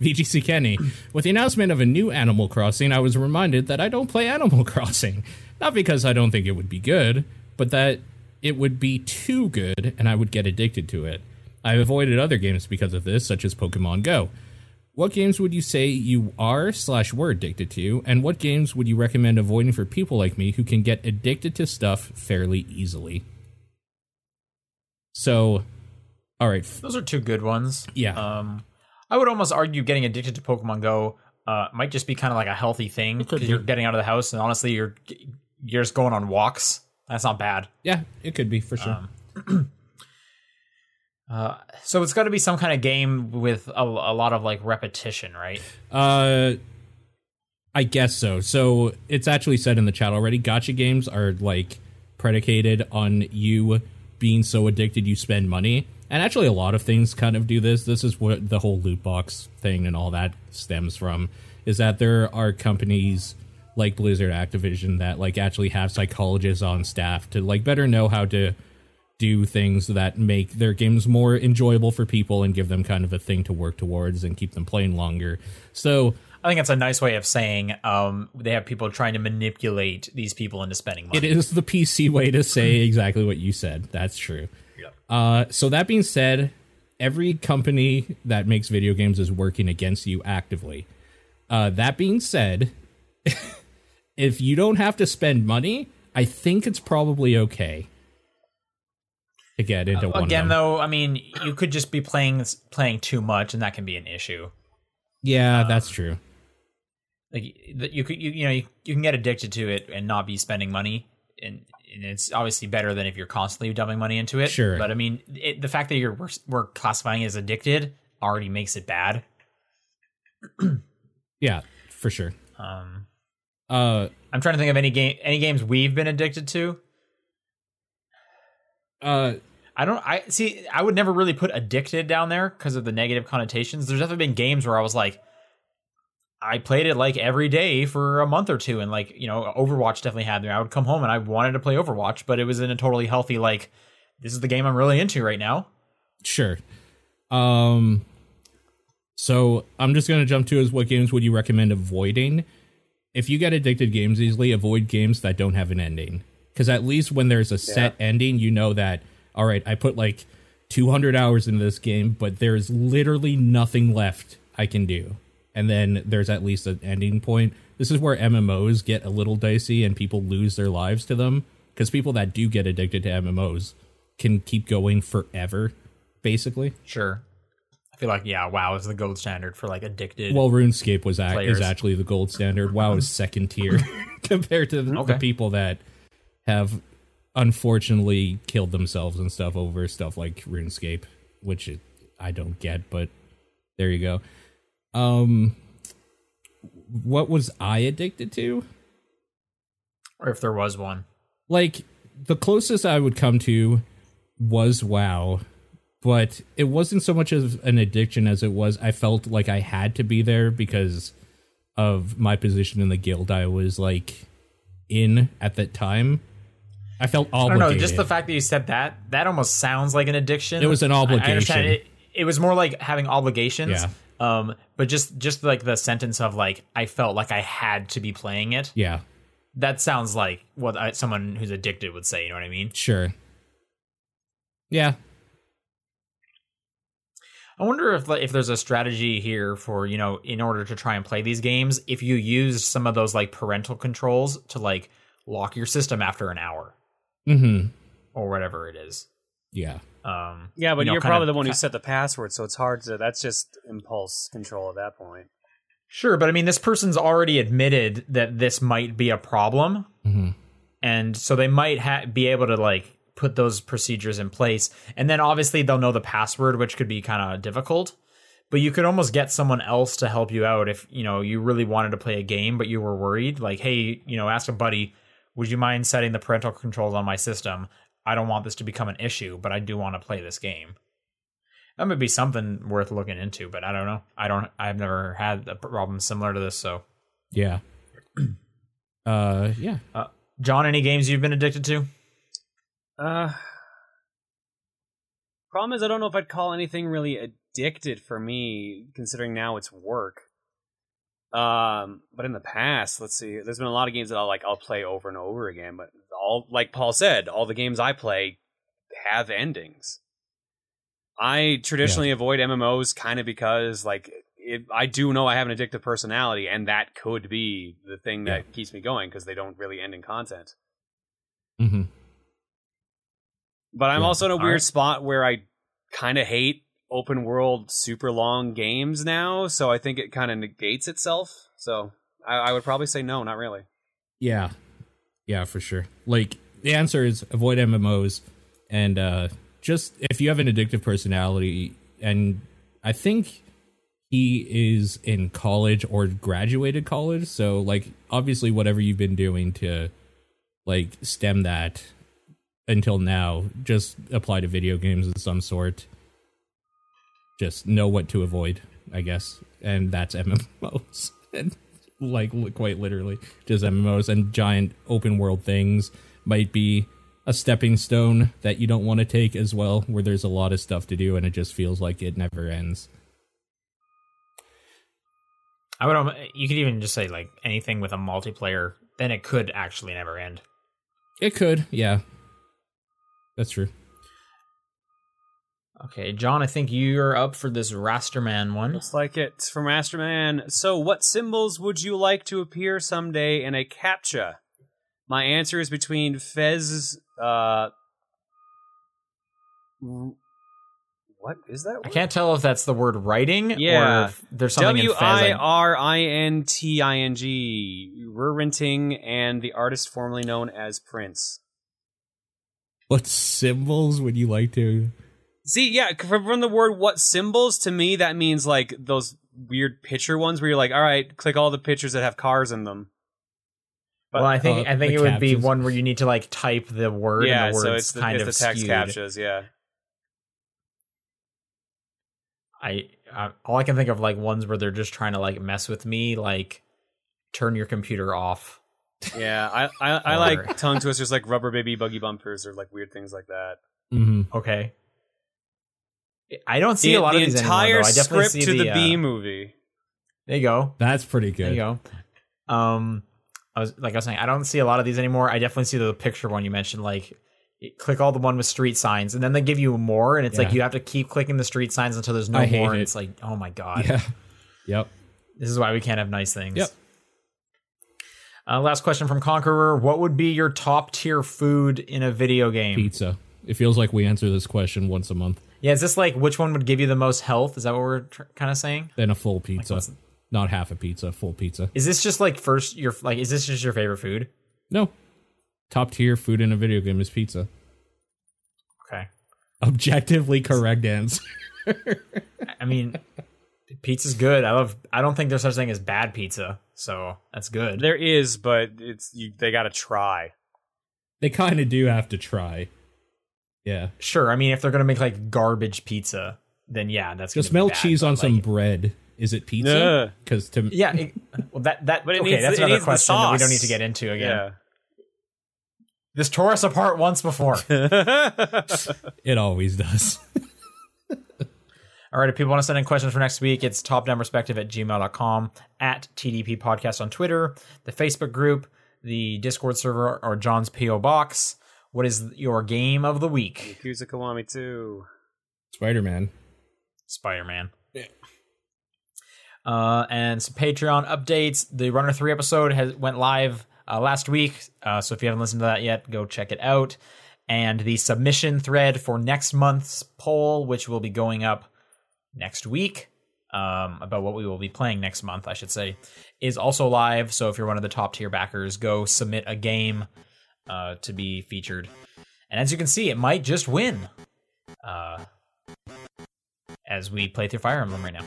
Speaker 1: VGC Kenny. With the announcement of a new Animal Crossing, I was reminded that I don't play Animal Crossing. Not because I don't think it would be good, but that it would be too good and I would get addicted to it. I've avoided other games because of this, such as Pokemon Go. What games would you say you are slash were addicted to, and what games would you recommend avoiding for people like me who can get addicted to stuff fairly easily? So, all right, f-
Speaker 3: Those are two good ones.
Speaker 1: Yeah.
Speaker 3: Um, I would almost argue getting addicted to Pokemon Go uh, might just be kind of like a healthy thing because you're getting out of the house and honestly you're you're just going on walks. That's not bad.
Speaker 1: yeah, it could be for sure.
Speaker 3: Uh, so it's got to be some kind of game with a, a lot of like repetition, right?
Speaker 1: Uh, I guess so. So it's actually said in the chat already. Gotcha games are like predicated on you being so addicted you spend money, and actually a lot of things kind of do this. This is what the whole loot box thing and all that stems from. Is that there are companies like Blizzard, Activision that like actually have psychologists on staff to like better know how to do things that make their games more enjoyable for people and give them kind of a thing to work towards and keep them playing longer. So
Speaker 3: I think that's a nice way of saying um, they have people trying to manipulate these people into spending money.
Speaker 1: it is the PC way to say exactly what you said. That's true. Uh, so that being said, every company that makes video games is working against you actively. Uh, that being said, if you don't have to spend money, I think it's probably okay to get into one. of
Speaker 3: Again,
Speaker 1: them.
Speaker 3: though, I mean, you could just be playing playing too much, and that can be an issue. uh,
Speaker 1: yeah, that's true.
Speaker 3: like that you could you, you know you, you can get addicted to it and not be spending money and, and it's obviously better than if you're constantly dumping money into it
Speaker 1: Sure.
Speaker 3: but i mean it, the fact that you're we're, we're classifying it as addicted already makes it bad
Speaker 1: Yeah, for sure.
Speaker 3: um
Speaker 1: Uh,
Speaker 3: i'm trying to think of any game any games we've been addicted to
Speaker 1: uh,
Speaker 3: i don't i see i would never really put addicted down there because of the negative connotations there's definitely been games where i was like I played it like every day for a month or two, and like you know, Overwatch definitely had me. I would come home and I wanted to play Overwatch, but it was in a totally healthy like, this is the game I'm really into right now.
Speaker 1: Sure. Um so I'm just gonna jump to is what games would you recommend avoiding? If you get addicted to games easily, avoid games that don't have an ending. Because at least when there's a set ending, you know that all right, I put like 200 hours into this game, but there's literally nothing left I can do. And then there's at least an ending point. This is where MMOs get a little dicey and people lose their lives to them. Because people that do get addicted to MMOs can keep going forever basically.
Speaker 3: Sure, I feel like yeah, WoW is the gold standard for like addicted.
Speaker 1: Well, RuneScape was act- is
Speaker 3: Players.
Speaker 1: actually the gold standard. WoW is second tier compared to the, the
Speaker 3: Okay.
Speaker 1: people that have unfortunately killed themselves and stuff over stuff like RuneScape, which it, I don't get, but there you go. Um, what was I addicted to?
Speaker 3: or if there was one,
Speaker 1: like the closest I would come to was WoW, but it wasn't so much of an addiction as it was I felt like I had to be there because of my position in the guild I was like in at that time. I felt
Speaker 3: I don't
Speaker 1: obligated.
Speaker 3: know. Just the fact that you said that that almost sounds like an addiction.
Speaker 1: It was an
Speaker 3: I- I
Speaker 1: obligation.
Speaker 3: understand it, it was more like having obligations.
Speaker 1: Yeah.
Speaker 3: Um, but just just like the sentence of like I felt like I had to be playing it.
Speaker 1: yeah.
Speaker 3: that sounds like what I, someone who's addicted would say. You know what I mean?
Speaker 1: Sure. Yeah.
Speaker 3: I wonder if like, if there's a strategy here for you know in order to try and play these games, if you used some of those like parental controls to like lock your system after an hour
Speaker 1: Mm-hmm.
Speaker 3: or whatever it is.
Speaker 1: Yeah.
Speaker 3: Um,
Speaker 4: Yeah, but
Speaker 3: you know,
Speaker 4: you are
Speaker 3: kind
Speaker 4: probably the
Speaker 3: of-
Speaker 4: one who
Speaker 3: ki-
Speaker 4: set the password, so it's hard to. That's just impulse control at that point.
Speaker 3: Sure, but I mean, this person's already admitted that this might be a problem,
Speaker 1: Mhm.
Speaker 3: and so they might ha- be able to like put those procedures in place, and then obviously they'll know the password, which could be kind of difficult. But you could almost get someone else to help you out if you know you really wanted to play a game, but you were worried. Like, hey, you know, ask a buddy, would you mind setting the parental controls on my system? I don't want this to become an issue, but I do want to play this game. That might be something worth looking into, but I don't know. I don't. I've never had a problem similar to this. So,
Speaker 1: Yeah. Uh. Yeah.
Speaker 3: John, any games you've been addicted to?
Speaker 4: Uh, problem is, I don't know if I'd call anything really addicted for me, considering now it's work. Um, but in the past, let's see, there's been a lot of games that I'll like I'll play over and over again. But all like Paul said, all the games I play have endings. I traditionally avoid MMOs kind of because like it, I do know I have an addictive personality, and that could be the thing that keeps me going because they don't really end in content.
Speaker 1: Mm-hmm.
Speaker 4: But I'm
Speaker 1: Yeah.
Speaker 4: also in a
Speaker 3: All
Speaker 4: weird
Speaker 3: right.
Speaker 4: spot where I kind of hate open world super long games now, so I think it kind of negates itself. So I, I would probably say no, not really.
Speaker 1: Yeah. Yeah, for sure. Like the answer is avoid MMOs and uh just if you have an addictive personality and I think he is in college or graduated college, so like obviously whatever you've been doing to like stem that until now, just apply to video games of some sort. Just know what to avoid, I guess. And that's MMOs. and like li- quite literally just MMOs and giant open world things might be a stepping stone that you don't want to take as well where there's a lot of stuff to do and it just feels like it never ends.
Speaker 3: I would. almo- You could even just say like anything with a multiplayer. Then it could actually never end.
Speaker 1: It could, yeah. That's true.
Speaker 3: Okay, John, I think you're up for this Rasterman one.
Speaker 4: Looks like it's from Masterman. So, what symbols would you like to appear someday in a captcha? My answer is between Fez. Uh, r- what is that?
Speaker 3: I
Speaker 4: word?
Speaker 3: can't tell if that's the word writing or
Speaker 4: Yeah.
Speaker 3: if there's something
Speaker 4: W
Speaker 3: in Fez.
Speaker 4: I
Speaker 3: I-
Speaker 4: R I N T I N G. Rurinting and the artist formerly known as Prince.
Speaker 1: What symbols would you like to
Speaker 4: See, yeah, c- from from the word what symbols to me that means like those weird picture ones where you're like, all right, click all the pictures that have cars in them.
Speaker 3: well, I think
Speaker 1: uh,
Speaker 3: I think
Speaker 1: the
Speaker 3: it would be
Speaker 1: captions.
Speaker 3: one where you need to like type the word
Speaker 4: yeah,
Speaker 3: and the words
Speaker 4: so it's the,
Speaker 3: kind
Speaker 4: it's
Speaker 3: of
Speaker 4: the text
Speaker 3: skewed.
Speaker 4: captchas, yeah.
Speaker 3: I uh, all I can think of like ones where they're just trying to like mess with me, like turn your computer off.
Speaker 4: Yeah, I I, I
Speaker 3: Or-
Speaker 4: like tongue twisters like rubber baby buggy bumpers or like weird things like that.
Speaker 1: Mhm.
Speaker 3: Okay. I don't see
Speaker 4: the
Speaker 3: a lot
Speaker 4: the
Speaker 3: of these anymore,
Speaker 4: entire
Speaker 3: though. I definitely
Speaker 4: script
Speaker 3: see
Speaker 4: to the,
Speaker 3: uh,
Speaker 4: B movie.
Speaker 3: There you go.
Speaker 1: That's pretty
Speaker 3: There
Speaker 1: good.
Speaker 3: you go. Um, I was like I was saying, I don't see a lot of these anymore. I definitely see the picture one you mentioned. Like, you click all the one with street signs, and then they give you more, and it's like
Speaker 1: Yeah.
Speaker 3: you have to keep clicking the street signs until there's no
Speaker 1: I hate
Speaker 3: more. And
Speaker 1: it.
Speaker 3: it's like, oh my god,
Speaker 1: Yeah. Yep.
Speaker 3: this is why we can't have nice things.
Speaker 1: Yep.
Speaker 3: Uh, last question from Conqueror: What would be your top tier food in a video game?
Speaker 1: Pizza. It feels like we answer this question once a month.
Speaker 3: Yeah, is this like which one would give you the most health? Is that what we're tr- kind of saying?
Speaker 1: Then a full pizza.
Speaker 3: what's-
Speaker 1: Not half a pizza, full pizza.
Speaker 3: Is this just like first your like? Is this just your favorite food?
Speaker 1: No. Top tier food in a video game is pizza.
Speaker 3: Okay.
Speaker 1: Objectively correct answer.
Speaker 3: I mean, pizza's good. I love. I don't think there's such thing as bad pizza, so that's good.
Speaker 4: There is, but it's you they gotta try.
Speaker 1: they kind of do have to try. Yeah.
Speaker 3: Sure. I mean, if they're gonna make like garbage pizza, then yeah, that's
Speaker 1: Just
Speaker 3: gonna be
Speaker 1: melt
Speaker 3: bad,
Speaker 1: cheese
Speaker 3: but,
Speaker 1: on
Speaker 3: like-
Speaker 1: some bread. Is it pizza? Because to
Speaker 3: Yeah. It, well, that that.
Speaker 4: But it
Speaker 3: okay,
Speaker 4: needs-
Speaker 3: that's
Speaker 4: it
Speaker 3: another
Speaker 4: needs the
Speaker 3: question that we don't
Speaker 4: sauce.
Speaker 3: need to get into again.
Speaker 4: Yeah.
Speaker 3: This tore us apart once before.
Speaker 1: it always does.
Speaker 3: All right, if people want to send in questions for next week, it's topdownperspective at gmail.com, at TDP Podcast on Twitter, the Facebook group, the Discord server, or John's PO box. What is your game of the week?
Speaker 4: Yakuza Kiwami 2.
Speaker 1: Spider Man.
Speaker 3: Spider Man.
Speaker 1: Yeah.
Speaker 3: Uh, and some Patreon updates. The Runner Three episode has went live uh, last week, uh, so if you haven't listened to that yet, go check it out. And the submission thread for next month's poll, which will be going up next week, um, about what we will be playing next month, I should say, is also live. So if you're one of the top tier backers, go submit a game uh, to be featured. And as you can see, it might just win. Uh, as we play through Fire Emblem right now.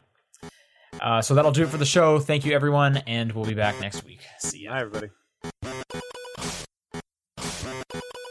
Speaker 3: Uh, so that'll do it for the show. Thank you, everyone, and we'll be back next week. See ya.
Speaker 4: Hi, everybody.